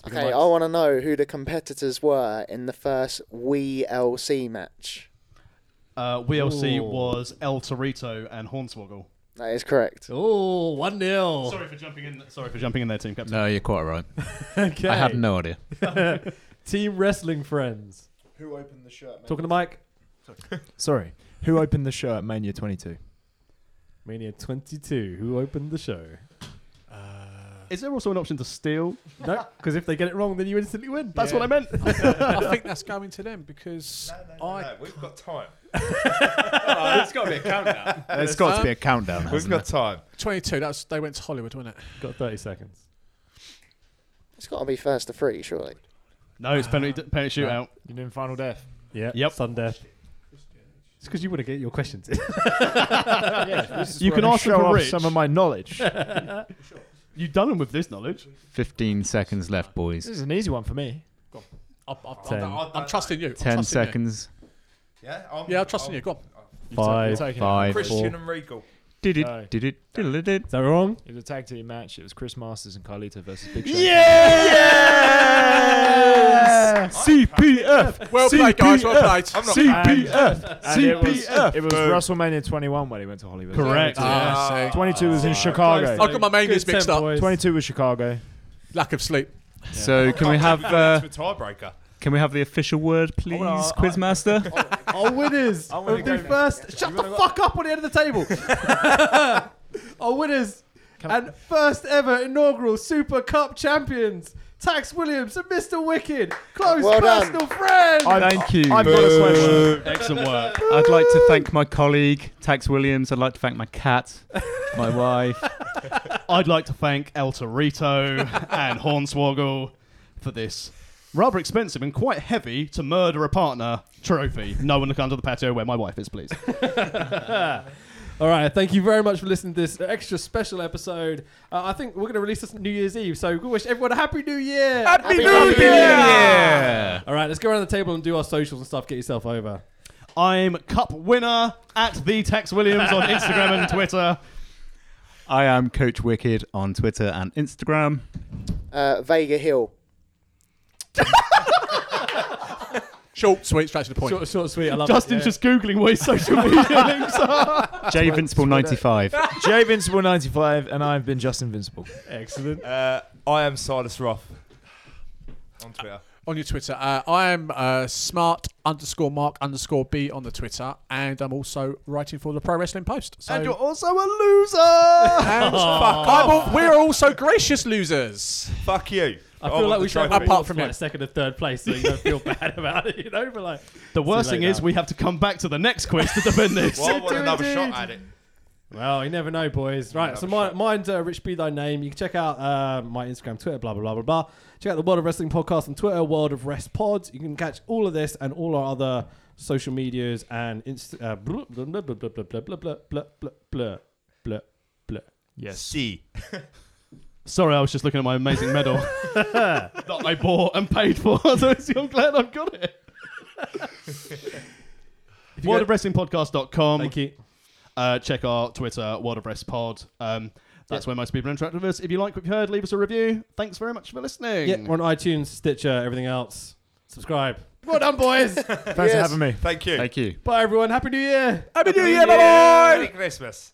G: Okay, I want to know who the competitors were in the first WLC match.
F: Uh, WLC
B: Ooh.
F: was El Torito and Hornswoggle.
G: That is correct.
B: Oh, 1 0.
F: Sorry for jumping in. Sorry for jumping in there, team captain.
M: No, you're quite right.
B: Okay.
M: I have no idea.
B: Team Wrestling Friends.
K: Who opened the shirt? man?
B: Talking to Mike.
H: Sorry, who opened the show at Mania 22?
B: Mania 22, who opened the show?
F: Is there also an option to steal?
B: No, because if they get it wrong, then you instantly win.
F: That's what I meant.
D: I think that's going to them because I
C: No, we've got time.
K: it's got to be a count now.
M: There's got to be a countdown,
C: We've
M: hasn't
C: got time.
D: 22. That's they went to Hollywood, wasn't it?
B: Got 30 seconds.
G: It's got to be first to three, surely.
F: No, it's penalty, penalty shootout.
H: You're doing Final Death.
B: Yeah.
F: Yep.
B: Sun death. It's because you want to get your questions in.
H: yeah, this is
F: You
H: where
F: can
H: I
F: ask them
H: show
F: for
H: off
F: Rich.
H: some of my knowledge.
F: You done them with this knowledge.
M: 15 seconds left, boys.
H: is an easy one for me.
D: I'll, I'll,
M: Ten.
D: I'll, I'll, I'm trusting you. I'm
M: 10
D: trusting you.
M: seconds.
C: Yeah, I'm,
D: yeah, I'm trusting you. Go on.
M: Five, five,
C: Christian
M: four.
C: and Regal.
M: Did it,
H: No.
M: did it, did it, did
B: Is that wrong?
H: It was a tag team match. It was Chris Masters and Carlito versus Big Show.
M: Yes! CPF!
D: Well played, guys. Well played.
M: CPF.
D: I'm not-
M: CPF!
H: And it was,
M: CPF!
H: it was
F: Boom.
H: WrestleMania 21 when he went to Hollywood.
F: Correct.
D: Ah, see.
H: 22 was in
D: Oh, I've
H: Chicago.
D: got my manias mixed up.
H: 22 was Chicago.
D: Lack of sleep.
M: So can we have uh,
C: That's a tiebreaker.
M: can we have the official word, please, Quizmaster?
B: Our winners of the first. Shut the fuck up on the end of the table. Our winners and first ever inaugural Super Cup champions. Tax Williams and Mr. Wicked, close
G: Well done.
B: personal friend.
M: Thank you.
H: I've got a question.
F: Ah, Excellent work.
M: I'd like to thank my colleague, Tax Williams. I'd like to thank my cat, my wife.
F: I'd like to thank El Torito and Hornswoggle for this rather expensive and quite heavy to murder a partner trophy. No one look under the patio where my wife is, please.
B: All right, thank you very much for listening to this extra special episode. Uh, I think we're going to release this New Year's Eve, so we wish everyone a happy New Year.
G: Happy New
M: Yeah.
B: All right, let's go around the table and do our socials and stuff. Get yourself over.
F: I'm cup winner at the Tex Williams on Instagram and Twitter.
M: I am Coach Wicked on Twitter and Instagram.
G: Uh, Vega Hill.
D: Short, sweet, straight to the point.
B: Short, short, sweet. I love it.
F: Justin
B: Yeah.
F: just googling what his social media links are.
M: J Vincible 95.
H: Jay Vincible 95, and I've been Justin Vincible.
F: Excellent.
C: Uh, I am Silas Roth on Twitter.
D: on your Twitter. Uh, I am uh, smart underscore mark underscore b on the Twitter, and I'm also writing for the Pro Wrestling Post. So
F: And you're also a loser.
D: And I'm al- we're also gracious losers.
C: Fuck you.
B: I
C: want
B: feel like
C: the
B: we should
C: trophy.
B: have apart
D: from
B: from like
D: him.
B: second or third place, so you don't feel bad about it. You know, but like
F: The worst
B: See you
F: thing
B: later.
F: is we have to come back to the next quiz to defend this.
C: Well, I want
B: do
C: another
B: indeed.
C: shot eh? at it.
B: Well, you never know, boys. Right, so mine, mine's uh, Rich Be Thy Name. You can check out uh, my Instagram, Twitter, blah, blah, blah, blah, blah. Check out the World of Wrestling podcast on Twitter, World of Rest Pod. You can catch all of this and all our other social medias and Insta. Uh, blah, blah, blah, blah, blah, blah, blah, blah, blah, blah, blah, blah, blah.
C: See.
F: Sorry, I was just looking at my amazing medal that I bought and paid for. So I'm glad I've got it. WorldOfWrestlingPodcast.com.
B: Thank you.
F: Uh, check our Twitter, World of Rest Pod. Um, that's where most people interact with us. If you like what you heard, leave us a review. Thanks very much for listening.
B: Yeah, we're on iTunes, Stitcher, everything else. Subscribe. Well done, boys.
H: Thanks for having me.
C: Thank you.
M: Thank you.
B: Bye, everyone. Happy New Year.
C: Happy New Year, bye Merry Christmas.